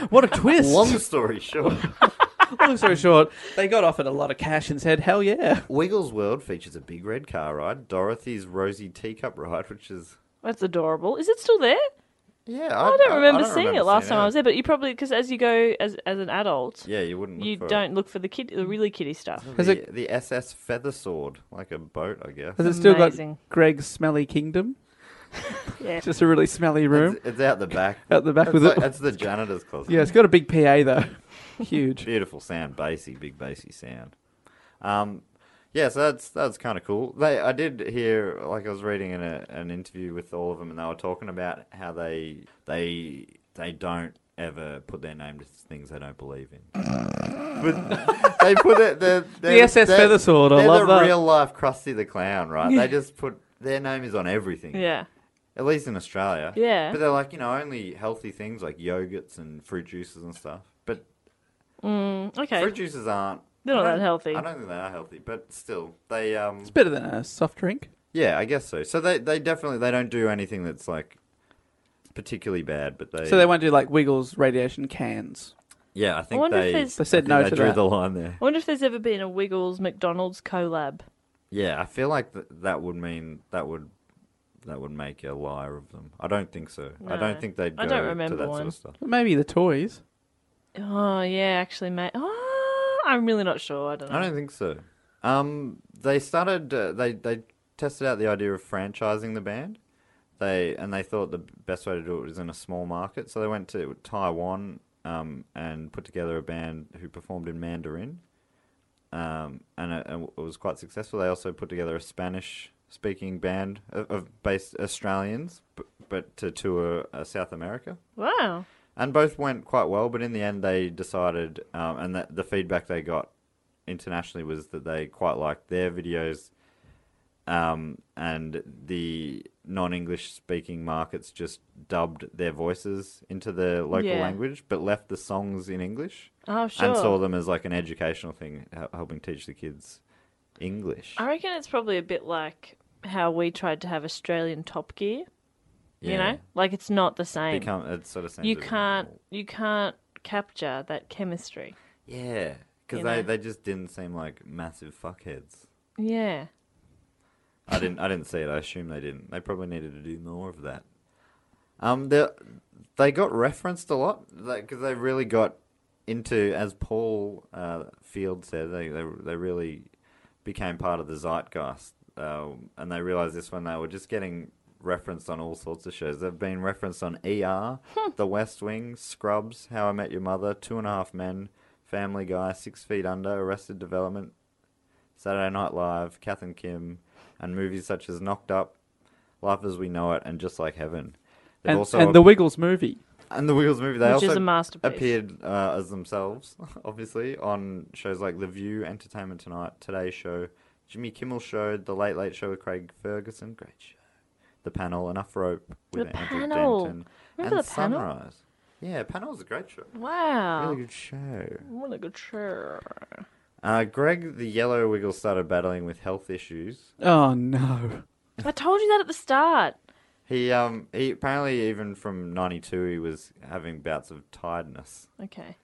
Speaker 4: (laughs) What a twist.
Speaker 6: long story short,
Speaker 4: Long story short, they got offered a lot of cash and said, hell yeah.
Speaker 6: Wiggles World features a big red car ride, Dorothy's rosy teacup ride, which is
Speaker 5: That's adorable. Is it still there?
Speaker 6: yeah.
Speaker 5: I don't remember seeing
Speaker 6: remember
Speaker 5: it last
Speaker 6: seeing
Speaker 5: time I was there, but you probably because as you go as as an adult,
Speaker 6: Yeah, you wouldn't. Look
Speaker 5: you
Speaker 6: for it.
Speaker 5: don't look for the kid the really kiddie stuff.
Speaker 4: Has
Speaker 6: The,
Speaker 4: it-
Speaker 6: the SS Feather Sword, like a boat, I guess.
Speaker 4: Has it still
Speaker 5: Amazing.
Speaker 4: got Greg's smelly (laughs) kingdom?
Speaker 5: Yeah.
Speaker 4: Just a really smelly room.
Speaker 6: It's, it's out the back.
Speaker 4: Out the back
Speaker 6: it's
Speaker 4: with
Speaker 6: like,
Speaker 4: it.
Speaker 6: It's the
Speaker 5: (laughs)
Speaker 6: janitor's closet.
Speaker 4: Yeah, it's got a big (laughs) PA though. Huge.
Speaker 6: Beautiful sound, bassy, big bassy sound. Um, Yeah, so that's that's kind of cool. They, I did hear, like I was reading in a, an interview with all of them, and they were talking about how they they they don't ever put their name to things they don't believe in.
Speaker 4: (laughs)
Speaker 6: but they put it. They're, they're,
Speaker 4: The SS
Speaker 6: they're-
Speaker 4: Feathersword, I
Speaker 6: They're
Speaker 4: love
Speaker 6: the
Speaker 4: that.
Speaker 6: real life Krusty the Clown, right? They just put their name is on everything.
Speaker 5: Yeah.
Speaker 6: At least in Australia.
Speaker 5: Yeah.
Speaker 6: But they're like, you know, only healthy things like yogurts and fruit juices and stuff. But
Speaker 5: Okay.
Speaker 6: fruit juices aren't.
Speaker 5: They're not
Speaker 6: I don't-
Speaker 5: that healthy.
Speaker 6: I don't think they are healthy, but still, they um.
Speaker 4: Better than a soft drink.
Speaker 6: Yeah, I guess so. So they they definitely they don't do anything that's like particularly bad, but they.
Speaker 4: So they won't do like Wiggles radiation cans.
Speaker 6: Yeah, I
Speaker 5: I
Speaker 6: think
Speaker 5: wonder
Speaker 6: they.
Speaker 5: if there's.
Speaker 4: They
Speaker 5: I
Speaker 4: said
Speaker 6: I think
Speaker 4: no
Speaker 6: they
Speaker 4: to
Speaker 6: drew
Speaker 4: that.
Speaker 6: the line there.
Speaker 5: wonder if there's ever been a Wiggles McDonald's collab.
Speaker 6: Yeah, I feel like th- that would mean that would that would make a liar of them. I don't think so. I
Speaker 5: No.
Speaker 6: don't think they'd go
Speaker 5: I don't remember
Speaker 6: to that sort
Speaker 5: one.
Speaker 6: of stuff.
Speaker 4: Maybe the toys.
Speaker 5: Oh yeah, actually, mate. Oh, I'm really not sure. I don't know.
Speaker 6: I don't think so. Um, they started. Uh, they they tested out the idea of franchising the band. They and they thought the best way to do it was in a small market. So they went to Taiwan um, and put together a band who performed in Mandarin. Um, and it, and it was quite successful. They also put together a Spanish-speaking band of, of based Australians, but, but to tour uh, South America
Speaker 5: Wow.
Speaker 6: and both went quite well. But in the end, they decided, um, and that the feedback they got internationally was that they quite liked their videos, um, and the non-English speaking markets just dubbed their voices into the local
Speaker 5: Yeah.
Speaker 6: language, but left the songs in English,
Speaker 5: Oh sure.
Speaker 6: and saw them as like an educational thing, hel- helping teach the kids English.
Speaker 5: I reckon it's probably a bit like how we tried to have Australian Top Gear. You
Speaker 6: Yeah.
Speaker 5: know, like it's not the same.
Speaker 6: Become it sort of sounds
Speaker 5: you
Speaker 6: a bit
Speaker 5: can't. You can't capture that chemistry.
Speaker 6: yeah, because
Speaker 5: You
Speaker 6: they,
Speaker 5: know.
Speaker 6: they just didn't seem like massive fuckheads.
Speaker 5: Yeah.
Speaker 6: I didn't. I didn't see it. I assume they didn't. They probably needed to do more of that. Um, they they got referenced a lot because they really got into, as Paul uh, Field said, they, they they really became part of the zeitgeist, um, and they realized this when they were just getting referenced on all sorts of shows. They've been referenced on ER,
Speaker 4: Hmm.
Speaker 6: The West Wing, Scrubs, How I Met Your Mother, Two and a Half Men, Family Guy, Six Feet Under, Arrested Development, Saturday Night Live, Kath and Kim, and movies such as Knocked Up, Life as We Know It, and Just Like Heaven. They've
Speaker 4: And,
Speaker 6: also
Speaker 4: and the Wiggles movie.
Speaker 6: and the Wiggles movie. They
Speaker 5: Which is
Speaker 6: also
Speaker 5: a masterpiece.
Speaker 6: appeared uh, as themselves, (laughs) obviously, on shows like The View, Entertainment Tonight, Today Show, Jimmy Kimmel Show, The Late Late Show with Craig Ferguson, great show, The Panel, Enough Rope with
Speaker 5: The
Speaker 6: Andrew
Speaker 5: Panel.
Speaker 6: Denton,
Speaker 5: Remember
Speaker 6: and
Speaker 5: The Panel? Ah.
Speaker 6: Sunrise. Yeah, Panel was a great show.
Speaker 5: Wow.
Speaker 6: Really good show.
Speaker 5: What a good chair.
Speaker 6: Uh, Greg the Yellow Wiggle started battling with health issues.
Speaker 4: Oh no.
Speaker 5: I told you that at the start.
Speaker 6: He um he apparently even from '92 he was having bouts of tiredness,
Speaker 5: Okay.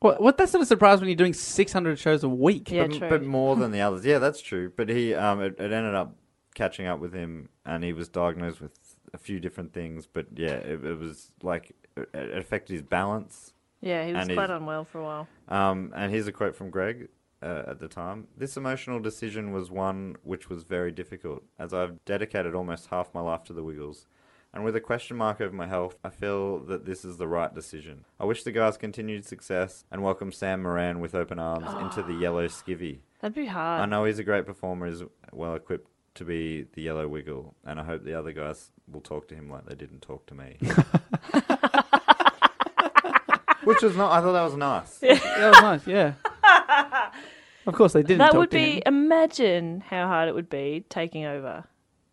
Speaker 4: What, what? That's not a surprise when you're doing 600 shows a week.
Speaker 5: Yeah,
Speaker 6: but,
Speaker 5: true.
Speaker 6: but
Speaker 5: (laughs)
Speaker 6: more than the others. Yeah, that's true. But he um it, it ended up catching up with him, and he was diagnosed with a few different things. But yeah, it, it was like it, it affected his balance.
Speaker 5: yeah, he was
Speaker 6: and
Speaker 5: quite
Speaker 6: he's-
Speaker 5: unwell for a while.
Speaker 6: Um, and here's a quote from Greg uh, at the time. This emotional decision was one which was very difficult, as I've dedicated almost half my life to the Wiggles. And with a question mark over my health, I feel that this is the right decision. I wish the guys continued success and welcome Sam Moran with open arms into
Speaker 5: Ah.
Speaker 6: the yellow skivvy.
Speaker 5: That'd be
Speaker 6: I
Speaker 5: hard.
Speaker 6: know he's a great performer, is well equipped to be the yellow wiggle, and I hope the other guys will talk to him like they didn't talk to me. (laughs) Which was not. I thought that was nice.
Speaker 4: That was nice. Yeah.
Speaker 5: (laughs)
Speaker 4: of course they didn't.
Speaker 5: That
Speaker 4: talk
Speaker 5: would
Speaker 4: to
Speaker 5: be.
Speaker 4: him.
Speaker 5: Imagine how hard it would be taking over.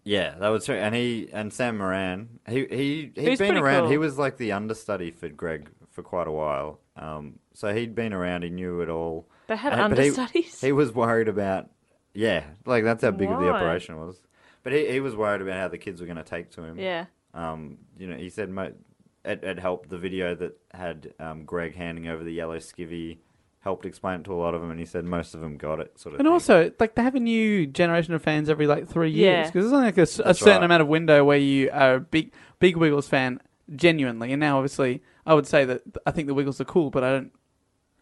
Speaker 6: Yeah, that was true. And he and Sam Moran, he he he had
Speaker 5: was
Speaker 6: been
Speaker 5: pretty
Speaker 6: around.
Speaker 5: cool.
Speaker 6: He was like the understudy for Greg for quite a while. Um, so he'd been around. He knew it all. Uh,
Speaker 5: They had
Speaker 6: but he-
Speaker 5: understudies?
Speaker 6: He, was worried about. Yeah, like that's how big of the
Speaker 5: Why?
Speaker 6: operation was. But he, he was worried about how the kids were going to take to him.
Speaker 5: Yeah.
Speaker 6: Um, you know, he said mo- it, it helped the video that had um, Greg handing over the yellow skivvy helped explain it to a lot of them, and he said most of them got it. Sort of.
Speaker 4: And
Speaker 6: thing.
Speaker 4: also, like, they have a new generation of fans every like three years
Speaker 5: Yeah.
Speaker 4: because there's only like a, s- a
Speaker 6: That's
Speaker 4: certain
Speaker 6: right.
Speaker 4: amount of window where you are a big, big Wiggles fan genuinely. And now, obviously, I would say that I think the Wiggles are cool, but I don't.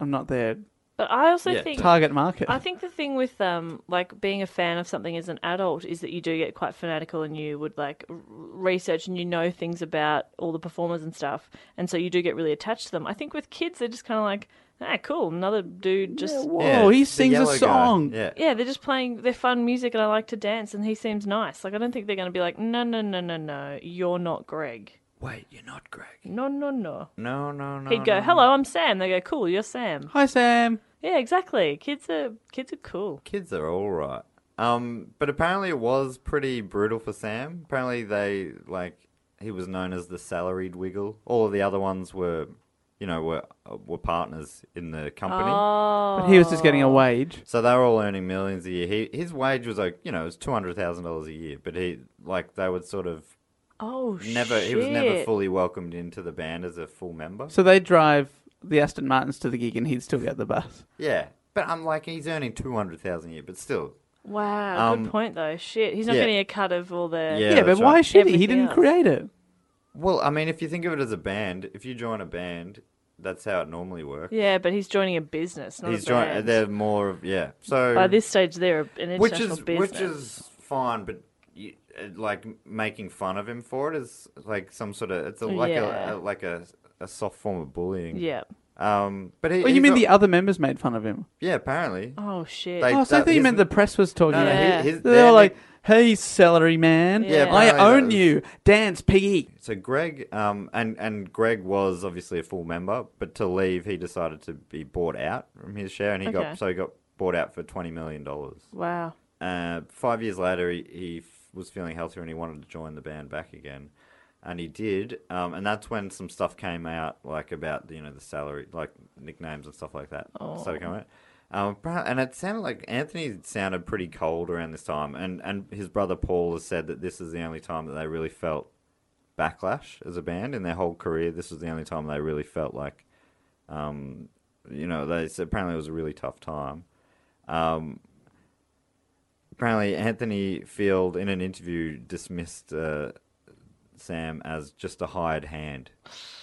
Speaker 4: I'm not their
Speaker 5: But I also
Speaker 6: Yeah.
Speaker 5: think
Speaker 4: target market.
Speaker 5: I think the thing with um like being a fan of something as an adult is that you do get quite fanatical and you would like r- research and you know things about all the performers and stuff and so you do get really attached to them. I think with kids they're just kind of like Ah, cool. Another dude just. Yeah,
Speaker 4: Whoa, he
Speaker 6: the
Speaker 4: sings a
Speaker 6: yellow guy.
Speaker 4: song.
Speaker 6: Yeah.
Speaker 5: they're just playing their fun music and I like to dance and he seems nice. Like, I don't think they're going to be like, no, no, no, no, no, you're not Greg.
Speaker 6: Wait, you're not Greg.
Speaker 5: No, no, no.
Speaker 6: No, no, no.
Speaker 5: He'd go,
Speaker 6: no.
Speaker 5: hello, I'm Sam. They go, cool, you're Sam.
Speaker 4: Hi, Sam.
Speaker 5: Yeah, exactly. Kids are kids are cool.
Speaker 6: Kids are all right. Um, but apparently it was pretty brutal for Sam. Apparently they like he was known as the salaried wiggle. All of the other ones were, you know, were uh, were partners in the company.
Speaker 5: Oh,
Speaker 4: But he was just getting a wage.
Speaker 6: So they were all earning millions a year. He, his wage was like, you know, it was two hundred thousand dollars a year. But he, like, they would sort of
Speaker 5: oh,
Speaker 6: never.
Speaker 5: Shit.
Speaker 6: He was never fully welcomed into the band as a full member.
Speaker 4: So they drive the Aston Martins to the gig and he'd still get the bus.
Speaker 6: yeah, but I'm like, he's earning two hundred thousand a year, but still,
Speaker 5: Wow,
Speaker 6: Um,
Speaker 5: good point though. Shit, he's not
Speaker 6: yeah.
Speaker 5: getting a cut of all the.
Speaker 4: Yeah,
Speaker 6: Yeah,
Speaker 4: but
Speaker 6: that's
Speaker 4: why
Speaker 6: right.
Speaker 4: should he? He
Speaker 5: Everything
Speaker 4: didn't
Speaker 5: else.
Speaker 4: create it.
Speaker 6: Well, I mean, if you think of it as a band, if you join a band, that's how it normally works.
Speaker 5: Yeah, but he's joining a business, not
Speaker 6: He's
Speaker 5: a band.
Speaker 6: joining. They're more of yeah. So
Speaker 5: By this stage, they're an international
Speaker 6: which is
Speaker 5: business.
Speaker 6: which is fine, but you, uh, like making fun of him for it is like some sort of it's a, like
Speaker 5: Yeah.
Speaker 6: a, a like a, a soft form of bullying.
Speaker 5: yeah.
Speaker 6: Um. But he,
Speaker 4: Well, Oh, you
Speaker 6: he's
Speaker 4: mean
Speaker 6: not-
Speaker 4: the other members made fun of him?
Speaker 6: yeah? Apparently.
Speaker 5: Oh shit.
Speaker 6: They-
Speaker 4: Oh, so I
Speaker 6: that-
Speaker 4: thought you
Speaker 6: his-
Speaker 4: meant the press was talking.
Speaker 6: No, no,
Speaker 4: about
Speaker 5: Yeah.
Speaker 6: his, his,
Speaker 4: They
Speaker 6: their-
Speaker 4: were like, "Hey, celery man,
Speaker 5: Yeah.
Speaker 4: I
Speaker 6: apparently that
Speaker 4: own
Speaker 6: was-
Speaker 4: you. Dance, E." piggy."
Speaker 6: So Greg, um, and and Greg was obviously a full member, but to leave, he decided to be bought out from his share, and he
Speaker 5: Okay.
Speaker 6: got so he got bought out for twenty million dollars.
Speaker 5: wow.
Speaker 6: Uh, five years later, he, he f- was feeling healthier and he wanted to join the band back again, and he did. Um, and that's when some stuff came out, like about you know the salary, like nicknames and stuff like that. Started coming out. Um, pra- and it sounded like Anthony sounded pretty cold around this time, and and his brother Paul has said that this is the only time that they really felt backlash as a band in their whole career. This was the only time they really felt like, um, you know, they so apparently it was a really tough time. Um, apparently, Anthony Field in an interview dismissed uh, Sam as just a hired hand.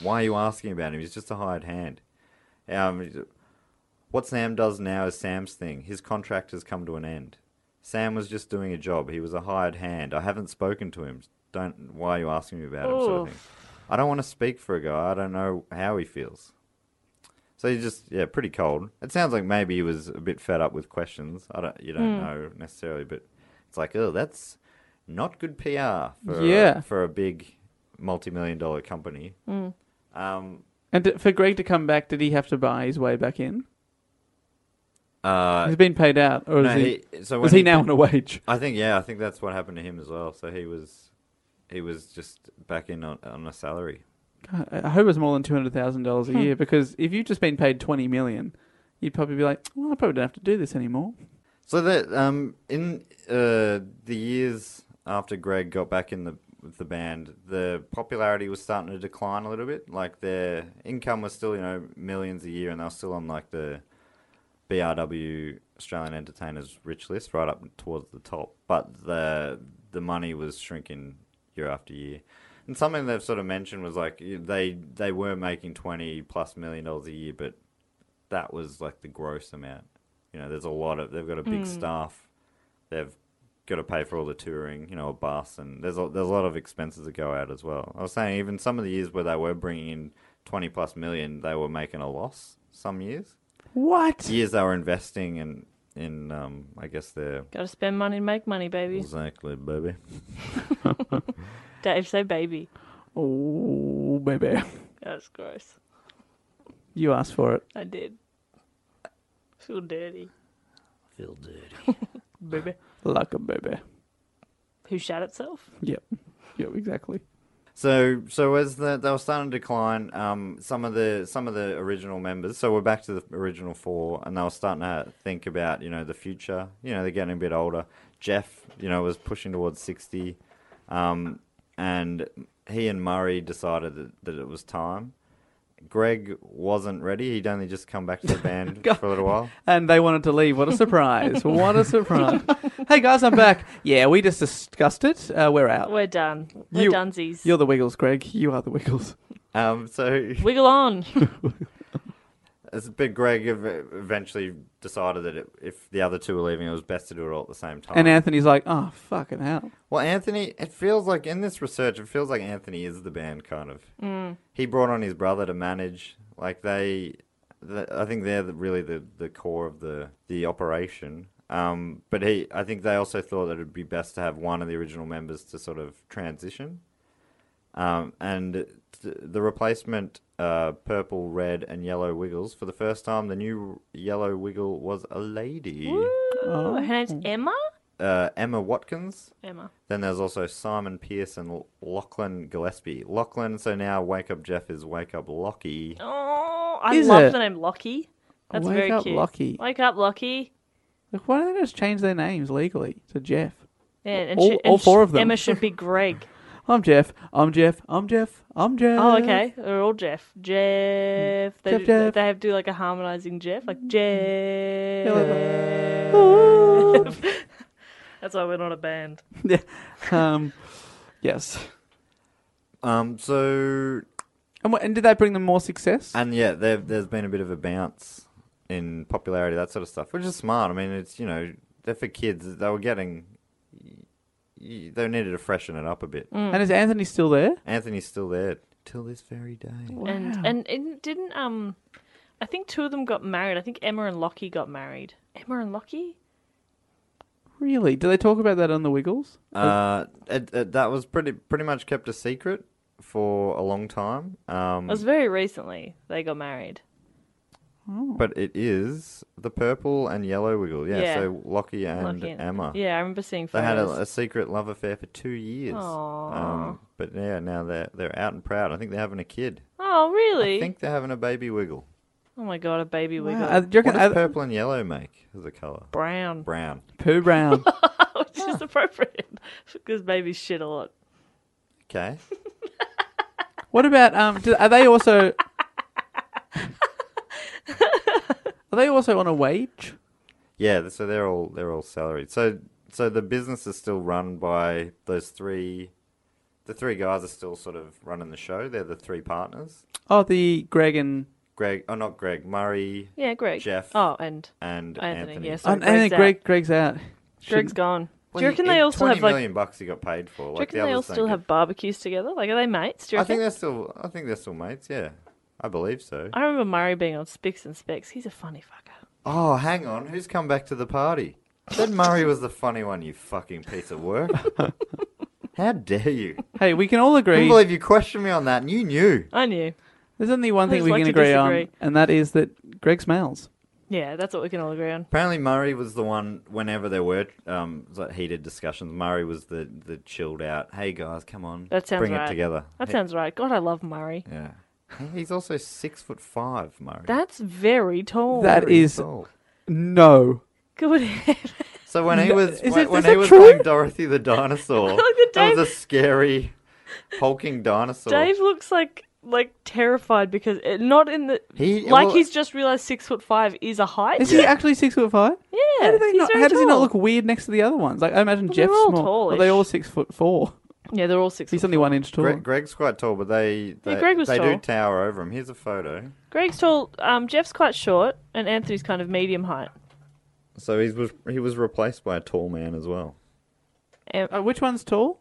Speaker 6: Why are you asking about him? He's just a hired hand. Um, what Sam does now is Sam's thing. His contract has come to an end. Sam was just doing a job. He was a hired hand. I haven't spoken to him. Don't. Why are you asking me about him? Sort of
Speaker 5: Oof.
Speaker 6: thing. I don't want to speak for a guy. I don't know how he feels. So he's just yeah, pretty cold. It sounds like maybe he was a bit fed up with questions. I don't. You don't know necessarily, but it's like oh, that's not good PR for
Speaker 4: Yeah.
Speaker 6: for a big multi-million dollar company. Um.
Speaker 4: And d- for Greg to come back, did he have to buy his way back in?
Speaker 6: Uh.
Speaker 4: He's been paid out, or
Speaker 6: no,
Speaker 4: is he?
Speaker 6: he- so
Speaker 4: Is
Speaker 6: when
Speaker 4: he now on a wage?
Speaker 6: I think yeah, I think that's what happened to him as well. So he was, he was just back in on, on a salary.
Speaker 4: God, I I hope it's more than two hundred thousand dollars a year. Because if you've just been paid twenty million, you'd probably be like, "Well, I probably don't have to do this anymore."
Speaker 6: So that um in uh the years after Greg got back in the with the band, the popularity was starting to decline a little bit. Like their income was still you know millions a year, and they were still on like the BRW Australian Entertainers Rich List, right up towards the top. But the the money was shrinking year after year. And something they've sort of mentioned was like they they were making twenty plus million dollars a year, but that was like the gross amount. You know, there's a lot of they've got a big staff, they've got to pay for all the touring, you know, a bus, and there's a, there's a lot of expenses that go out as well. I was saying even some of the years where they were bringing in twenty plus million, they were making a loss. Some years,
Speaker 4: What?
Speaker 6: years they were investing in in um, I guess their
Speaker 5: Got to spend money to make money, baby.
Speaker 6: exactly baby.
Speaker 5: Dave, say baby.
Speaker 4: Oh, baby,
Speaker 5: That's gross.
Speaker 4: you asked for it,
Speaker 5: I did. Feel dirty.
Speaker 6: Feel dirty.
Speaker 5: (laughs) Baby.
Speaker 4: like a baby.
Speaker 5: Who shat itself?
Speaker 4: Yep. Yep. Exactly.
Speaker 6: So, so as the, they were starting to decline, um, some of the some of the original members. So we're back to the original four, and they were starting to think about you know the future. You know they're getting a bit older. Jeff, you know, was pushing towards sixty, um, and he and Murray decided that, that it was time. Greg wasn't ready. He'd only just come back to the band for a little while.
Speaker 4: and they wanted to leave. What a surprise! what a surprise! hey guys, I'm back. Yeah, we just discussed it. Uh, we're out.
Speaker 5: We're done. We're
Speaker 4: You-
Speaker 5: dunsies.
Speaker 4: You're the Wiggles, Greg. You are the Wiggles.
Speaker 6: Um, so
Speaker 5: Wiggle
Speaker 6: (laughs)
Speaker 5: on.
Speaker 6: As but Greg ev- eventually decided that it, if the other two were leaving, it was best to do it all at the same time.
Speaker 4: And Anthony's like, oh fucking hell.
Speaker 6: Well, Anthony, it feels like in this research, it feels like Anthony is the band kind of. He brought on his brother to manage. Like they, th- I think they're the, really the, the core of the the operation. Um, but he, I think they also thought that it'd be best to have one of the original members to sort of transition. Um, and th- the replacement uh, purple, red, and yellow Wiggles for the first time, the new yellow Wiggle was a lady,
Speaker 5: Oh, her name's Emma.
Speaker 6: uh, Emma Watkins.
Speaker 5: Emma.
Speaker 6: Then there's also Simon Pierce and L- Lachlan Gillespie. Lachlan, so now Wake Up Jeff is Wake Up Lockie.
Speaker 5: Oh, I
Speaker 4: Is
Speaker 5: love
Speaker 4: it?
Speaker 5: the name Lockie. That's
Speaker 4: Wake
Speaker 5: very
Speaker 4: up
Speaker 5: cute.
Speaker 4: Lockie.
Speaker 5: Wake up, Lockie.
Speaker 4: Like, why don't they just change their names legally to Jeff?
Speaker 5: Yeah, and
Speaker 4: All-
Speaker 5: she- and
Speaker 4: all four of them.
Speaker 5: Emma should be Greg.
Speaker 4: I'm Jeff. I'm Jeff. I'm Jeff. I'm Jeff. (laughs)
Speaker 5: Oh, okay. They're all Jeff. Jeff. They,
Speaker 4: Jeff, Jeff.
Speaker 5: they have to do like a harmonizing Jeff, like Jeff. That's why we're not a band.
Speaker 4: (laughs) um, yes.
Speaker 6: Um, so
Speaker 4: And, what, and did that bring them more success?
Speaker 6: and yeah, there, there's been a bit of a bounce in popularity, that sort of stuff, which is smart. I mean, it's you know they're for kids. They were getting, y- they needed to freshen it up a bit.
Speaker 5: Mm.
Speaker 4: And is Anthony still there?
Speaker 6: Anthony's still there till this very day.
Speaker 5: And and it didn't um, I think two of them got married. I think Emma and Lockie got married. Emma and Lockie.
Speaker 4: Really? Do they talk about that on The Wiggles?
Speaker 6: Uh, it, it, that was pretty pretty much kept a secret for a long time. Um,
Speaker 5: It
Speaker 4: Hmm.
Speaker 5: was very recently they got married.
Speaker 6: but it is the purple and yellow wiggle. Yeah,
Speaker 5: Yeah.
Speaker 6: so Lockie and
Speaker 5: Lockie
Speaker 6: Emma.
Speaker 5: Yeah, I remember seeing
Speaker 6: They
Speaker 5: photos.
Speaker 6: had a, a secret love affair for two years.
Speaker 5: Aw.
Speaker 6: Um, but yeah, now they're they're out and proud. I think they're having a kid.
Speaker 5: Oh, really?
Speaker 6: I think they're having a baby wiggle.
Speaker 5: Oh my god, a baby wiggle.
Speaker 4: Uh, do you reckon,
Speaker 6: What does
Speaker 4: uh,
Speaker 6: purple and yellow make as a color?
Speaker 5: Brown,
Speaker 6: Brown.
Speaker 4: Pooh Brown.
Speaker 5: (laughs) which is appropriate (laughs) because babies shit a lot. (laughs)
Speaker 6: Okay.
Speaker 4: what about, um, do, are they also. are they also on a wage?
Speaker 6: Yeah. th- So they're all they're all salaried. So so the business is still run by those three. The three guys are still sort of running the show. They're the three partners.
Speaker 4: Oh, the Greg and.
Speaker 6: Greg, oh not Greg, Murray
Speaker 5: Yeah, Greg.
Speaker 6: Jeff.
Speaker 5: Oh, and
Speaker 6: and
Speaker 5: Anthony,
Speaker 6: Anthony.
Speaker 5: yes.
Speaker 4: Oh,
Speaker 5: Sorry,
Speaker 4: and then
Speaker 5: Greg's out.
Speaker 4: Greg, Greg's out.
Speaker 5: Greg's
Speaker 4: Shouldn't-
Speaker 5: gone. Do
Speaker 6: Well,
Speaker 5: you
Speaker 6: he-
Speaker 5: reckon
Speaker 6: he-
Speaker 5: they also
Speaker 6: 20
Speaker 5: have like?
Speaker 6: million bucks he got paid
Speaker 5: Do
Speaker 6: for?
Speaker 5: you
Speaker 6: like, the
Speaker 5: reckon they all
Speaker 6: others don't
Speaker 5: still
Speaker 6: get
Speaker 5: have barbecues together? Like, are they mates? Do you
Speaker 6: I think
Speaker 5: reckon?
Speaker 6: they're still. I think they're still mates. Yeah, I believe so.
Speaker 5: I remember Murray being on Spicks and Specs. He's a funny fucker.
Speaker 6: Oh, hang on. Who's come back to the party? Ted Murray was the funny one. You fucking piece of
Speaker 5: (laughs)
Speaker 6: work. How dare you?
Speaker 4: Hey, we can all
Speaker 6: I can't
Speaker 4: agree.
Speaker 6: believe you questioned me on that, and you knew.
Speaker 5: I knew.
Speaker 4: There's only one thing
Speaker 5: just
Speaker 4: we
Speaker 5: like
Speaker 4: can
Speaker 5: to
Speaker 4: agree on,
Speaker 5: disagree.
Speaker 4: and that is that Greg smells.
Speaker 5: Yeah, that's what we can all agree on.
Speaker 6: Apparently, Murray was the one. Whenever there were um, like heated discussions, Murray was the the chilled out. Hey guys, come on,
Speaker 5: That sounds
Speaker 6: bring
Speaker 5: right.
Speaker 6: it together.
Speaker 5: That
Speaker 6: He-
Speaker 5: sounds right. God, I love Murray.
Speaker 6: Yeah, he's also six foot five, Murray.
Speaker 5: That's very tall.
Speaker 4: That
Speaker 6: Very
Speaker 4: is
Speaker 6: tall.
Speaker 4: no.
Speaker 5: (laughs) good.
Speaker 4: (laughs)
Speaker 5: heavens.
Speaker 6: So when he was
Speaker 4: is
Speaker 6: when,
Speaker 4: it-
Speaker 6: when
Speaker 4: is
Speaker 6: he
Speaker 4: that
Speaker 6: was
Speaker 4: true?
Speaker 6: playing Dorothy
Speaker 5: (laughs)
Speaker 6: the dinosaur,
Speaker 5: at
Speaker 6: that was
Speaker 5: Dave.
Speaker 6: a scary hulking dinosaur.
Speaker 5: Dave looks like like terrified because it, not in the
Speaker 6: He-
Speaker 5: like
Speaker 6: well-
Speaker 5: he's just realized six foot five is a height.
Speaker 4: Is he actually six foot five?
Speaker 5: yeah,
Speaker 4: How, do they
Speaker 5: he's
Speaker 4: not,
Speaker 5: very
Speaker 4: how does he not
Speaker 5: tall.
Speaker 4: look weird next to the other ones? Like I imagine
Speaker 5: Well, they're
Speaker 4: Jeff's
Speaker 5: all
Speaker 4: small. Are they
Speaker 5: tallish.
Speaker 4: all six foot four?
Speaker 5: Yeah, they're all six.
Speaker 4: He's
Speaker 5: foot.
Speaker 4: only one inch tall.
Speaker 6: Greg, Greg's quite tall, but they they,
Speaker 5: Yeah, Greg was
Speaker 6: they do
Speaker 5: tall.
Speaker 6: tower over him. Here's a photo.
Speaker 5: Greg's tall. Um, Jeff's quite short, and Anthony's kind of medium height.
Speaker 6: So he was he was replaced by a tall man as well.
Speaker 5: Em-
Speaker 4: Uh, which one's tall?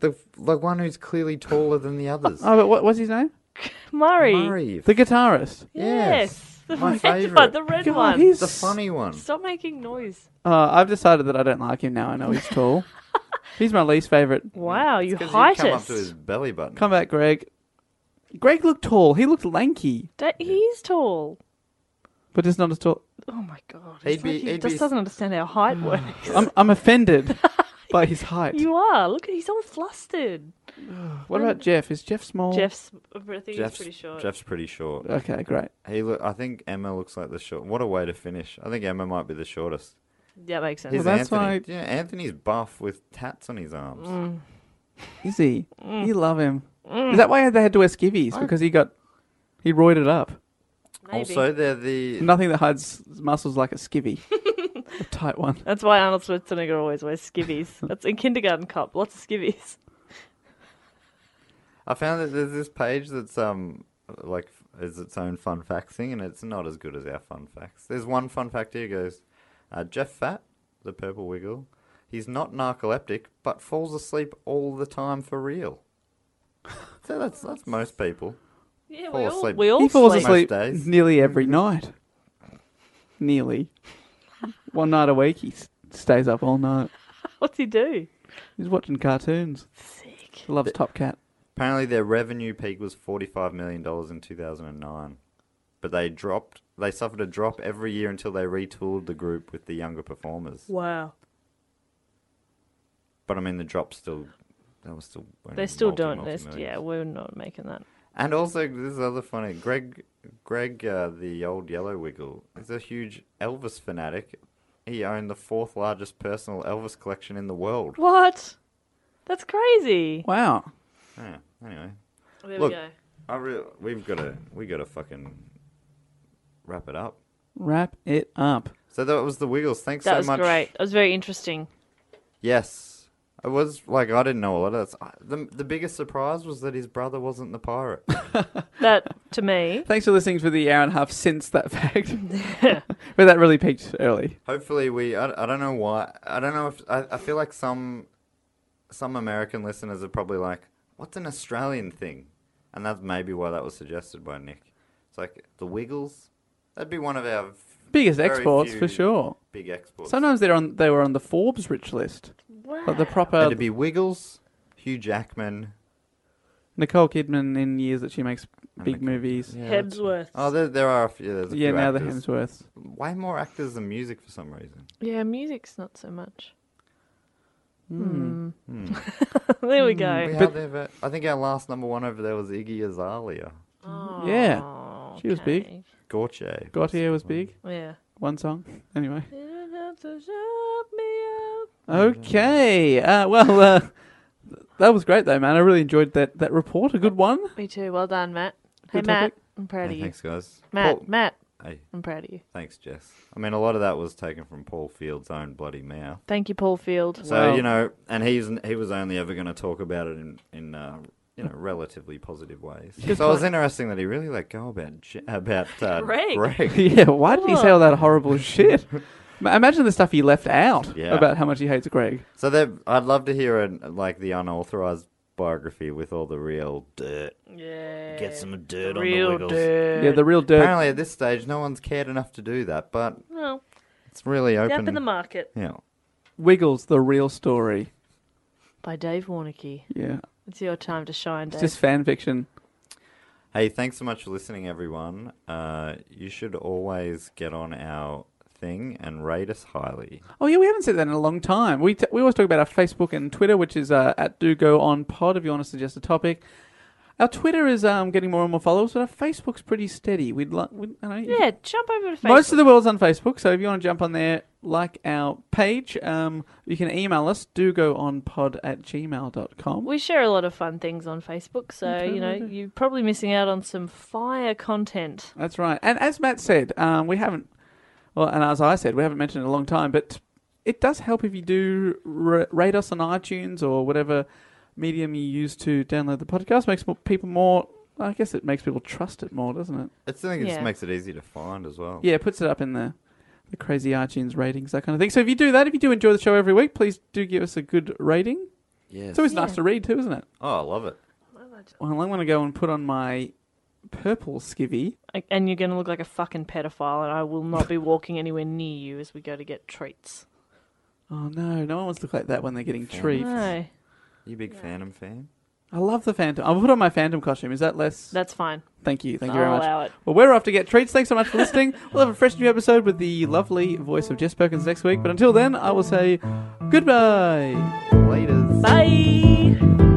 Speaker 6: The the one who's clearly taller than the others.
Speaker 4: Oh, but what, what's his name?
Speaker 5: Murray.
Speaker 6: Murray.
Speaker 4: The guitarist.
Speaker 5: Yes. (laughs) The
Speaker 6: My
Speaker 5: red one.
Speaker 6: favourite.
Speaker 5: The red
Speaker 4: God,
Speaker 5: one.
Speaker 4: he's
Speaker 6: the funny one.
Speaker 5: Stop making noise.
Speaker 4: Uh, I've decided that I don't like him now. I know he's tall. he's my least favorite.
Speaker 5: Wow, you
Speaker 6: 'Cause he'd come up
Speaker 5: heightest.
Speaker 6: to his belly button.
Speaker 4: Come back, Greg. Greg looked tall. He looked lanky,
Speaker 5: Da- he's tall.
Speaker 4: but just not as tall.
Speaker 5: Oh my god.
Speaker 6: He'd
Speaker 5: It's like
Speaker 6: be-
Speaker 5: he
Speaker 6: he'd
Speaker 5: just
Speaker 6: be-
Speaker 5: doesn't understand how
Speaker 6: (sighs)
Speaker 5: height works. (laughs)
Speaker 4: I'm I'm offended by his height.
Speaker 5: You are. Look, he's all flustered.
Speaker 4: What about Jeff? Is Jeff small?
Speaker 5: Jeff's. I think he's pretty short.
Speaker 6: Oh. Jeff's pretty short.
Speaker 4: Okay, great.
Speaker 6: He look. I think Emma looks like the short. What a way to finish. I think Emma might be the shortest.
Speaker 5: That makes sense.
Speaker 6: He's
Speaker 4: Well, that's
Speaker 6: Anthony.
Speaker 4: why-
Speaker 6: Yeah, Anthony's buff with tats on his arms.
Speaker 5: Mm,
Speaker 4: Is he? You love him. Is that why they had to wear skivvies? Because he got he roided up.
Speaker 5: Maybe.
Speaker 6: Also, they're the
Speaker 4: Nothing that hides muscles like a skivvy. a tight one.
Speaker 5: That's why Arnold Schwarzenegger always wears skivvies.
Speaker 6: (laughs)
Speaker 5: That's in Kindergarten Cop. Lots of skivvies. (laughs)
Speaker 6: I found that there's this page that's um like is its own fun fact thing, and it's not as good as our fun facts. There's one fun fact here goes, uh, Jeff Fat, the purple wiggle, he's not narcoleptic, but
Speaker 5: (laughs)
Speaker 6: falls asleep all the time for real. so that's that's most people.
Speaker 5: Yeah,
Speaker 6: Fall
Speaker 5: we all,
Speaker 6: asleep.
Speaker 5: we all
Speaker 4: He falls
Speaker 5: sleep. Mm.
Speaker 4: asleep
Speaker 6: Most days.
Speaker 4: nearly every night. Nearly. One night a week, he s- stays up all night.
Speaker 5: What's he do?
Speaker 4: He's watching cartoons.
Speaker 5: Sick.
Speaker 4: He loves Top Cat.
Speaker 6: Apparently, their revenue peak was $45 million in 2009. But they dropped, they suffered a drop every year until they retooled the group with the younger performers.
Speaker 5: Wow.
Speaker 6: But I mean, the drop still, that was still.
Speaker 5: They still don't. This, yeah,
Speaker 6: multi-multi-millions.
Speaker 5: we're not making that.
Speaker 6: And also, this is other funny. Greg, Greg, uh, the old Yellow Wiggle, is a huge Elvis fanatic. He owned the fourth largest personal Elvis collection in the world.
Speaker 5: What? That's crazy.
Speaker 4: Wow.
Speaker 6: Yeah, anyway,
Speaker 5: There
Speaker 6: Look.
Speaker 5: we go.
Speaker 6: I re- we've got to we got to fucking wrap it up.
Speaker 4: Wrap it up.
Speaker 6: So that was the Wiggles. Thanks
Speaker 5: That
Speaker 6: so
Speaker 5: was
Speaker 6: much.
Speaker 5: great. That was very interesting.
Speaker 6: Yes, I was like I didn't know a lot of that. I- The the biggest surprise was that his brother wasn't the pirate. (laughs)
Speaker 5: That to me.
Speaker 4: Thanks for listening for the hour and a half since that
Speaker 5: (laughs)
Speaker 4: fact. (laughs) but that really peaked early.
Speaker 6: Hopefully, we I, I don't know why I don't know if I, I feel like some some American listeners are probably like, what's an Australian thing? And that's maybe why that was suggested by Nick. It's like the Wiggles. That'd be one of our
Speaker 4: Biggest
Speaker 6: very
Speaker 4: exports for
Speaker 6: few
Speaker 4: sure.
Speaker 6: Big exports.
Speaker 4: Sometimes they're on. They were on the Forbes rich list. But the proper
Speaker 6: It'd be Wiggles, Hugh Jackman.
Speaker 4: Nicole Kidman in years that she makes big
Speaker 6: Nicole
Speaker 4: movies. Yeah,
Speaker 5: Hebsworth.
Speaker 6: Oh, there, there are a few. There's a few
Speaker 4: now the
Speaker 6: actors.
Speaker 4: Hemsworths.
Speaker 6: Way more actors than music for some reason.
Speaker 5: Yeah, music's not so much. (laughs) Hmm. there we go.
Speaker 6: Mm, We have ever- I think our last number one over there was Iggy Azalea.
Speaker 4: Yeah, she was big.
Speaker 5: Okay.
Speaker 6: Gorche.
Speaker 4: Gautier was big.
Speaker 5: Yeah.
Speaker 4: One song, anyway.
Speaker 5: You don't have to shut me up.
Speaker 4: Okay. Uh, well, uh, that was great though, man. I really enjoyed that that report. A good one. (laughs)
Speaker 5: Me too. Well done, Matt.
Speaker 4: Good
Speaker 5: hey, Matt.
Speaker 4: topic.
Speaker 5: I'm proud
Speaker 6: Yeah,
Speaker 5: of you.
Speaker 6: thanks, guys.
Speaker 5: Matt,
Speaker 6: Paul-
Speaker 5: Matt,
Speaker 6: Hey,
Speaker 5: I'm proud of you.
Speaker 6: thanks, Jess. I mean, a lot of that was taken from Paul Field's own bloody mouth.
Speaker 5: Thank you, Paul Field.
Speaker 6: So
Speaker 4: Wow.
Speaker 6: you know, and he's he was only ever going to talk about it in in uh, you know relatively positive ways. so it was interesting that he really let go about J- about uh,
Speaker 5: Greg.
Speaker 4: yeah. Why did he say all that horrible shit? Ma- Imagine the stuff he left out
Speaker 6: Yeah.
Speaker 4: about how much he hates Greg.
Speaker 6: So that I'd love to hear an, like the unauthorized biography with all the real dirt.
Speaker 5: Yeah.
Speaker 6: Get some dirt
Speaker 5: Real
Speaker 6: on the Wiggles.
Speaker 5: dirt.
Speaker 4: Yeah, the real dirt.
Speaker 6: Apparently, at this stage, no one's cared enough to do that, but
Speaker 5: Well,
Speaker 6: it's really open.
Speaker 5: Gap in the Market
Speaker 6: yeah.
Speaker 4: Wiggles, the real story.
Speaker 5: by Dave Warnicky.
Speaker 4: Yeah,
Speaker 5: It's your time to shine,
Speaker 4: it's
Speaker 5: Dave.
Speaker 4: just fan fiction.
Speaker 6: Hey, thanks so much for listening, everyone. Uh, you should always get on our thing and rate us highly.
Speaker 4: Oh yeah, we haven't said that in a long time. We t- we always talk about our Facebook and Twitter, which is uh, at Do Go On Pod. If you want to suggest a topic, our Twitter is um, getting more and more followers, but our Facebook's pretty steady. We'd like, we, I don't know,
Speaker 5: Yeah, jump over to Facebook.
Speaker 4: most of the world's on Facebook, so if you want to jump on there, like our page, um, you can email us do go on pod at gmail.com.
Speaker 5: we share a lot of fun things on Facebook, so you know you're probably missing out on some fire content.
Speaker 4: That's right. And as Matt said, um, we haven't, well, and as I said, we haven't mentioned it in a long time, but it does help if you do r rate us on iTunes or whatever medium you use to download the podcast. Makes more, people more, I guess it makes people trust it more, doesn't it?
Speaker 6: It's, I think it just
Speaker 5: Yeah.
Speaker 6: makes it easy to find as well.
Speaker 4: Yeah, it puts it up in the, the crazy iTunes ratings, that kind of thing. So if you do that, if you do enjoy the show every week, please do give us a good rating.
Speaker 6: Yes.
Speaker 4: It's always nice to read too, isn't it?
Speaker 6: Oh, I love it.
Speaker 4: Well, I'm going to go and put on my purple skivvy.
Speaker 5: Like, And you're going to look like a fucking pedophile, and I will not be walking anywhere near you as we go to get treats.
Speaker 4: Oh no, no one wants to look like that when they're getting treats.
Speaker 5: No,
Speaker 6: You big Phantom fan?
Speaker 4: I love the Phantom. I'll put on my Phantom costume. Is that Oh, less?
Speaker 5: that's fine.
Speaker 4: Thank you. Thank you
Speaker 5: I'll
Speaker 4: very much.
Speaker 5: allow it.
Speaker 4: Well, we're off to get treats. Thanks so much for listening. we'll have a fresh new episode with the lovely voice of Jess Perkins next week. But until then, I will say goodbye.
Speaker 6: Laters.
Speaker 5: Bye.